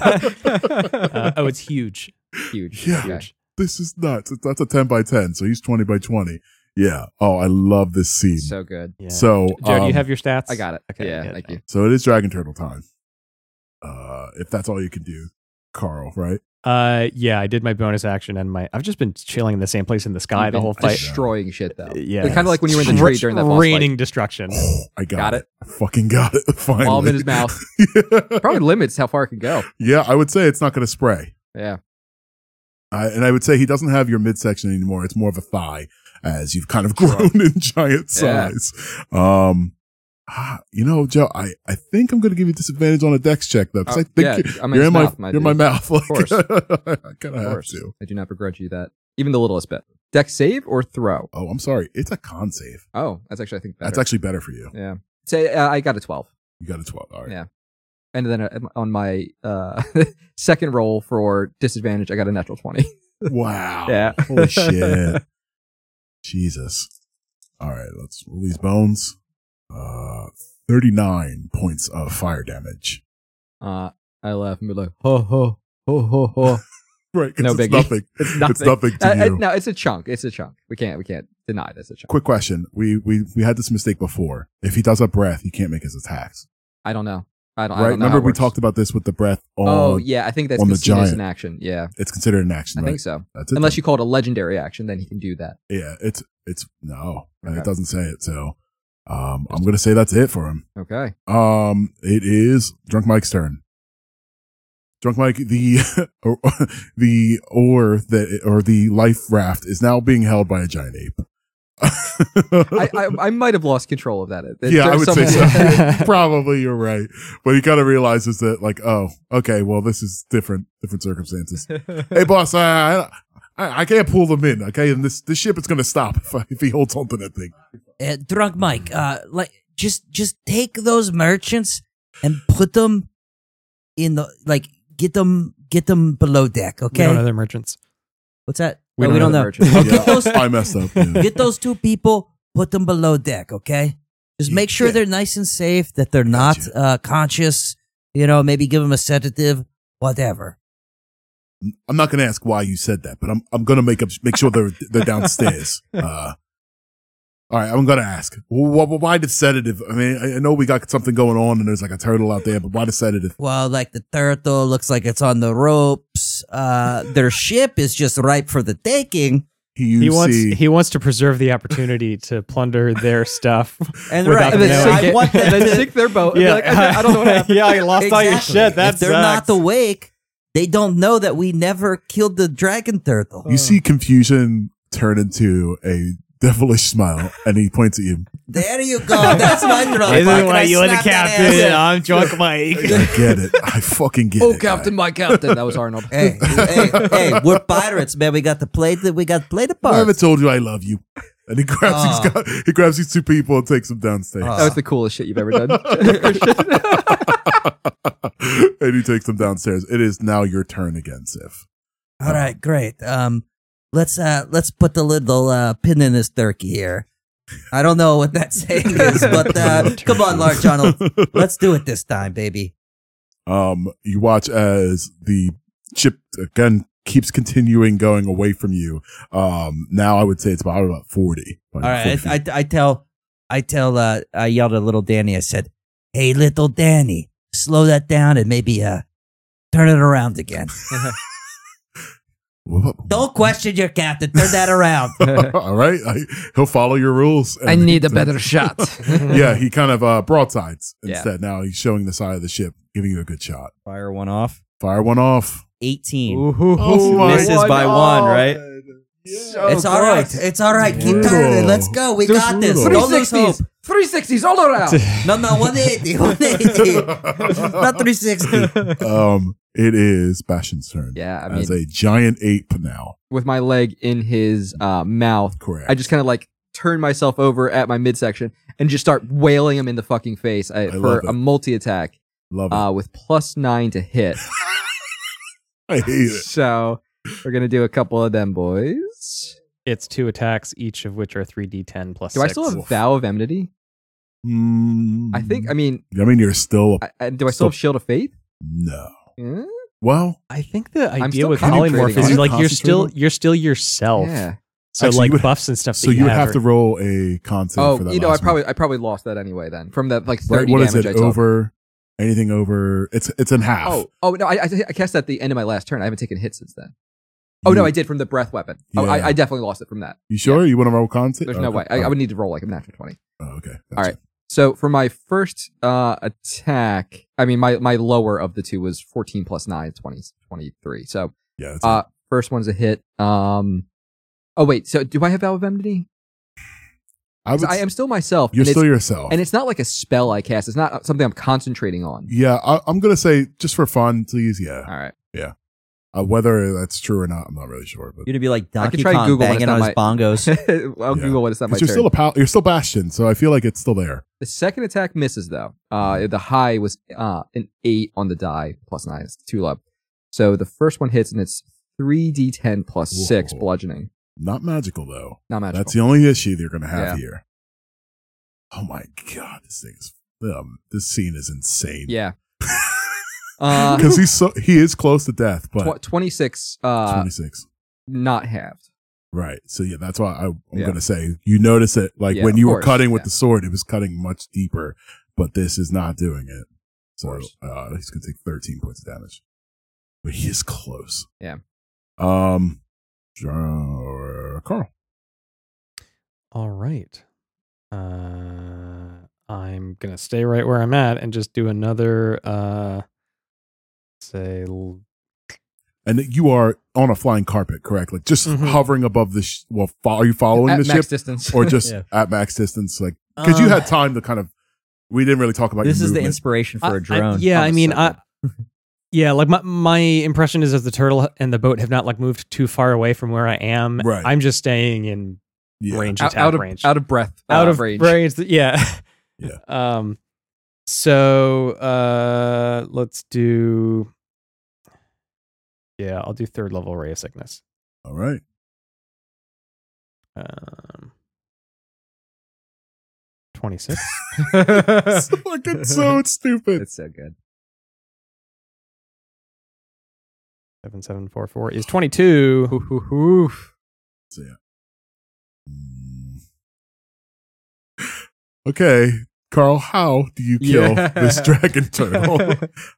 Speaker 5: Uh, oh it's huge
Speaker 3: Huge.
Speaker 1: Yeah.
Speaker 3: Okay.
Speaker 1: this is nuts. It's- That's a ten by ten, so he's twenty by twenty. Yeah. Oh, I love this scene. So,
Speaker 3: So good.
Speaker 5: yeah.
Speaker 1: um,
Speaker 5: joe do you have your stats
Speaker 3: I got it.
Speaker 5: Okay,
Speaker 3: yeah,
Speaker 5: good.
Speaker 3: thank you.
Speaker 1: So it is Dragon Turtle time. Uh, if that's all you can do, Carl, right? [gasps]
Speaker 5: uh yeah i did my bonus action and my i've just been chilling in the same place in the sky
Speaker 3: You've
Speaker 5: the
Speaker 3: been
Speaker 5: whole fight
Speaker 3: Destroying shit though.
Speaker 5: Yeah,
Speaker 3: It's kind of like when you were in the tree during that boss
Speaker 5: raining
Speaker 3: fight.
Speaker 5: destruction.
Speaker 1: I got,
Speaker 3: Got
Speaker 1: it. I fucking got it. [laughs] Finally.
Speaker 3: All in
Speaker 1: [laughs]
Speaker 3: his mouth. Probably limits how far it can go.
Speaker 1: yeah, I would say it's not going to spray.
Speaker 3: Yeah.
Speaker 1: I, and I would say he doesn't have your midsection anymore. It's more of a thigh as you've kind of [laughs] grown in giant
Speaker 3: Yeah.
Speaker 1: size. Um, ah, you know, Joe, I, I think I'm going to give you disadvantage on a dex check though. [laughs] Cause
Speaker 3: Oh,
Speaker 1: I think
Speaker 3: yeah,
Speaker 1: you're,
Speaker 3: I'm in
Speaker 1: you're
Speaker 3: his
Speaker 1: in my,
Speaker 3: mouth, my
Speaker 1: you're in my
Speaker 3: dude.
Speaker 1: mouth. [laughs] Like,
Speaker 3: course.
Speaker 1: I kind of
Speaker 3: Of
Speaker 1: have
Speaker 3: course.
Speaker 1: to.
Speaker 3: I do not begrudge you that, even the littlest bit. Deck save or throw?
Speaker 1: Oh, I'm sorry. It's a con save.
Speaker 3: Oh, that's actually I think better.
Speaker 1: That's actually better for you.
Speaker 3: yeah. Say uh, I got a twelve,
Speaker 1: You got a 12. All right.
Speaker 3: Yeah. and then uh, on my uh, [laughs] second roll for disadvantage, I got a natural twenty. [laughs]
Speaker 1: Wow.
Speaker 3: Yeah. [laughs]
Speaker 1: Holy shit. Jesus. All right, let's roll these bones. Uh, 39 points of fire damage.
Speaker 3: Uh, I laugh and be like, ho ho ho ho ho.
Speaker 1: Right. 'cause
Speaker 3: No
Speaker 1: it's
Speaker 3: biggie.
Speaker 1: nothing.
Speaker 3: [laughs] It's
Speaker 1: It's nothing [laughs] to
Speaker 3: Uh, uh,
Speaker 1: you.
Speaker 3: no, it's a chunk. It's a chunk. We can't. We can't deny this. A chunk.
Speaker 1: Quick question. We, we, we had this mistake before. If he does a breath, he can't make his attacks.
Speaker 3: I don't know. I don't. I
Speaker 1: Right.
Speaker 3: don't know
Speaker 1: Remember
Speaker 3: how it
Speaker 1: we
Speaker 3: works.
Speaker 1: talked about this with the breath on,
Speaker 3: Oh yeah, I think that's
Speaker 1: on the
Speaker 3: considered as
Speaker 1: giant.
Speaker 3: an action. Yeah,
Speaker 1: it's considered an action,
Speaker 3: I
Speaker 1: right?
Speaker 3: think so.
Speaker 1: That's it.
Speaker 3: Unless you call it a legendary action, then he can do that.
Speaker 1: yeah, it's, it's no,
Speaker 3: Okay.
Speaker 1: it doesn't say it. So, um, I'm going to say that's it for him.
Speaker 3: Okay.
Speaker 1: Um, it is Drunk Mike's turn. Drunk Mike, the [laughs] or, the oar that or the life raft is now being held by a giant ape.
Speaker 3: I, I, I might have lost control of that. There-
Speaker 1: [laughs] yeah, I
Speaker 3: there's
Speaker 1: would
Speaker 3: some-
Speaker 1: say
Speaker 3: [laughs]
Speaker 1: so. [laughs] Probably you're right, but he kind of realizes [laughs]
Speaker 3: [laughs]
Speaker 4: [laughs]
Speaker 1: that, like, oh, okay, well, this is different, different circumstances. hey, boss, I, I I, I can't pull them in. Okay, and this this ship is going to stop if, I, if he holds on to that thing.
Speaker 4: uh, drunk Mike, uh, like just just take those merchants and put them in the like get them get them below deck.
Speaker 5: We don't know
Speaker 4: Okay,
Speaker 5: their merchants.
Speaker 4: what's that?
Speaker 5: We
Speaker 4: Oh,
Speaker 5: don't
Speaker 4: [laughs]
Speaker 5: know the
Speaker 3: merchant.
Speaker 4: Okay, those-
Speaker 1: Yeah, I messed up. yeah.
Speaker 4: get those two people, put them below deck. Okay, just make sure
Speaker 1: Yeah.
Speaker 4: they're nice and safe, that they're not
Speaker 1: Gotcha.
Speaker 4: uh, conscious. You know, maybe give them a sedative, whatever.
Speaker 1: I'm not going to ask why you said that, but I'm I'm going to make up make sure they're they're downstairs. Uh, all right, I'm going to ask why, why the sedative? I mean, I I know we got something going on, and there's like a turtle out there, but why the sedative?
Speaker 4: Well, like the turtle looks like it's on the ropes. Uh, their ship is just ripe for the taking,
Speaker 1: You
Speaker 5: he wants
Speaker 1: see,
Speaker 5: he wants to preserve the opportunity to plunder
Speaker 3: [laughs]
Speaker 5: their stuff.
Speaker 4: and
Speaker 5: Without
Speaker 4: right,
Speaker 3: and then,
Speaker 5: Yeah.
Speaker 3: sink
Speaker 4: I
Speaker 3: it,
Speaker 4: want
Speaker 5: [laughs]
Speaker 4: them
Speaker 3: and then
Speaker 4: to-
Speaker 3: sink their boat. Yeah. Like, I, I don't know what
Speaker 4: [laughs]
Speaker 3: happened.
Speaker 5: yeah, I lost all your
Speaker 4: Exactly.
Speaker 5: shit. That's
Speaker 4: if they're not awake, they don't know that we never killed the dragon turtle.
Speaker 1: you see confusion turn into a devilish smile, and he points at you.
Speaker 4: There you go. That's my drug. Mike, and I slapped that ass.
Speaker 3: [laughs]
Speaker 5: I'm drunk Mike.
Speaker 1: I get it. I fucking get
Speaker 3: Oh,
Speaker 1: it.
Speaker 3: Captain, my Captain. That was Arnold.
Speaker 4: Hey, hey, hey, we're pirates, man. We got to play the we got to play the
Speaker 1: I, I haven't
Speaker 4: part.
Speaker 1: told you I love you. And he grabs
Speaker 4: Aw.
Speaker 1: these guys, he grabs these two people and takes them downstairs.
Speaker 4: Aw.
Speaker 3: [laughs] That was the coolest shit you've ever done.
Speaker 4: [laughs]
Speaker 1: [laughs] and he takes them downstairs. It is now your turn again, Sif.
Speaker 4: All right, great. Um, let's uh let's put the little uh pin in this turkey here. I don't know what that [laughs] saying is, but uh, come on,
Speaker 1: [laughs]
Speaker 4: Large Donald, let's do it this time, baby.
Speaker 1: Um, you watch as the chip again keeps continuing going away from you. Um, now I would say it's about about forty. All
Speaker 4: All right, I, I, I tell, I tell, uh, I yelled at little Danny. I said, "Hey, little Danny, slow that down and maybe uh, turn it
Speaker 3: [laughs]
Speaker 4: around again. Don't question your captain. Turn
Speaker 3: [laughs]
Speaker 4: that around." [laughs]
Speaker 1: All right, I, he'll follow your rules. and-
Speaker 4: [laughs]
Speaker 3: shot.
Speaker 1: [laughs]
Speaker 3: [laughs]
Speaker 1: Yeah, he kind of uh, broadsides
Speaker 3: Yeah.
Speaker 1: instead. Now he's showing the side of the ship, giving you a good shot.
Speaker 6: Fire one off.
Speaker 1: Fire one off.
Speaker 6: Eighteen.
Speaker 1: Oh my
Speaker 6: Misses by one, right?
Speaker 3: Oh,
Speaker 4: it's all right. It's all right. Keep
Speaker 1: Brutal.
Speaker 4: turning. Let's go. We
Speaker 1: Just
Speaker 4: got this.
Speaker 1: brutal.
Speaker 4: Don't lose hope.
Speaker 3: 360s. 360s all around.
Speaker 4: [laughs] No, no,
Speaker 3: [laughs]
Speaker 4: 180. 180.
Speaker 1: [laughs]
Speaker 4: [laughs] Not 360.
Speaker 1: um, it is Bastion's turn.
Speaker 3: Yeah, I
Speaker 1: as
Speaker 3: mean,
Speaker 1: a giant ape now.
Speaker 3: with my leg in his uh, mouth,
Speaker 1: Correct.
Speaker 3: I just kind of like turn myself over at my midsection and just start wailing him in the fucking face I,
Speaker 1: I
Speaker 3: for
Speaker 1: love it.
Speaker 3: a multi attack
Speaker 1: love it.
Speaker 3: uh, with plus nine to hit.
Speaker 1: I hate it.
Speaker 3: so we're gonna do a couple of them, boys.
Speaker 5: It's two attacks, each of which are three d10 plus.
Speaker 3: Do I
Speaker 5: six.
Speaker 3: still have
Speaker 1: Oof.
Speaker 3: vow of enmity?
Speaker 1: Mm,
Speaker 3: I think. I mean,
Speaker 1: I mean, you're still a,
Speaker 3: I, I, do I still have shield of faith?
Speaker 1: no.
Speaker 3: Hmm?
Speaker 1: Well,
Speaker 5: I think the idea
Speaker 3: still
Speaker 5: with
Speaker 3: concentrating
Speaker 5: polymorph
Speaker 3: on
Speaker 5: is
Speaker 3: it.
Speaker 5: like you're still
Speaker 1: Concentrating?
Speaker 5: you're still yourself.
Speaker 3: Yeah.
Speaker 5: So
Speaker 1: Actually, you
Speaker 5: like
Speaker 1: would-
Speaker 5: buffs and stuff.
Speaker 1: so
Speaker 5: that
Speaker 1: you
Speaker 5: you
Speaker 1: would
Speaker 5: have
Speaker 1: have to
Speaker 5: are-
Speaker 1: roll a con save
Speaker 3: Oh,
Speaker 1: for that.
Speaker 3: you know, I
Speaker 1: last
Speaker 3: probably
Speaker 1: one.
Speaker 3: I probably lost that anyway. Then from that like
Speaker 1: Right,
Speaker 3: thirty
Speaker 1: what is
Speaker 3: damage
Speaker 1: it?
Speaker 3: I took.
Speaker 1: Over anything over? It's it's in half.
Speaker 3: Oh, oh no! I, I, I cast at the end of my last turn. I haven't taken a hit since then. Oh no, I did from the breath weapon. Oh,
Speaker 1: Mm. Yeah.
Speaker 3: I, I definitely lost it from that.
Speaker 1: you sure you want to roll con save?
Speaker 3: There's no way. I, I would need to roll like a natural twenty.
Speaker 1: Oh, okay.
Speaker 3: All right. So for my first uh, attack, I mean my my lower of the two was 14 plus 9, 20, 23. So
Speaker 1: Yeah. That's
Speaker 3: Uh, first one's a hit. Um, oh wait, so do I have Vow of Enmity?
Speaker 1: it. I
Speaker 3: 'Cause
Speaker 1: would
Speaker 3: I
Speaker 1: s-
Speaker 3: am still myself.
Speaker 1: You're
Speaker 3: and
Speaker 1: still
Speaker 3: it's,
Speaker 1: yourself.
Speaker 3: and it's not like a spell I cast. It's not uh, something I'm concentrating on.
Speaker 1: yeah, I, I'm gonna say just for fun, please. Yeah.
Speaker 3: All right. [laughs]
Speaker 1: Uh, whether that's true or not, I'm not really sure. But
Speaker 6: You're gonna be like
Speaker 3: I
Speaker 6: Donkey
Speaker 3: could try
Speaker 6: Kong
Speaker 3: Google when
Speaker 6: banging
Speaker 3: it's
Speaker 6: on his
Speaker 3: not [laughs]
Speaker 6: bongos.
Speaker 3: I'll
Speaker 1: Yeah.
Speaker 3: Google what it's not my
Speaker 1: 'Cause you're
Speaker 3: turn.
Speaker 1: still a pal- you're still Bastion, so I feel like it's still there.
Speaker 3: the second attack misses though.
Speaker 1: Mm-hmm.
Speaker 3: Uh, the high was uh an eight on the die plus nine. It's too low. So the first one hits and it's three d10 plus six
Speaker 1: Whoa.
Speaker 3: bludgeoning.
Speaker 1: Not magical though.
Speaker 3: Not magical.
Speaker 1: That's the only issue they're going to have
Speaker 3: Yeah.
Speaker 1: here. Oh my god, this thing is um, this scene is insane. [laughs]
Speaker 3: yeah. uh,
Speaker 1: because he's so he is close to death,
Speaker 3: tw-
Speaker 1: but
Speaker 3: 26 uh,
Speaker 1: twenty six.
Speaker 3: not halved.
Speaker 1: Right. So yeah, that's why I, I'm
Speaker 3: Yeah.
Speaker 1: going to say you notice it like
Speaker 3: Yeah,
Speaker 1: when
Speaker 3: of
Speaker 1: you were
Speaker 3: course,
Speaker 1: cutting with
Speaker 3: yeah.
Speaker 1: the sword, it was cutting much deeper, but this is not doing it. So uh, he's going to take thirteen points of damage, but he is close.
Speaker 3: Yeah.
Speaker 1: Um, uh, Carl.
Speaker 5: All right. Uh, I'm gonna stay right where I'm at and just do another. Uh, say l-
Speaker 1: and that you are on a flying carpet, correct? Like just
Speaker 5: Mhm.
Speaker 1: hovering above the. Sh- well, fo- are you following
Speaker 3: At
Speaker 1: the
Speaker 3: max
Speaker 1: ship
Speaker 3: distance.
Speaker 1: or just
Speaker 6: Yeah.
Speaker 1: at max distance? Like because you
Speaker 6: Um,
Speaker 1: had time to kind of. We didn't really talk about
Speaker 6: This
Speaker 1: your
Speaker 6: is the
Speaker 1: movement.
Speaker 6: inspiration
Speaker 5: I-
Speaker 6: for
Speaker 5: I-
Speaker 6: a drone.
Speaker 5: yeah,
Speaker 6: all of
Speaker 5: I
Speaker 6: a
Speaker 5: mean, I,
Speaker 6: sudden.
Speaker 5: [laughs] yeah, like my my impression is as the turtle and the boat have not like moved too far away from where I am.
Speaker 1: Right.
Speaker 5: I'm just staying in
Speaker 1: Yeah.
Speaker 5: range
Speaker 3: out,
Speaker 5: attack
Speaker 3: out of
Speaker 5: range.
Speaker 3: out of breath,
Speaker 5: out
Speaker 3: uh,
Speaker 5: of
Speaker 3: range.
Speaker 5: range. Yeah.
Speaker 3: [laughs]
Speaker 1: Yeah.
Speaker 5: [laughs] Um. So uh, let's do. Yeah, I'll do third level ray of sickness.
Speaker 1: All right.
Speaker 5: Um. Twenty
Speaker 3: [laughs]
Speaker 5: six.
Speaker 1: It's
Speaker 5: [laughs]
Speaker 1: fucking so stupid.
Speaker 3: It's so [laughs] good.
Speaker 5: seven seven four four is twenty two.
Speaker 1: So, yeah. Mm. [sighs] Okay, Carl, how do you kill
Speaker 5: Yeah.
Speaker 1: this dragon
Speaker 5: [laughs]
Speaker 1: turtle?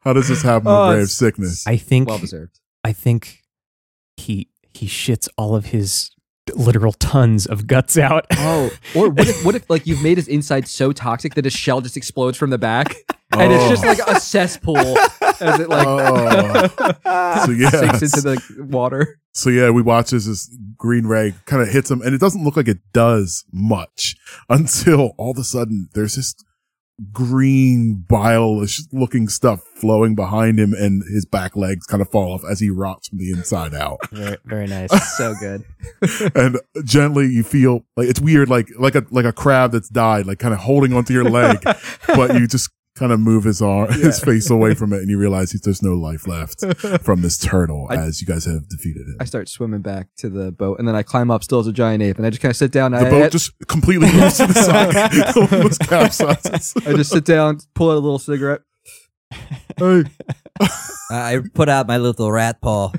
Speaker 1: how does this happen
Speaker 5: Oh,
Speaker 1: on Brave
Speaker 5: it's-
Speaker 1: Sickness?
Speaker 5: I think
Speaker 3: Well deserved.
Speaker 5: I think he he shits all of his literal tons of guts out.
Speaker 3: Oh, or what if what if like you've made his inside so toxic that his shell just explodes from the back and it's just
Speaker 1: Oh.
Speaker 3: like a cesspool as it
Speaker 5: [laughs]
Speaker 3: like
Speaker 1: Oh. so yeah,
Speaker 3: sinks into the water.
Speaker 1: so yeah, we watch as this green ray kind of hits him, and it doesn't look like it does much [laughs] until all of a sudden there's this green bile-ish looking stuff flowing behind him, and his back legs kind of fall off as he rots from the inside out.
Speaker 5: very, very nice.
Speaker 3: [laughs] So good.
Speaker 1: and gently you feel like it's weird, like like a like a crab that's died, like kind of holding onto your leg, but you just kind of move his arm, his face away from it, and you realize he's, there's no life left from this turtle
Speaker 3: I-
Speaker 1: as you guys have defeated him.
Speaker 3: I start swimming back to the boat and then I climb up still as a giant ape and I just kind of sit down. and
Speaker 1: the
Speaker 3: I,
Speaker 1: boat
Speaker 3: I,
Speaker 1: just completely moves to the side, [laughs] almost capsizes.
Speaker 3: I just sit down, pull out a little cigarette.
Speaker 1: Hey,
Speaker 4: I I put out my little rat paw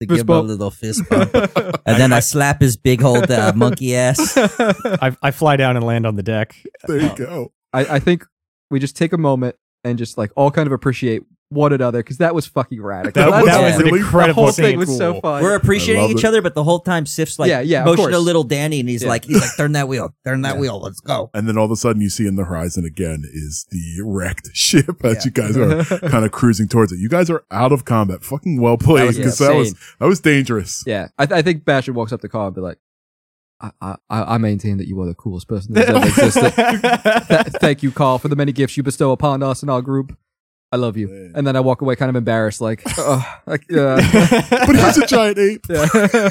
Speaker 4: to give him
Speaker 3: bump.
Speaker 4: a
Speaker 3: [laughs]
Speaker 4: little fist bump, and then I, slap his big old uh, monkey ass.
Speaker 5: I, I fly down and land on the deck.
Speaker 1: [laughs] there you go.
Speaker 3: I, I think we just take a moment and just like all kind of appreciate one another because that was fucking radical.
Speaker 5: That,
Speaker 4: That
Speaker 5: that
Speaker 4: was
Speaker 5: was an
Speaker 1: really-
Speaker 3: the
Speaker 5: incredible
Speaker 3: whole thing
Speaker 5: scene.
Speaker 3: was so
Speaker 1: cool.
Speaker 3: fun.
Speaker 4: We're
Speaker 1: I
Speaker 4: appreciating
Speaker 1: love
Speaker 4: each
Speaker 1: it.
Speaker 4: other, but the whole time Sif's like
Speaker 3: Yeah, yeah, of
Speaker 4: motion to
Speaker 3: course.
Speaker 4: little Danny, and he's
Speaker 3: Yeah.
Speaker 4: like, he's like, turn that wheel, turn that wheel, let's go.
Speaker 1: And then all of a sudden, you see in the horizon again is the wrecked [laughs] ship as
Speaker 4: Yeah.
Speaker 1: you guys
Speaker 3: [laughs]
Speaker 1: are
Speaker 4: [laughs]
Speaker 1: kind of cruising towards it. You guys are out of combat. Fucking well
Speaker 3: That
Speaker 1: played
Speaker 3: was
Speaker 1: because that was
Speaker 3: insane.
Speaker 1: that was dangerous.
Speaker 3: Yeah, I, th- I think Basher walks up to Carl and be like, I, I, I I maintain that you are the coolest person that's ever existed.
Speaker 4: [laughs]
Speaker 3: Th- thank you, Carl, for the many gifts you bestow upon us and our group. I love you.
Speaker 1: Man.
Speaker 3: And then I walk away kind of embarrassed,
Speaker 4: [laughs]
Speaker 3: like, oh, like, uh,
Speaker 1: But he's a giant ape.
Speaker 4: [laughs]
Speaker 3: yeah.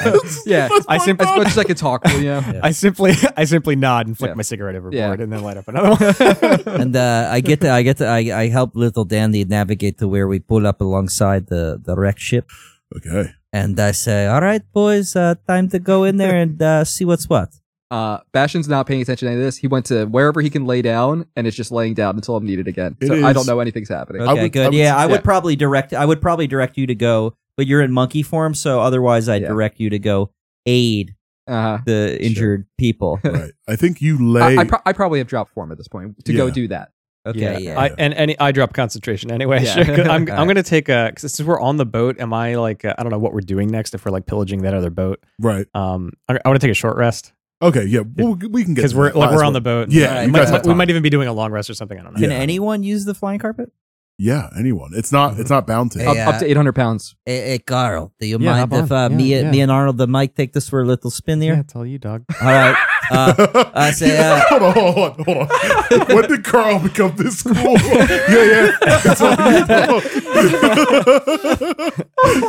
Speaker 3: yeah.
Speaker 5: I, sim-
Speaker 3: As much as I can talk, you know?
Speaker 5: I simply I simply nod and flick
Speaker 3: Yeah.
Speaker 5: my cigarette overboard
Speaker 3: Yeah.
Speaker 5: and then light up another one.
Speaker 4: [laughs] And uh, I get to, I get to, I, I help little Danny navigate to where we pull up alongside the the wreck ship,
Speaker 3: [laughs]
Speaker 1: Okay.
Speaker 4: and I say, all right, boys, uh, time to go in there and uh, see what's what.
Speaker 3: Uh, Bastion's not paying attention to any of this. He went to wherever he can lay down and is just laying down until I'm needed again.
Speaker 1: It
Speaker 3: so I
Speaker 1: is-
Speaker 3: don't know anything's happening.
Speaker 4: Okay,
Speaker 1: would-
Speaker 4: good.
Speaker 1: I would-
Speaker 4: yeah, I would
Speaker 3: yeah.
Speaker 4: probably direct. I would probably direct you to go, but you're in monkey form, so otherwise I'd
Speaker 3: Yeah.
Speaker 4: direct you to go aid
Speaker 3: Uh,
Speaker 4: the injured people.
Speaker 1: Right. I think you
Speaker 3: I,
Speaker 1: lay.
Speaker 3: I, pro- I probably have dropped form at this point to go
Speaker 1: Yeah.
Speaker 3: do that.
Speaker 4: Okay, yeah.
Speaker 5: I, and any I drop concentration anyway.
Speaker 3: Yeah.
Speaker 5: Sure. 'Cause I'm
Speaker 4: All
Speaker 5: I'm gonna take a 'cause since we're on the boat. Am I like uh, I don't know what we're doing next if we're like pillaging that other boat.
Speaker 1: right.
Speaker 5: Um, I, I want to take a short rest
Speaker 1: Okay. Yeah. Well, we- we can get
Speaker 5: because
Speaker 1: to
Speaker 5: we're
Speaker 1: that.
Speaker 5: like
Speaker 1: Might as
Speaker 5: we're on the
Speaker 1: well.
Speaker 5: boat.
Speaker 1: Yeah,
Speaker 4: Right.
Speaker 5: Uh,
Speaker 4: you
Speaker 5: might-
Speaker 4: guys
Speaker 1: have
Speaker 5: we
Speaker 1: time.
Speaker 5: might even be doing a long rest or something. I don't know.
Speaker 1: Yeah.
Speaker 4: Can anyone use the flying carpet?
Speaker 1: Yeah. Anyone. It's not. It's not bound to.
Speaker 4: Hey,
Speaker 3: Up,
Speaker 4: Yeah.
Speaker 3: up to 800 pounds.
Speaker 4: Hey, hey Carl, do you
Speaker 5: Yeah,
Speaker 4: mind
Speaker 5: hop
Speaker 4: if
Speaker 5: on.
Speaker 4: uh,
Speaker 5: Yeah,
Speaker 4: me,
Speaker 5: yeah.
Speaker 4: me and Arnold and Mike take this for a little spin
Speaker 5: Yeah,
Speaker 4: there?
Speaker 5: it's all you, dog. [laughs]
Speaker 4: All right. Uh, [laughs] I say, uh,
Speaker 1: hold on, hold on,
Speaker 4: [laughs]
Speaker 1: hold on. when did Carl become this cool? yeah, yeah. It's all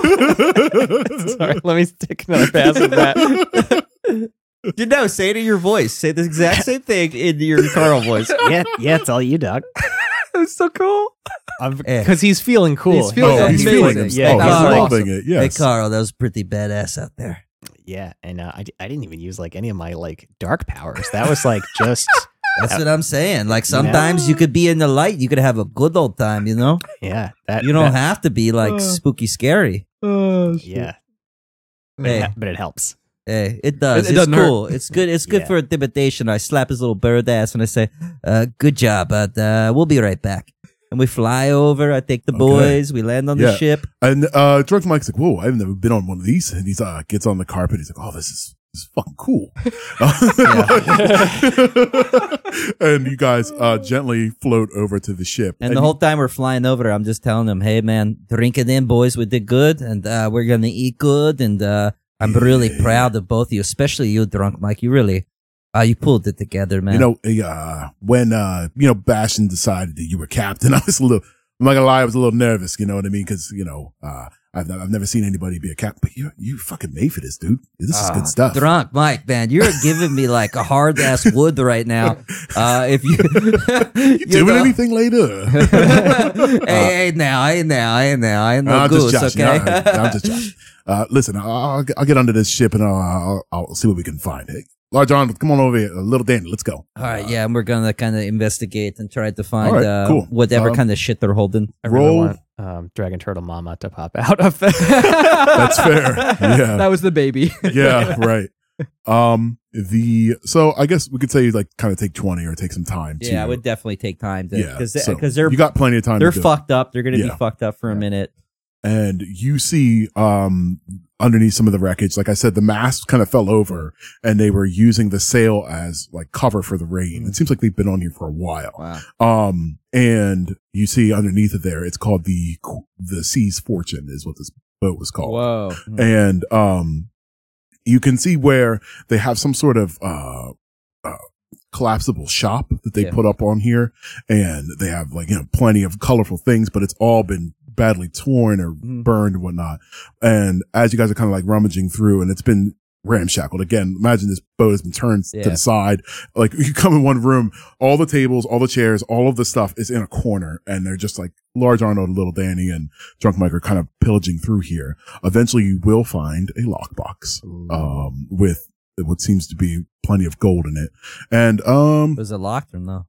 Speaker 1: you.
Speaker 5: Sorry, let me take another pass at that.
Speaker 4: you know, say it in your voice. Say the exact same thing in [laughs] your Carl voice.
Speaker 5: yeah, yeah, it's all you, dog.
Speaker 3: That's so cool.
Speaker 5: [laughs]
Speaker 4: Eh.
Speaker 5: Because he's feeling cool.
Speaker 3: He's feeling-
Speaker 1: oh, he's
Speaker 4: amazing.
Speaker 1: feeling himself.
Speaker 5: Yeah,
Speaker 1: he's
Speaker 4: that's
Speaker 1: loving
Speaker 3: awesome.
Speaker 1: it. Yes.
Speaker 4: Hey, Carl, that was pretty badass out there.
Speaker 5: [laughs] yeah, and uh, I, d- I didn't even use like any of my like dark powers. That was like just
Speaker 4: That's
Speaker 5: Yeah.
Speaker 4: what I'm saying. Like
Speaker 5: You know?
Speaker 4: sometimes you could be in the light, you could have a good old time, you know?
Speaker 5: yeah. That
Speaker 4: You don't
Speaker 5: that-
Speaker 4: have to be like
Speaker 3: Uh.
Speaker 4: spooky scary.
Speaker 3: Oh.
Speaker 4: [laughs]
Speaker 3: [laughs]
Speaker 5: yeah, but, it,
Speaker 4: Hey,
Speaker 5: he- but it helps.
Speaker 4: hey, Eh, it does.
Speaker 3: It- it
Speaker 4: it's
Speaker 3: doesn't hurt.
Speaker 4: cool. It's good. It's good
Speaker 5: Yeah.
Speaker 4: for intimidation. I slap his little bird ass and I say, uh, "Good job, but uh, we'll be right back." And we fly over. I take the
Speaker 1: Okay.
Speaker 4: boys. We land on
Speaker 1: Yeah.
Speaker 4: the ship.
Speaker 1: And uh, drunk Mike's like, "Whoa, I've never been on one of these." And he's uh, gets on the carpet. He's like, "Oh, this is this is fucking cool." [laughs] and you guys uh, gently float over to the ship.
Speaker 4: And, the whole time we're flying over, I'm just telling them, "Hey, man, drink it in, boys. We did good, and uh, we're gonna eat good. And uh, I'm really
Speaker 1: Yeah.
Speaker 4: proud of both of you, especially you, drunk Mike. You really, uh, you pulled it together, man.
Speaker 1: eh, you know, uh, when uh, you know, Bastion decided that you were captain, [laughs] I was a little I'm not gonna lie, I was a little nervous. You know what I mean? Because you know, uh, I've I've never seen anybody be a cap, but you you fucking made for this, dude. This is
Speaker 5: Ah,
Speaker 1: good stuff.
Speaker 4: Drunk Mike, man, you're giving me like a hard ass wood right now. Uh, if you, [laughs]
Speaker 1: you doing
Speaker 4: know-
Speaker 1: anything later?
Speaker 4: hey, hey, now, hey, now, hey, now, I ain't [laughs] no
Speaker 1: Uh, I'm
Speaker 4: goose,
Speaker 1: just joshing.
Speaker 4: okay?
Speaker 1: All right. I'm just joshing. Uh, listen, I'll, I'll get- I'll get under this ship and I'll, I'll, I'll see what we can find. Hey, Large Arnold, come on over here. Uh, Little Danny, let's go.
Speaker 4: [laughs] All right, yeah, and we're gonna kind of investigate and try to find
Speaker 1: right,
Speaker 4: uh,
Speaker 1: cool.
Speaker 4: whatever
Speaker 1: Um,
Speaker 4: kind of shit they're holding.
Speaker 5: I really
Speaker 1: Roll.
Speaker 5: want um, Dragon Turtle Mama to pop out of there.
Speaker 4: [laughs]
Speaker 1: That's fair.
Speaker 4: Uh,
Speaker 1: Yeah.
Speaker 3: That was the baby.
Speaker 1: yeah, right. Um, the so I guess we could say like kind of take twenty or take some time. to,
Speaker 4: Yeah, I would definitely take time to
Speaker 1: yeah,
Speaker 6: because
Speaker 1: so
Speaker 6: because they're
Speaker 1: you got plenty of time.
Speaker 6: they're
Speaker 1: to do it.
Speaker 6: fucked up. They're gonna
Speaker 1: Yeah.
Speaker 6: be fucked up for a minute.
Speaker 1: and you see um underneath some of the wreckage like i said the mast kind of fell over and they were using the sail as like cover for the rain it seems like they've been on here for a while
Speaker 4: [laughs] Wow.
Speaker 1: um and you see underneath it there it's called the the sea's fortune is what this boat was called [laughs]
Speaker 3: Whoa.
Speaker 1: Oh.
Speaker 4: Hmm.
Speaker 1: and um you can see where they have some sort of uh, uh collapsible shop that they
Speaker 3: Yeah.
Speaker 1: put up on here and they have like you know plenty of colorful things but it's all been badly torn or
Speaker 6: Mhm.
Speaker 1: burned and whatnot and as you guys are kind of like rummaging through and it's been ramshackled again imagine this boat has been turned to
Speaker 6: Yeah.
Speaker 1: the side like you come in one room all the tables all the chairs all of the stuff is in a corner and they're just like large arnold and little danny and drunk mike are kind of pillaging through here eventually you will find a lockbox um with what seems to be plenty of gold in it and um
Speaker 4: Was it locked or no?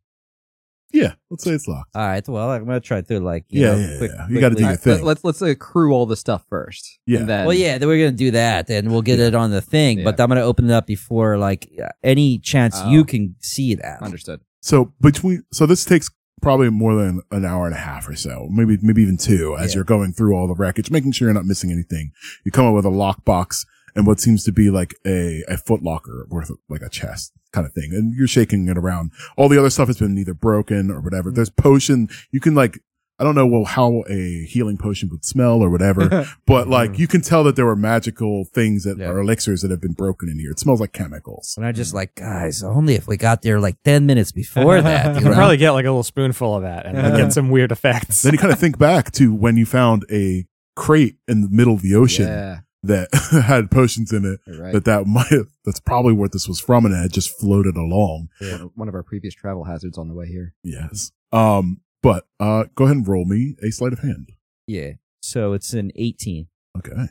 Speaker 1: yeah let's say it's locked
Speaker 4: All right, well, I'm gonna try to like, you
Speaker 1: yeah
Speaker 4: know,
Speaker 1: yeah,
Speaker 4: quick-
Speaker 1: yeah. you gotta do your
Speaker 4: quickly-
Speaker 3: Alright, let-
Speaker 1: thing
Speaker 3: let's let's accrue all the stuff first.
Speaker 1: Yeah.
Speaker 3: And then,
Speaker 4: [laughs] Well, yeah, then we're gonna do that, and we'll get it on the thing. But I'm gonna open it up before like any chance
Speaker 3: Oh.
Speaker 4: you can see it. At.
Speaker 3: Understood.
Speaker 1: so between so this takes probably more than an hour and a half or so maybe maybe even two as
Speaker 4: Yeah.
Speaker 1: you're going through all the wreckage making sure you're not missing anything you come up with a lockbox and what seems to be like a a foot locker worth of like a chest kind of thing and you're shaking it around all the other stuff has been either broken or whatever
Speaker 4: Mm.
Speaker 1: there's potion you can like I don't know well how a healing potion would smell or
Speaker 4: [laughs]
Speaker 1: whatever, but like you can tell that there were magical things that
Speaker 4: Mm-hmm. Yeah.
Speaker 1: are elixirs that have been broken in here. It smells like chemicals.
Speaker 4: And I'm
Speaker 5: Hmm.
Speaker 4: just like, guys, only if we got there like ten minutes before
Speaker 5: [laughs]
Speaker 4: that.
Speaker 5: you
Speaker 4: You
Speaker 5: can
Speaker 4: know?
Speaker 5: probably get like a little spoonful of that and then get some weird effects.
Speaker 1: [laughs]
Speaker 5: [laughs]
Speaker 1: then you kind of think back to when you found a crate in the middle of the ocean
Speaker 3: Yeah.
Speaker 1: [laughs] that had potions in it
Speaker 3: you're Right.
Speaker 1: that that might have, that's probably where this was from and it had just floated along
Speaker 3: One of- One of our previous travel hazards on the way here.
Speaker 1: yes um but uh go ahead and roll me a sleight of hand
Speaker 4: yeah. So it's an 18.
Speaker 1: okay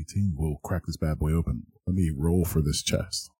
Speaker 1: 18 we'll crack this bad boy open let me roll for this chest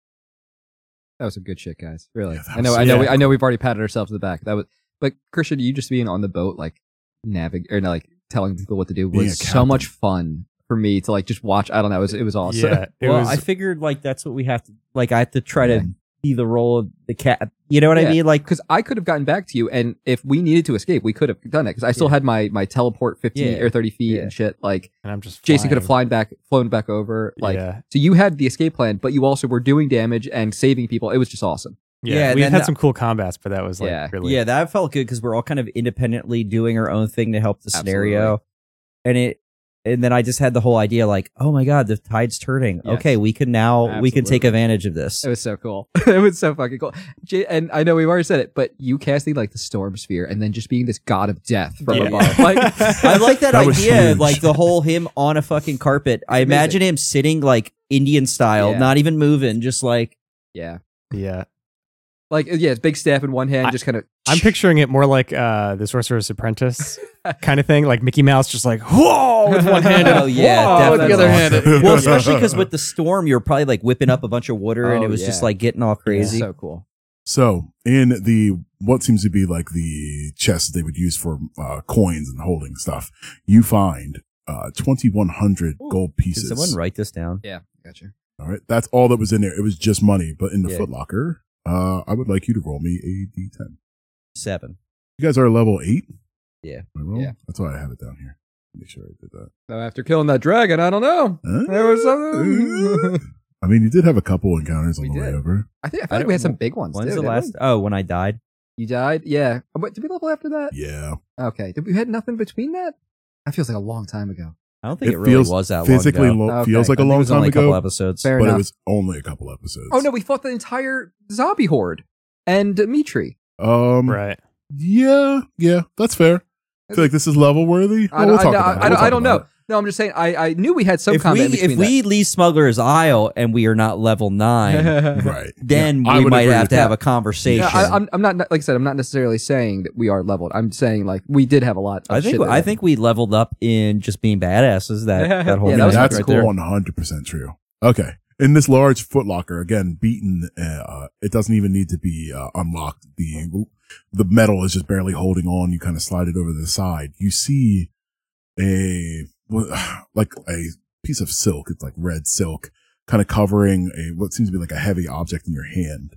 Speaker 3: That was some good shit, guys. Really.
Speaker 1: Yeah, that
Speaker 3: I know.
Speaker 1: was-
Speaker 3: I know.
Speaker 1: yeah.
Speaker 3: We, I know. We've already patted ourselves in the back. That was. But Christian, you just being on the boat, like navig or no, like telling people what to do,
Speaker 1: Being a
Speaker 3: was so
Speaker 1: captain.
Speaker 3: much fun for me to like just watch. I don't know. It was. It was awesome.
Speaker 5: Yeah, it
Speaker 6: well,
Speaker 5: was,
Speaker 6: I figured like that's what we have to like. I have to try
Speaker 3: Yeah.
Speaker 6: to be the role of the cat. You know what
Speaker 3: Yeah.
Speaker 6: I mean? Like
Speaker 3: because I could have gotten back to you, and if we needed to escape, we could have done it. Because I still had my my teleport fifteen
Speaker 6: Yeah.
Speaker 3: or thirty feet
Speaker 6: Yeah.
Speaker 3: and shit. Like
Speaker 5: and I'm just
Speaker 3: Jason could have
Speaker 5: flying.
Speaker 3: flown back, flown back over. Like
Speaker 5: yeah,
Speaker 3: so, you had the escape plan, but you also were doing damage and saving people. It was just awesome.
Speaker 5: yeah.
Speaker 6: Yeah,
Speaker 5: we
Speaker 6: then
Speaker 5: had
Speaker 6: the-
Speaker 5: some cool combats, but that was like
Speaker 3: Yeah.
Speaker 5: really
Speaker 6: yeah, that felt good because we're all kind of independently doing our own thing to help the scenario, and it. And then I just had the whole idea, like, oh my god, the tide's turning.
Speaker 3: Yes.
Speaker 6: Okay, we can now we can take
Speaker 3: Absolutely.
Speaker 6: advantage of this.
Speaker 3: It was so cool. [laughs] it was so fucking cool. J- and I know we've already said it, but you casting like the storm sphere and then just being this god of death from
Speaker 5: Yeah.
Speaker 3: above, [laughs]
Speaker 5: [laughs]
Speaker 3: like
Speaker 6: I like that,
Speaker 1: That was
Speaker 6: idea,
Speaker 1: huge.
Speaker 6: like the whole him on a fucking carpet. I
Speaker 3: Amazing.
Speaker 6: imagine him sitting like Indian style,
Speaker 3: Yeah.
Speaker 6: not even moving, just like
Speaker 3: yeah,
Speaker 5: yeah.
Speaker 3: like uh, yeah, it's big staff in one hand,
Speaker 5: I-
Speaker 3: just kind of.
Speaker 5: I'm
Speaker 3: [sniffs]
Speaker 5: picturing it more like uh, the Sorcerer's
Speaker 4: [laughs]
Speaker 5: Apprentice kind of thing, like Mickey Mouse just like whoa with one hand. and
Speaker 6: Oh, yeah,
Speaker 5: whoa with the
Speaker 6: definitely.
Speaker 5: other
Speaker 1: [laughs]
Speaker 5: hand.
Speaker 6: well, especially because with the storm, you're probably like whipping up a bunch of water, and
Speaker 3: Oh,
Speaker 6: it was
Speaker 3: yeah.
Speaker 6: just like getting all crazy.
Speaker 3: So cool.
Speaker 1: So in the what seems to be like the chest that they would use for uh, coins and holding stuff, you find uh, twenty one hundred gold
Speaker 6: Did
Speaker 1: pieces.
Speaker 6: someone write this down?
Speaker 3: Yeah, gotcha.
Speaker 1: All right, that's all that was in there. It was just money, but in the
Speaker 6: Yeah.
Speaker 1: Foot Locker, uh, I would like you to roll me a d10.
Speaker 6: Seven.
Speaker 1: You guys are level eight.
Speaker 6: Yeah.
Speaker 1: Am I wrong?
Speaker 3: Yeah.
Speaker 1: That's why I have it down here. Make sure I did that.
Speaker 3: So after killing that dragon, I
Speaker 1: [laughs]
Speaker 3: don't know. There was something. [laughs]
Speaker 1: Uh, I mean, you did have a couple encounters on
Speaker 3: We
Speaker 1: the way
Speaker 3: did.
Speaker 1: over.
Speaker 3: I think I
Speaker 6: I
Speaker 3: feel like
Speaker 6: don't-
Speaker 3: we had some big ones.
Speaker 6: When's
Speaker 3: too,
Speaker 6: the
Speaker 3: didn't
Speaker 6: last?
Speaker 3: we?
Speaker 6: Oh, when I died.
Speaker 3: You died? Yeah. Oh, Wait, did we level after that?
Speaker 1: Yeah,
Speaker 3: Okay. Did we had nothing between that? That feels like a long time ago.
Speaker 6: I don't think
Speaker 1: It
Speaker 6: it, really
Speaker 1: feels
Speaker 6: was that
Speaker 1: physically
Speaker 6: long ago.
Speaker 1: lo-
Speaker 3: Okay,
Speaker 1: feels like
Speaker 6: I
Speaker 1: a
Speaker 6: think it
Speaker 1: long
Speaker 6: was
Speaker 1: time
Speaker 6: only a couple
Speaker 1: ago,
Speaker 6: episodes.
Speaker 3: Fair
Speaker 1: but
Speaker 3: enough.
Speaker 1: it was only a couple episodes.
Speaker 3: oh no, we fought the entire zombie horde and Dimitri.
Speaker 1: Um,
Speaker 5: Right.
Speaker 1: Yeah, yeah, that's fair. feel like this is level worthy.
Speaker 3: Uh, I
Speaker 1: Well, we'll
Speaker 3: don't, I,
Speaker 1: talk
Speaker 3: don't-
Speaker 1: about it.
Speaker 3: I,
Speaker 1: We'll
Speaker 3: don't, I
Speaker 1: talk
Speaker 3: don't
Speaker 1: about
Speaker 3: know. No, I'm just saying I, I knew we had some
Speaker 4: if we
Speaker 3: combat
Speaker 4: if
Speaker 3: between
Speaker 4: we leave Smuggler's Isle and we are not
Speaker 3: [laughs]
Speaker 4: level nine,
Speaker 1: it.
Speaker 5: Right.
Speaker 1: Right.
Speaker 4: then
Speaker 1: Yeah, I
Speaker 4: we
Speaker 1: would
Speaker 4: might
Speaker 1: agree
Speaker 4: have
Speaker 1: with
Speaker 4: to have
Speaker 3: that.
Speaker 4: a conversation.
Speaker 3: Yeah, I, I'm, I'm not like I said. I'm not necessarily saying that we are leveled. I'm saying like we did have a lot. Of
Speaker 4: I think
Speaker 3: shit that
Speaker 4: I think we leveled up in just being badasses. That that whole
Speaker 3: Yeah,
Speaker 4: thing
Speaker 3: that was
Speaker 1: that's
Speaker 3: right there.
Speaker 1: one hundred percent true. Okay, in this large Footlocker, again beaten, uh, uh, it doesn't even need to be uh, unlocked. The the metal is just barely holding on. You kind of slide it over to the side. You see a [sighs] like a piece of silk. It's like red silk, kind of covering a what seems to be like a heavy object in your hand,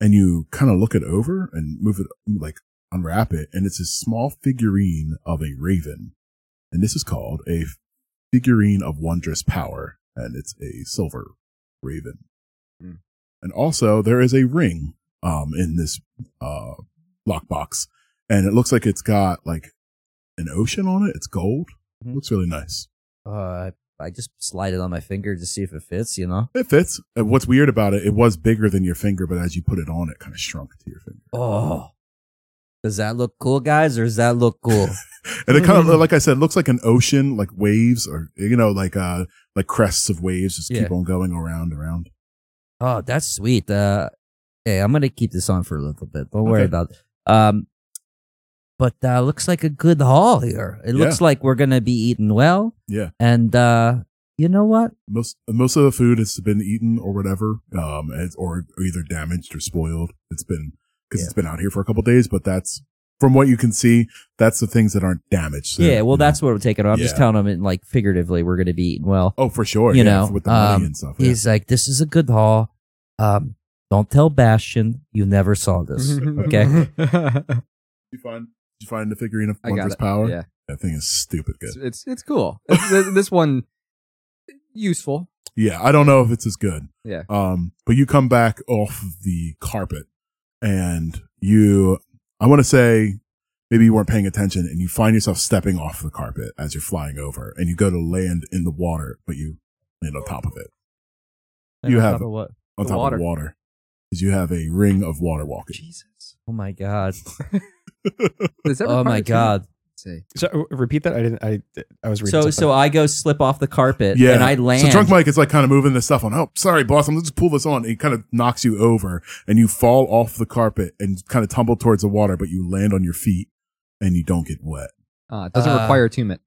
Speaker 1: and you kind of look it over and move it like unwrap it, and it's a small figurine of a raven, and this is called a figurine of wondrous power, and it's a silver raven.
Speaker 3: Hmm.
Speaker 1: And also, there is a ring um, in this uh, lockbox, and it looks like it's got like an ocean on it. It's gold.
Speaker 4: Mhm.
Speaker 1: Looks really nice.
Speaker 4: Uh, I just slide it on my finger to see if it fits. You know.
Speaker 1: It fits. And what's weird about it, it was bigger than your finger, but as you put it on, it kind of shrunk to your finger.
Speaker 4: Oh, does that look cool, guys, or does that look [laughs] cool?
Speaker 1: And it kind of, like I said, looks like an ocean, like waves, or you know, like uh, like crests of waves just
Speaker 4: Yeah.
Speaker 1: keep on going around, around.
Speaker 4: oh, that's sweet. Uh, hey, I'm gonna keep this on for a little bit. Don't worry
Speaker 1: Okay.
Speaker 4: about. It. Um, but uh, looks like a good haul here. It
Speaker 1: Yeah.
Speaker 4: looks like we're gonna be eating well,
Speaker 1: Yeah.
Speaker 4: and uh, you know what?
Speaker 1: most most of the food has been eaten or whatever, um, it's, or either damaged or spoiled. It's been because it's been out here for a couple days, but that's from what you can see. That's the things that aren't damaged. So,
Speaker 4: yeah,
Speaker 1: you
Speaker 4: well,
Speaker 1: know.
Speaker 4: that's what I'm taking. I'm just
Speaker 1: Yeah.
Speaker 4: telling him, in, like figuratively, we're gonna be eating well.
Speaker 1: oh for sure.
Speaker 4: you
Speaker 1: yeah,
Speaker 4: know,
Speaker 1: with the money
Speaker 4: um,
Speaker 1: and stuff. yeah.
Speaker 4: He's like, this is a good haul. Um, don't tell Bastion you
Speaker 1: [laughs]
Speaker 4: never saw this. [laughs] okay.
Speaker 5: okay.
Speaker 1: Did you find did you find the figurine of
Speaker 3: I got
Speaker 1: wondrous
Speaker 3: it.
Speaker 1: power?
Speaker 3: Yeah,
Speaker 1: That thing is stupid good.
Speaker 3: it's it's, it's cool. It's- th- this one useful.
Speaker 1: Yeah, I don't know if it's as good.
Speaker 3: Yeah.
Speaker 1: Um, but you come back off of the carpet and you, I want to say maybe you weren't paying attention and you find yourself stepping off the carpet as you're flying over and you go to land in the water, but you land on top of it, You
Speaker 4: On
Speaker 1: have-
Speaker 4: top of what?
Speaker 1: on
Speaker 3: The
Speaker 1: top
Speaker 3: water.
Speaker 1: of water. Because you have a ring of water walking.
Speaker 3: Jesus.
Speaker 4: Oh my god.
Speaker 3: Is that
Speaker 4: Oh
Speaker 3: required
Speaker 4: my
Speaker 3: to
Speaker 4: god.
Speaker 3: say?
Speaker 5: [laughs] So uh, repeat that. I didn't. I I was reading.
Speaker 4: So so [laughs] I go slip off the carpet
Speaker 1: Yeah.
Speaker 4: and I land.
Speaker 1: So Drunk Mike is like kind of moving this stuff on. Oh, sorry, boss. I'm gonna just pull this on. He kind of knocks you over and you fall off the carpet and kind of tumble towards the water, but you land on your feet and you don't get wet.
Speaker 3: Uh, it doesn't
Speaker 4: Uh,
Speaker 3: require attunement.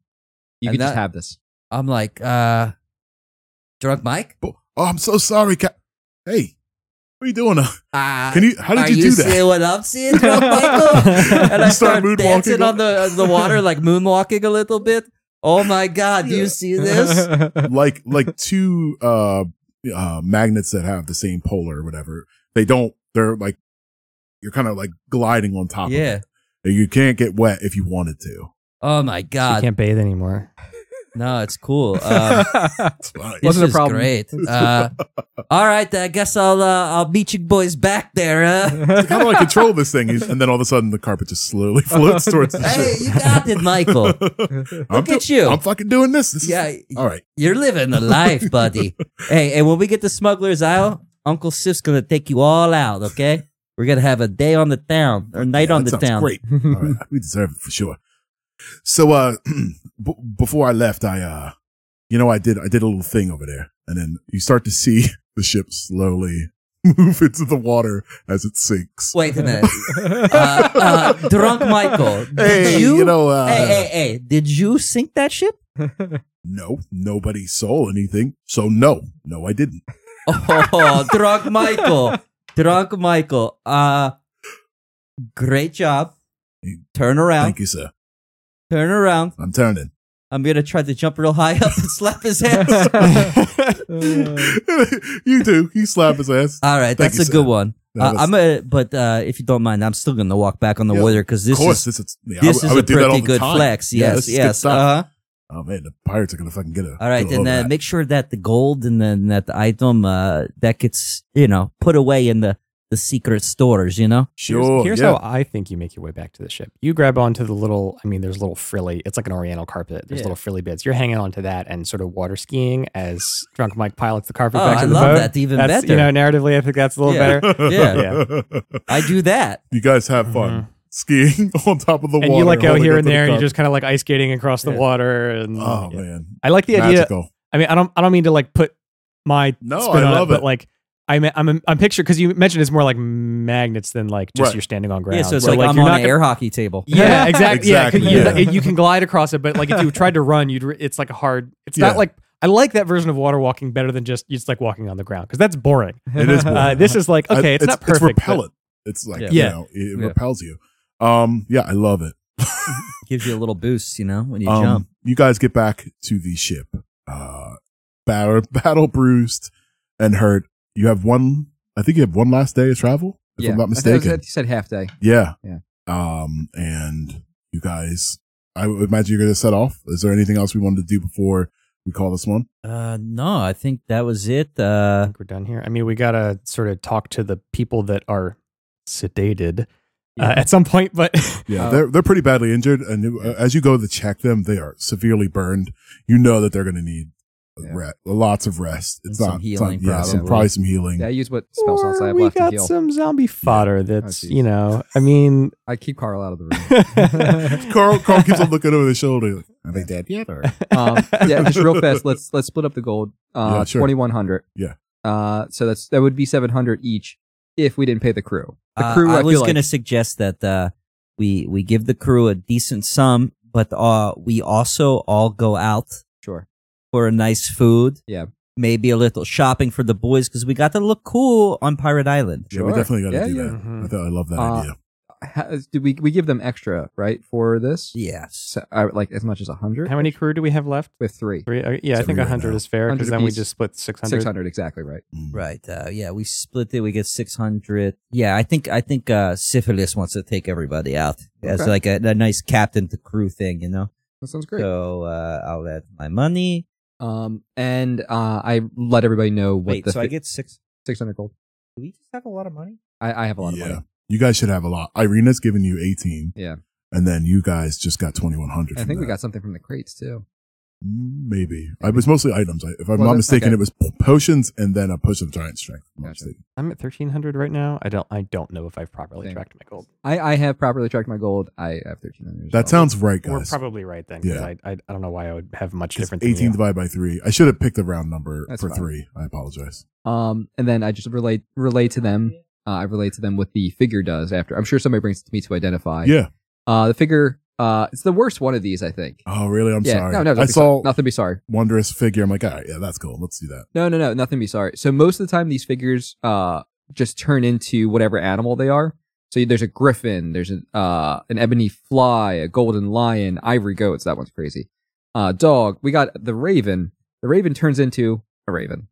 Speaker 3: You
Speaker 4: and
Speaker 3: can just
Speaker 4: that-
Speaker 3: have
Speaker 4: [laughs]
Speaker 3: this.
Speaker 4: I'm like, uh, Drunk Mike.
Speaker 1: But, oh, I'm so sorry, Cap. Hey, what are you doing? [laughs] now?
Speaker 4: Uh,
Speaker 1: Can you? How
Speaker 4: are
Speaker 1: did you, do that?
Speaker 4: see what I'm seeing,
Speaker 1: [laughs]
Speaker 4: Drunk Michael? and I
Speaker 1: You start
Speaker 4: start,
Speaker 1: moonwalking
Speaker 4: dancing
Speaker 1: up-
Speaker 4: on the on the water, like moonwalking a little bit. Oh my god, do you see
Speaker 5: [laughs]
Speaker 4: this?
Speaker 1: [laughs] like like two uh, uh magnets that have the same polar or whatever. They don't. They're like you're kind of like gliding on top.
Speaker 4: yeah.
Speaker 1: Of it. You can't get wet if you wanted to.
Speaker 4: Oh my
Speaker 5: you
Speaker 4: god.
Speaker 5: can't bathe anymore.
Speaker 4: No, it's
Speaker 1: [laughs]
Speaker 4: cool.
Speaker 5: [laughs]
Speaker 4: Um,
Speaker 1: That's
Speaker 4: [laughs]
Speaker 1: fine.
Speaker 4: This
Speaker 3: Wasn't a
Speaker 4: is
Speaker 3: problem. [laughs]
Speaker 4: Great. Uh, all right, I guess I'll uh, I'll meet you boys back there.
Speaker 3: [laughs]
Speaker 4: Uh.
Speaker 1: It's like, how do I control this thing? He's- And then all of a sudden, the carpet just slowly [laughs]
Speaker 4: [laughs]
Speaker 1: floats towards the
Speaker 4: hey,
Speaker 1: ship.
Speaker 4: you got it, Michael.
Speaker 1: [laughs] I'm
Speaker 4: Look at
Speaker 1: do-
Speaker 4: you.
Speaker 1: I'm fucking doing this. This is-
Speaker 4: Yeah,
Speaker 1: all right.
Speaker 4: you're living the life,
Speaker 1: [laughs]
Speaker 4: buddy. hey, and when we get to Smuggler's Isle, Uncle Sif's gonna take you all out. Okay, we're gonna have a day on the town or night
Speaker 1: Yeah,
Speaker 4: on
Speaker 1: that
Speaker 4: the
Speaker 1: sounds
Speaker 4: town.
Speaker 1: Great. [laughs] All right. We deserve it for sure. So, uh, [clears throat] b- before I left, I, uh, you know, I did, I did a little thing over there and then you start to see [laughs] the ship slowly [laughs] move into the water as it sinks.
Speaker 4: Wait a
Speaker 1: [laughs]
Speaker 4: minute, uh, uh, drunk Michael. Did
Speaker 1: Hey,
Speaker 4: you?
Speaker 1: you, know, uh,
Speaker 4: hey, hey, hey! Did you sink that ship?
Speaker 1: no, nobody saw anything. So no, no, I didn't.
Speaker 4: Oh, drunk Michael. Drunk Michael. Uh great job. Turn around.
Speaker 1: Thank you, sir.
Speaker 4: Turn around.
Speaker 1: I'm turning.
Speaker 4: [laughs]
Speaker 1: [laughs]
Speaker 4: I'm gonna try to jump real high up and slap his head.
Speaker 1: you do. You slap his ass.
Speaker 4: All
Speaker 1: Thank
Speaker 4: right, that's
Speaker 1: you,
Speaker 4: a
Speaker 1: sir.
Speaker 4: good one.
Speaker 1: That
Speaker 4: Uh,
Speaker 1: was-
Speaker 4: I'm a, but uh, if you don't mind, I'm still gonna walk back on the
Speaker 1: Yeah,
Speaker 4: water because
Speaker 1: Of
Speaker 4: this
Speaker 1: course,
Speaker 4: is
Speaker 1: this is, yeah, I would-
Speaker 4: this
Speaker 1: I
Speaker 4: is a
Speaker 1: would do that all
Speaker 4: pretty
Speaker 1: the
Speaker 4: good
Speaker 1: time.
Speaker 4: flex.
Speaker 1: Yeah,
Speaker 4: Yes,
Speaker 1: this is good
Speaker 4: yes.
Speaker 1: stuff.
Speaker 4: Uh-huh.
Speaker 1: Oh man, the pirates are gonna fucking get it.
Speaker 4: All right, and uh, make sure that the gold and then that item uh, that gets you know put away in the the secret stores. You know.
Speaker 1: sure.
Speaker 5: Here's, here's
Speaker 1: yeah.
Speaker 5: how I think you make your way back to the ship. You grab onto the little, I mean, there's little frilly, it's like an oriental carpet. There's
Speaker 4: Yeah.
Speaker 5: little frilly bits. You're hanging onto that and sort of water skiing as Drunk Mike pilots the
Speaker 4: Oh,
Speaker 5: carpet back
Speaker 4: I
Speaker 5: to the
Speaker 4: love
Speaker 5: boat.
Speaker 4: that even
Speaker 5: That's,
Speaker 1: [laughs]
Speaker 4: better.
Speaker 5: you know, narratively, I think that's a little
Speaker 4: Yeah.
Speaker 5: better.
Speaker 4: Yeah. I do that.
Speaker 1: you guys have fun.
Speaker 5: Mhm.
Speaker 1: skiing [laughs] on top of the
Speaker 5: and
Speaker 1: water.
Speaker 5: you like go
Speaker 1: holding
Speaker 5: here
Speaker 1: onto
Speaker 5: and
Speaker 1: the
Speaker 5: there, and you're
Speaker 1: cup.
Speaker 5: just kind of like ice skating across the Yeah. water. And
Speaker 1: oh
Speaker 5: yeah.
Speaker 1: man,
Speaker 5: I like the idea.
Speaker 1: magical.
Speaker 5: I mean, I don't, I don't mean to like put my
Speaker 1: No,
Speaker 5: spin
Speaker 1: I
Speaker 5: on
Speaker 1: love
Speaker 5: it, but
Speaker 1: it.
Speaker 5: like, I'm, I'm, I'm picturing because you mentioned it's more like magnets than like just
Speaker 1: Right.
Speaker 5: you're standing on ground.
Speaker 4: Yeah, so it's
Speaker 5: So,
Speaker 4: like, I'm
Speaker 5: you're
Speaker 4: on
Speaker 5: not
Speaker 4: an
Speaker 5: gonna-
Speaker 4: air hockey [laughs] table.
Speaker 5: [laughs] Yeah, exactly. Yeah, 'cause
Speaker 1: Exactly,
Speaker 5: you-
Speaker 1: yeah.
Speaker 5: it- you can glide across it, but like if you tried to run, you'd re- it's like a hard. It's
Speaker 1: Yeah.
Speaker 5: not like I like that version of water walking better than just it's like walking on the ground because that's boring.
Speaker 1: It is boring.
Speaker 5: [laughs] Uh, this is like
Speaker 1: I-
Speaker 5: okay, it's, not perfect.
Speaker 1: It's
Speaker 5: but-
Speaker 1: repellent. It's like
Speaker 4: Yeah.
Speaker 1: you
Speaker 5: Yeah.
Speaker 1: know, it
Speaker 3: Yeah.
Speaker 1: repels you. Um, yeah, I love it.
Speaker 4: Gives you a little boost, you know, when you
Speaker 1: um, You guys get back to the ship. Uh, battle, [laughs] battle bruised and hurt. You have one. I think you have one last day of travel, if
Speaker 3: [laughs]
Speaker 1: I'm not
Speaker 3: I think I
Speaker 1: mistaken.
Speaker 3: said- you said half day.
Speaker 1: Yeah.
Speaker 3: Yeah.
Speaker 1: Um, and you guys, I would imagine you're going to set off. Is there anything else we wanted to do before we call this one?
Speaker 4: Uh, no, I think that was it.
Speaker 5: I
Speaker 4: Uh,
Speaker 5: think we're done here. I mean, we gotta sort of talk to the people that are sedated uh,
Speaker 4: Yeah.
Speaker 5: at some
Speaker 3: [laughs]
Speaker 5: point, but
Speaker 1: Yeah.
Speaker 3: Uh,
Speaker 1: they're, they're pretty badly injured. And uh, as you go to check them, they are severely burned. You know that they're going to need
Speaker 3: Yeah.
Speaker 1: re- lots of rest. It's
Speaker 4: And
Speaker 1: not
Speaker 4: some healing,
Speaker 1: it's not- yeah, some-
Speaker 3: probably.
Speaker 1: probably some healing.
Speaker 3: Yeah, I use what spell slots I
Speaker 5: [laughs] or
Speaker 3: have
Speaker 5: we
Speaker 3: left to
Speaker 5: got
Speaker 3: heal.
Speaker 5: some zombie fodder
Speaker 3: [laughs]
Speaker 5: that's
Speaker 3: geez.
Speaker 5: you know. I mean,
Speaker 3: I keep Carl out of the room.
Speaker 1: Carl, Carl
Speaker 3: [laughs]
Speaker 1: keeps on looking over his shoulder. like, [laughs] Are they dead yet? Or
Speaker 3: Um, yeah,
Speaker 1: [laughs]
Speaker 3: just real fast. Let's let's split up the gold. Uh,
Speaker 1: Yeah, sure.
Speaker 3: twenty one hundred.
Speaker 1: Yeah.
Speaker 3: Uh, so that's that would be seven hundred each if we didn't pay the crew. The
Speaker 4: uh,
Speaker 3: crew, I,
Speaker 4: I, was
Speaker 3: feel
Speaker 4: going to
Speaker 3: like,
Speaker 4: suggest that uh, we we give the crew a decent sum, but uh, we also all go out
Speaker 3: sure.
Speaker 4: for a nice food.
Speaker 3: Yeah.
Speaker 4: Maybe a little shopping for the boys because we got to look cool on Pirate Island.
Speaker 1: yeah, we
Speaker 3: Sure.
Speaker 1: definitely got to
Speaker 3: Yeah,
Speaker 1: do
Speaker 3: yeah.
Speaker 1: that.
Speaker 5: Mhm.
Speaker 1: I thought I love that
Speaker 3: Uh,
Speaker 1: idea.
Speaker 3: Ha- Did we we give them extra right for this?
Speaker 4: Yes.
Speaker 3: So, I, like as much as hundred
Speaker 5: [laughs] how many crew do we have left?
Speaker 3: with three.
Speaker 5: Three. Uh, yeah, I
Speaker 1: Three
Speaker 5: think
Speaker 1: right
Speaker 5: hundred
Speaker 1: now.
Speaker 5: is fair
Speaker 3: 100
Speaker 5: because then we
Speaker 3: piece.
Speaker 5: just split six
Speaker 3: Six
Speaker 5: hundred.
Speaker 3: hundred exactly right.
Speaker 1: Mm.
Speaker 4: Right. Uh, yeah, we split it. We get six hundred. Yeah, I think I think uh, syphilis wants to take everybody out as
Speaker 3: Okay.
Speaker 4: like a, a nice captain to crew thing, you know.
Speaker 3: That sounds great.
Speaker 4: So uh, I'll add my money.
Speaker 3: Um, and uh, I let everybody know what
Speaker 4: Wait,
Speaker 3: the
Speaker 4: so I get six.
Speaker 3: six hundred gold.
Speaker 4: Do we just have a lot of money?
Speaker 3: I, I have a lot
Speaker 1: yeah.
Speaker 3: of money.
Speaker 1: You guys should have a lot. Irina's giving you 18.
Speaker 3: Yeah.
Speaker 1: And then you guys just got 2100.
Speaker 3: I
Speaker 1: from
Speaker 3: think we
Speaker 1: that.
Speaker 3: got something from the crates too.
Speaker 1: Maybe. I it was mostly items. I- If I'm
Speaker 3: Was
Speaker 1: not
Speaker 3: it?
Speaker 1: mistaken,
Speaker 3: Okay.
Speaker 1: it was p- potions and then a potion of giant strength. if I'm not
Speaker 3: Gotcha.
Speaker 1: mistaken.
Speaker 5: I'm at thirteen hundred right now. I don't. I don't know if I've properly
Speaker 3: Same.
Speaker 5: tracked my gold.
Speaker 3: I, I have properly tracked my gold. I have thirteen hundred.
Speaker 1: That sounds right,
Speaker 5: We're
Speaker 1: guys.
Speaker 5: probably right then. 'cause
Speaker 1: Yeah.
Speaker 5: I, I I don't know why I would have much
Speaker 1: 'Cause
Speaker 5: different.
Speaker 1: 18
Speaker 5: Eighteen.
Speaker 1: divided by 3. I should have picked the round number
Speaker 3: That's
Speaker 1: for
Speaker 3: fine.
Speaker 1: 3. I apologize.
Speaker 3: Um, and then I just relate relate to them. Uh, I relate to them what the figure does after. I'm sure somebody brings it to me to identify.
Speaker 1: yeah.
Speaker 3: Uh, the figure. Uh, it's the worst one of these, I think.
Speaker 1: Oh, really? I'm
Speaker 3: yeah.
Speaker 1: sorry.
Speaker 3: No, no. don't
Speaker 1: I
Speaker 3: be sorry.
Speaker 1: saw
Speaker 3: nothing. Be sorry.
Speaker 1: wondrous figure. I'm like, all right, yeah, that's cool. Let's do that.
Speaker 3: No, no, no. Nothing. Be sorry. So most of the time, these figures uh just turn into whatever animal they are. So there's a griffin. There's an uh an ebony fly, a golden lion, ivory goats. That one's crazy. Uh, dog. We got the raven. The raven turns into a raven.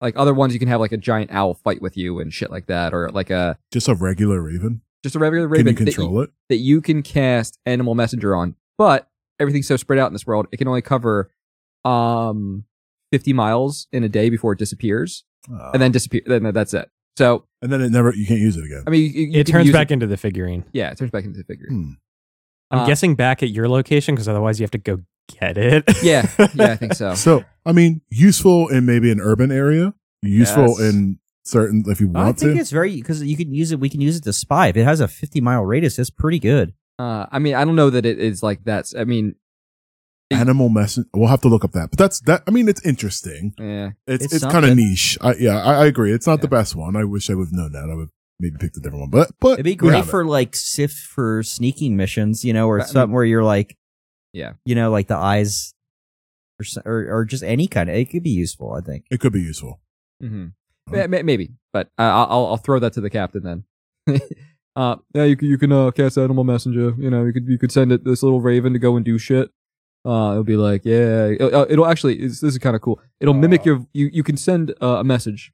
Speaker 3: Like other ones, you can have like a giant owl fight with you and shit like that, or like a
Speaker 1: Just a regular raven.
Speaker 3: just a regular raven
Speaker 1: Can you
Speaker 3: that,
Speaker 1: control
Speaker 3: you,
Speaker 1: it?
Speaker 3: that you can cast animal messenger on but everything's so spread out in this world it can only cover um 50 miles in a day before it disappears
Speaker 1: Ah.
Speaker 3: and then disappear then that's it so
Speaker 1: and then it never, you can't use it again.
Speaker 3: i mean you, you
Speaker 5: It
Speaker 3: can
Speaker 5: turns
Speaker 3: use
Speaker 5: back into the figurine.
Speaker 3: yeah it turns back into the figure
Speaker 1: Hmm.
Speaker 5: I'm
Speaker 3: Uh,
Speaker 5: guessing back at your location because otherwise you have to go get it.
Speaker 3: yeah
Speaker 5: [laughs]
Speaker 3: yeah i think
Speaker 1: [laughs]
Speaker 3: so
Speaker 1: So, I mean, useful in maybe an urban area, useful
Speaker 5: Yes.
Speaker 1: in certain, if you want
Speaker 4: I think
Speaker 1: to.
Speaker 4: it's very because you can use it. We can use it to spy. If it has a fifty mile radius, that's pretty good.
Speaker 3: uh, i mean i don't know that it is like that's i mean
Speaker 1: Animal messenger. We'll have to look up that, but that's that. I mean, it's interesting.
Speaker 3: yeah
Speaker 1: It's it's,
Speaker 4: It's
Speaker 1: kind of
Speaker 4: something.
Speaker 1: niche. I, yeah, I, I agree. It's not the
Speaker 3: Yeah.
Speaker 1: best one. I wish I would have known that. I would maybe picked a different one. But but
Speaker 4: It'd be
Speaker 1: we
Speaker 4: great
Speaker 1: have it.
Speaker 4: for like sift for sneaking missions, you know, or
Speaker 3: But, I mean-
Speaker 4: something where you're like,
Speaker 3: Yeah.
Speaker 4: you know, like the eyes, or so- or, or just any kind of. It could be useful, I think.
Speaker 1: It could be useful. [laughs]
Speaker 3: hmm
Speaker 1: Huh?
Speaker 3: maybe but I I'll, I'll throw that to the captain then [laughs] uh yeah you can you can uh, cast animal messenger you know you could you could send it this little raven to go and do shit uh it'll be like yeah it'll, uh, it'll actually it's, this is kind of cool it'll mimic your you you can send uh, a message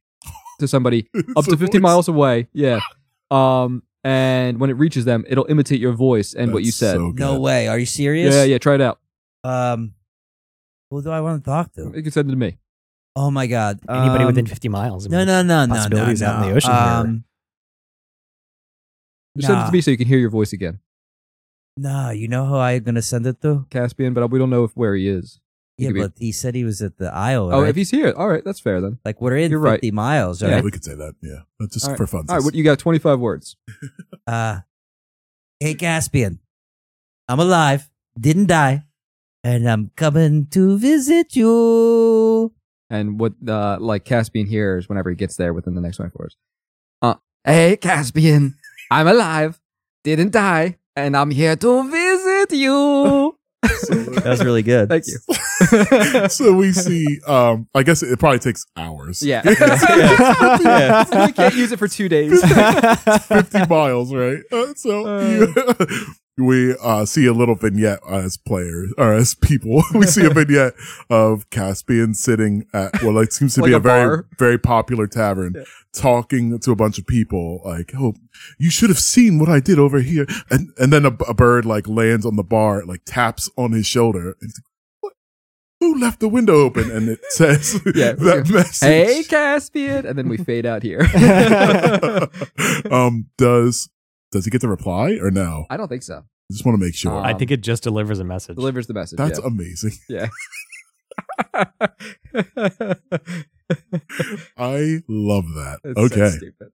Speaker 3: to somebody up
Speaker 1: It's
Speaker 3: to
Speaker 1: a
Speaker 3: 50
Speaker 1: voice.
Speaker 3: miles away yeah um and when it reaches them it'll imitate your voice and what you
Speaker 1: That's
Speaker 3: said
Speaker 1: so good.
Speaker 4: No way. Are you serious?
Speaker 3: yeah yeah try it out
Speaker 4: Um, who do I want to talk to?
Speaker 3: you can send it to me
Speaker 4: Oh my god.
Speaker 5: Anybody
Speaker 4: Um,
Speaker 5: within 50 miles. I
Speaker 4: No,
Speaker 5: mean,
Speaker 4: no, no, no, no,
Speaker 5: possibilities
Speaker 4: no.
Speaker 5: out in the ocean here.
Speaker 4: Um,
Speaker 3: just send it
Speaker 4: Nah.
Speaker 3: to me so you can hear your voice again
Speaker 4: nah, you know who I'm gonna send it to?
Speaker 3: caspian but we don't know if where he is
Speaker 4: Yeah,
Speaker 3: could be-
Speaker 4: but he said he was at the Isle.
Speaker 3: oh
Speaker 4: right?
Speaker 3: if he's here all right that's fair then
Speaker 4: like we're in
Speaker 3: You're right.
Speaker 4: 50 miles,
Speaker 1: Yeah,
Speaker 4: right?
Speaker 1: we could say that. Yeah, But just [laughs]
Speaker 3: All right.
Speaker 1: for fun.
Speaker 3: All right, what you got? Twenty-five words.
Speaker 4: Uh, Hey, Caspian, I'm alive, didn't die, and I'm coming to visit
Speaker 3: Oh,
Speaker 4: you.
Speaker 3: And what uh, like Caspian hears whenever he gets there within the next 24 hours. Uh, hey, Caspian, I'm alive, didn't die, and I'm here to visit you.
Speaker 6: That was really good.
Speaker 3: Thank you.
Speaker 1: [laughs] so
Speaker 3: [laughs]
Speaker 1: we see um i guess it probably takes hours
Speaker 3: Yeah.
Speaker 6: Yeah.
Speaker 3: you can't use it for
Speaker 1: [laughs]
Speaker 3: two days.
Speaker 1: 50 miles right Uh, so you- [laughs] we uh see a little vignette as players or as people [laughs] we
Speaker 3: [laughs]
Speaker 1: see a vignette of caspian sitting at what like seems to
Speaker 3: Like
Speaker 1: be a,
Speaker 3: a
Speaker 1: very
Speaker 3: bar.
Speaker 1: very popular tavern talking to a bunch of people like oh you should have seen what i did over here and and then a, a bird like lands on the bar like taps on his shoulder and he's like, "What? who left the window open? And it says [laughs]
Speaker 3: Yeah.
Speaker 1: that message
Speaker 3: hey, Caspian. And then we fade
Speaker 1: [laughs]
Speaker 3: out here.
Speaker 1: um, does does he get the reply or no? I
Speaker 3: I don't think so.
Speaker 1: just want to make sure.
Speaker 5: I
Speaker 3: Um,
Speaker 5: think it just delivers a message.
Speaker 3: Delivers the message.
Speaker 1: That's amazing.
Speaker 3: [laughs] yeah.
Speaker 1: I love that.
Speaker 3: It's so
Speaker 1: okay,
Speaker 3: stupid.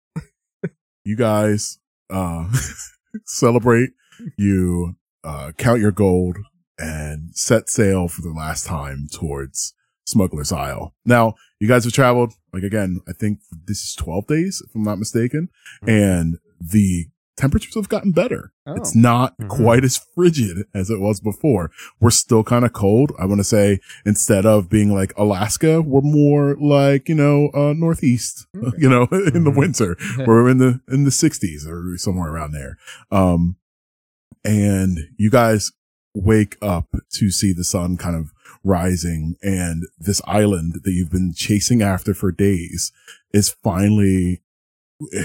Speaker 1: you guys uh, [laughs] celebrate. You uh, count your gold and set sail for the last time towards Smuggler's Isle. Now, you guys have traveled like again. I think this is twelve days, if I'm not mistaken, and the temperatures have gotten better.
Speaker 3: Oh.
Speaker 1: It's not
Speaker 5: Mhm.
Speaker 1: quite as frigid as it was before. We're still kind of cold. I want to say instead of being like Alaska, we're more like, you know, uh, Northeast,
Speaker 3: Okay.
Speaker 1: [laughs] you know, in the
Speaker 5: Mhm.
Speaker 1: winter. we're in the, in the 60s or somewhere around there. Um, and you guys wake up to see the sun kind of rising and this island that you've been chasing after for days is finally [sighs]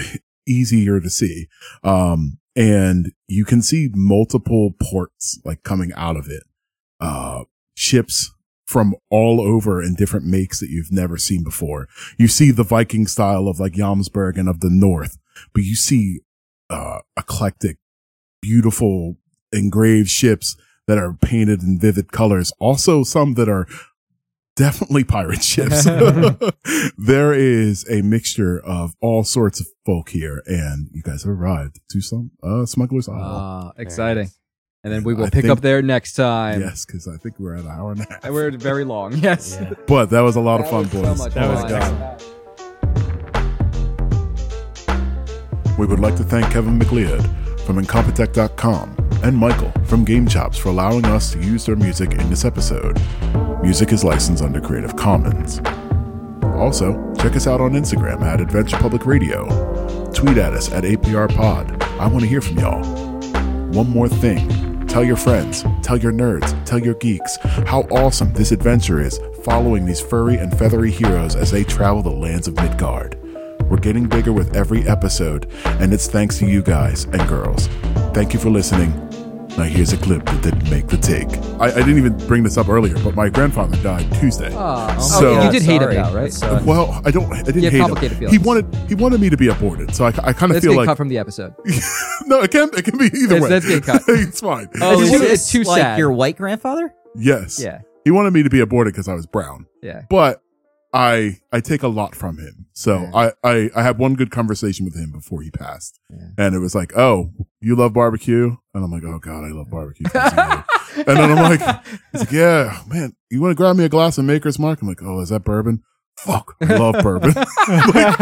Speaker 1: easier to see. Um, and you can see multiple ports like coming out of it. Uh, ships from all over in different makes that you've never seen before. You see the Viking style of like Jomsburg and of the North, but you see, uh, eclectic, beautiful engraved ships that are painted in vivid colors. Also some that are definitely pirate ships. [laughs] there is a mixture of all sorts of folk here and you guys have arrived to some, uh, smuggler's isle.
Speaker 3: Ah,
Speaker 5: Very
Speaker 3: exciting.
Speaker 5: nice.
Speaker 3: And then we will
Speaker 1: Oh, I
Speaker 3: pick
Speaker 1: think-
Speaker 3: up there next time.
Speaker 1: yes. Cause I think we're at an hour and a half.
Speaker 3: And We're very long. [laughs] Yes.
Speaker 5: Yeah.
Speaker 1: But that was a lot of
Speaker 3: That
Speaker 1: fun,
Speaker 3: was so
Speaker 1: boys.
Speaker 3: much
Speaker 5: That was
Speaker 1: Oh my
Speaker 3: fun.
Speaker 1: God. We would like to thank Kevin McLeod from Incompetech.com and Michael from Game Chops for allowing us to use their music in this episode. Music is licensed under Creative Commons. Also, check us out on Instagram at Adventure Public Radio. Tweet at us at APR Pod. I want to hear from y'all. One more thing tell your friends, tell your nerds, tell your geeks how awesome this adventure is following these furry and feathery heroes as they travel the lands of Midgard. We're getting bigger with every episode, and it's thanks to you guys and girls. Thank you for listening. Now, here's a clip that didn't make the take. I, I didn't even bring this up earlier, but my grandfather died Tuesday.
Speaker 3: Ah,
Speaker 1: So-
Speaker 3: okay, you did hate
Speaker 6: sorry.
Speaker 3: him now, right?
Speaker 6: That sucks.
Speaker 1: Well, I don't. I didn't
Speaker 3: You have
Speaker 1: hate
Speaker 3: complicated
Speaker 1: him.
Speaker 3: feelings.
Speaker 1: He wanted he wanted me to be aborted, so I, I kind of
Speaker 3: Let's
Speaker 1: feel
Speaker 3: get
Speaker 1: like
Speaker 3: cut from the episode.
Speaker 1: [laughs] no, it can it can be either
Speaker 3: Yes,
Speaker 1: way.
Speaker 3: let's get cut.
Speaker 1: [laughs] it's fine.
Speaker 3: Oh,
Speaker 6: Is
Speaker 3: it's,
Speaker 6: this
Speaker 3: it's too
Speaker 6: like
Speaker 3: sad.
Speaker 6: Your white
Speaker 3: [laughs]
Speaker 6: grandfather?
Speaker 1: Yes,
Speaker 3: yeah.
Speaker 1: he wanted me to be aborted because I was brown.
Speaker 3: Yeah.
Speaker 1: but I I take a lot from him. So
Speaker 3: Yeah.
Speaker 1: I, I I had one good conversation with him before he passed,
Speaker 3: Yeah.
Speaker 1: and it was like, "Oh, you love barbecue," and I'm like, "Oh God, I love barbecue." [laughs] and then I'm
Speaker 3: [laughs]
Speaker 1: like, he's like, "Yeah, man, you want to grab me a glass of Maker's Mark?" I'm like, "Oh, is that bourbon?" Fuck, I love
Speaker 3: [laughs]
Speaker 1: bourbon. [laughs] Like,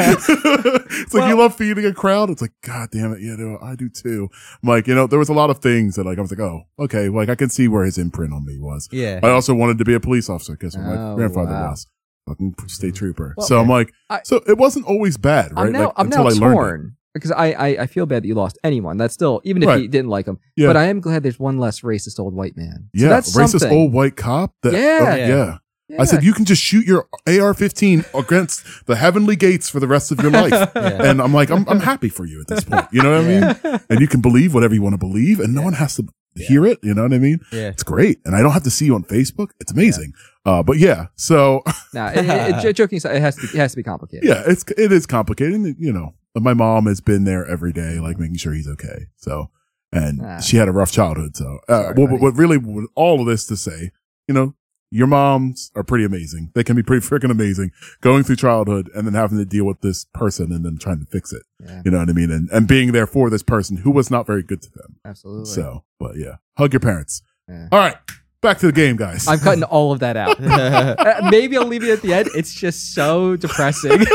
Speaker 1: it's like you love feeding a crowd. It's like, God damn it. Yeah, no, I do too. I'm like, you know, there was a lot of things that like, I was like, oh, okay. Like I can see where his imprint on me was.
Speaker 6: Yeah.
Speaker 1: I also wanted to be a police officer because my
Speaker 3: Oh,
Speaker 1: grandfather
Speaker 3: wow. Mm-hmm.
Speaker 1: was fucking state trooper.
Speaker 3: Well,
Speaker 1: so I'm like,
Speaker 3: I-
Speaker 1: so it wasn't always bad, right?
Speaker 3: I'm now,
Speaker 1: like,
Speaker 3: I'm now
Speaker 1: I learned it.
Speaker 3: torn because I, I, I feel bad that you lost anyone. That's still, even if
Speaker 1: Right.
Speaker 3: you didn't like him.
Speaker 1: Yeah.
Speaker 3: But I am glad there's one less racist old white man. So
Speaker 1: yeah,
Speaker 3: that's
Speaker 1: racist
Speaker 3: something.
Speaker 1: old white cop. That,
Speaker 3: Yeah.
Speaker 1: oh, yeah. I said you can just shoot your AR-15 against the heavenly gates for the rest of your
Speaker 3: [laughs]
Speaker 1: life, and I'm like, I'm, I'm happy for you at this point. You know what I mean? and you can believe whatever you want to believe and no one has to hear it you know what i mean
Speaker 6: Yeah.
Speaker 1: it's great and i don't have to see you on facebook it's amazing uh but yeah so
Speaker 3: Nah, it, it, it, joking aside, it has to be, it has to be complicated.
Speaker 1: yeah it's it is complicated and, you know my mom has been there every day like making sure he's okay so and
Speaker 3: Ah.
Speaker 1: she had a rough childhood so uh
Speaker 3: Sorry,
Speaker 1: what,
Speaker 3: buddy.
Speaker 1: what really what all of this to say you know your moms are pretty amazing. They can be pretty freaking amazing going through childhood and then having to deal with this person and then trying to fix it.
Speaker 5: Yeah.
Speaker 1: You know what I mean? And, and being there for this person who was not very good to them.
Speaker 3: Absolutely.
Speaker 1: So, but yeah, hug your parents.
Speaker 3: Yeah.
Speaker 1: All right. Back to the game, guys. [laughs]
Speaker 3: I'm cutting all of that out. [laughs] Uh, Maybe I'll leave it at the end. It's just so
Speaker 1: [laughs]
Speaker 3: depressing.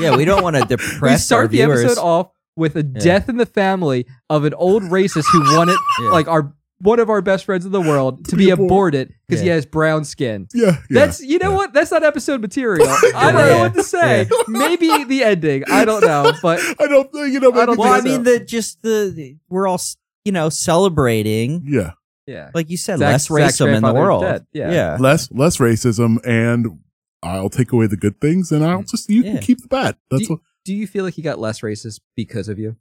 Speaker 6: yeah, we don't want to
Speaker 3: we
Speaker 6: depress our
Speaker 3: start the
Speaker 6: viewers.
Speaker 3: episode off with a death in the family of an old racist who wanted
Speaker 1: [laughs]
Speaker 6: Yeah.
Speaker 3: like our one of our best friends in the world to be aborted because he
Speaker 6: Yeah.
Speaker 3: has brown skin.
Speaker 1: yeah. yeah.
Speaker 3: That's you know what? That's not
Speaker 1: [laughs]
Speaker 3: episode material. I don't know
Speaker 6: Yeah.
Speaker 3: what to say. Maybe the ending. I don't know, but
Speaker 1: I don't, think- you know,
Speaker 3: I don't
Speaker 1: maybe
Speaker 6: well, I
Speaker 1: they-
Speaker 6: mean, the just the, the- we're all s- you know celebrating,
Speaker 1: yeah.
Speaker 3: yeah.
Speaker 6: like you said,
Speaker 3: Zach-
Speaker 6: less
Speaker 3: Zach's
Speaker 6: racism in the
Speaker 3: grandfather's
Speaker 6: world.
Speaker 3: dead. Yeah.
Speaker 1: [laughs] less less racism and I'll take away the good things and I'll just you
Speaker 6: Yeah.
Speaker 1: can keep the bad. That's
Speaker 3: Do-
Speaker 1: what,
Speaker 3: Do you feel like he got less racist because of you?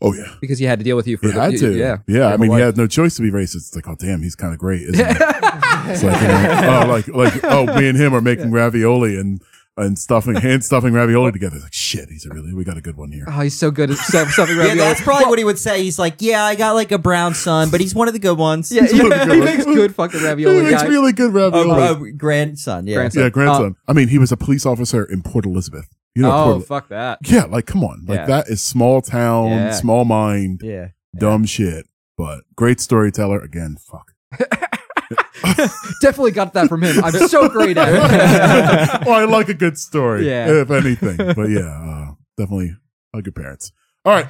Speaker 1: oh yeah.
Speaker 3: Because he had to deal with you for
Speaker 1: He
Speaker 3: the
Speaker 1: had to.
Speaker 3: yeah.
Speaker 1: I mean,
Speaker 3: whole
Speaker 1: he
Speaker 3: life.
Speaker 1: had no choice to be racist. It's like, oh damn, he's kind of great, isn't
Speaker 3: [laughs]
Speaker 1: he?
Speaker 3: yeah.
Speaker 1: [laughs] It's like,
Speaker 3: [laughs]
Speaker 1: you know, oh, like, like, oh, me and him are making ravioli and and stuffing, hand stuffing ravioli together. It's like, shit, he's a really, we got a good one here.
Speaker 3: Oh, he's so good at stuff- something.
Speaker 6: Yeah,
Speaker 3: ravioli.
Speaker 6: that's probably what he would say. He's like, "Yeah, I got like a brown son, but he's one of the good ones." [laughs]
Speaker 3: [laughs] Yeah,
Speaker 1: He's one of the
Speaker 3: yeah,
Speaker 1: good
Speaker 3: he
Speaker 1: ones.
Speaker 3: makes good fucking
Speaker 1: he
Speaker 3: ravioli.
Speaker 1: makes
Speaker 3: guy.
Speaker 1: really good
Speaker 6: Oh,
Speaker 1: ravioli.
Speaker 6: uh, grandson. Yeah,
Speaker 3: Grandson.
Speaker 1: yeah, grandson. I mean, he was a police officer in Port Elizabeth. You know,
Speaker 3: oh,
Speaker 1: Port,
Speaker 3: fuck that.
Speaker 1: yeah, like, come on, like
Speaker 3: Yeah.
Speaker 1: that is small town,
Speaker 3: Yeah.
Speaker 1: small mind.
Speaker 6: yeah.
Speaker 1: dumb shit, but great storyteller. Again, fuck.
Speaker 3: Definitely got that from him. I'm so great at
Speaker 1: [laughs]
Speaker 3: it.
Speaker 1: well, I like a good story,
Speaker 3: Yeah.
Speaker 1: if anything. But
Speaker 3: [laughs]
Speaker 1: yeah, uh, definitely hug your parents. All right.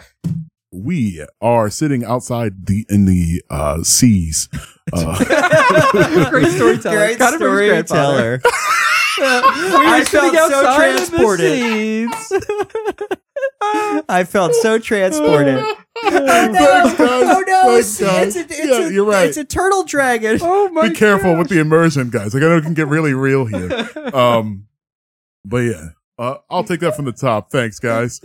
Speaker 1: We are sitting outside the in the uh, seas.
Speaker 3: [laughs]
Speaker 1: Uh,
Speaker 6: [laughs]
Speaker 3: great storyteller.
Speaker 6: Great
Speaker 3: Got it from his
Speaker 6: [laughs]
Speaker 3: grandfather.
Speaker 6: storyteller.
Speaker 3: We were
Speaker 6: I
Speaker 3: sitting
Speaker 6: felt so
Speaker 3: outside in the
Speaker 6: transported.
Speaker 3: seats.
Speaker 6: I felt so [laughs] transported.
Speaker 3: Oh,
Speaker 1: [laughs]
Speaker 6: Oh,
Speaker 1: Thanks, guys. Thanks, guys. yeah, you're right.
Speaker 6: a turtle dragon.
Speaker 3: Oh my!
Speaker 1: Be careful with the immersion, guys. Like I know it can [laughs] get really real
Speaker 3: [laughs]
Speaker 1: here. Um, [laughs]
Speaker 3: [laughs]
Speaker 1: but yeah, uh, I'll take that from the top. Thanks, guys.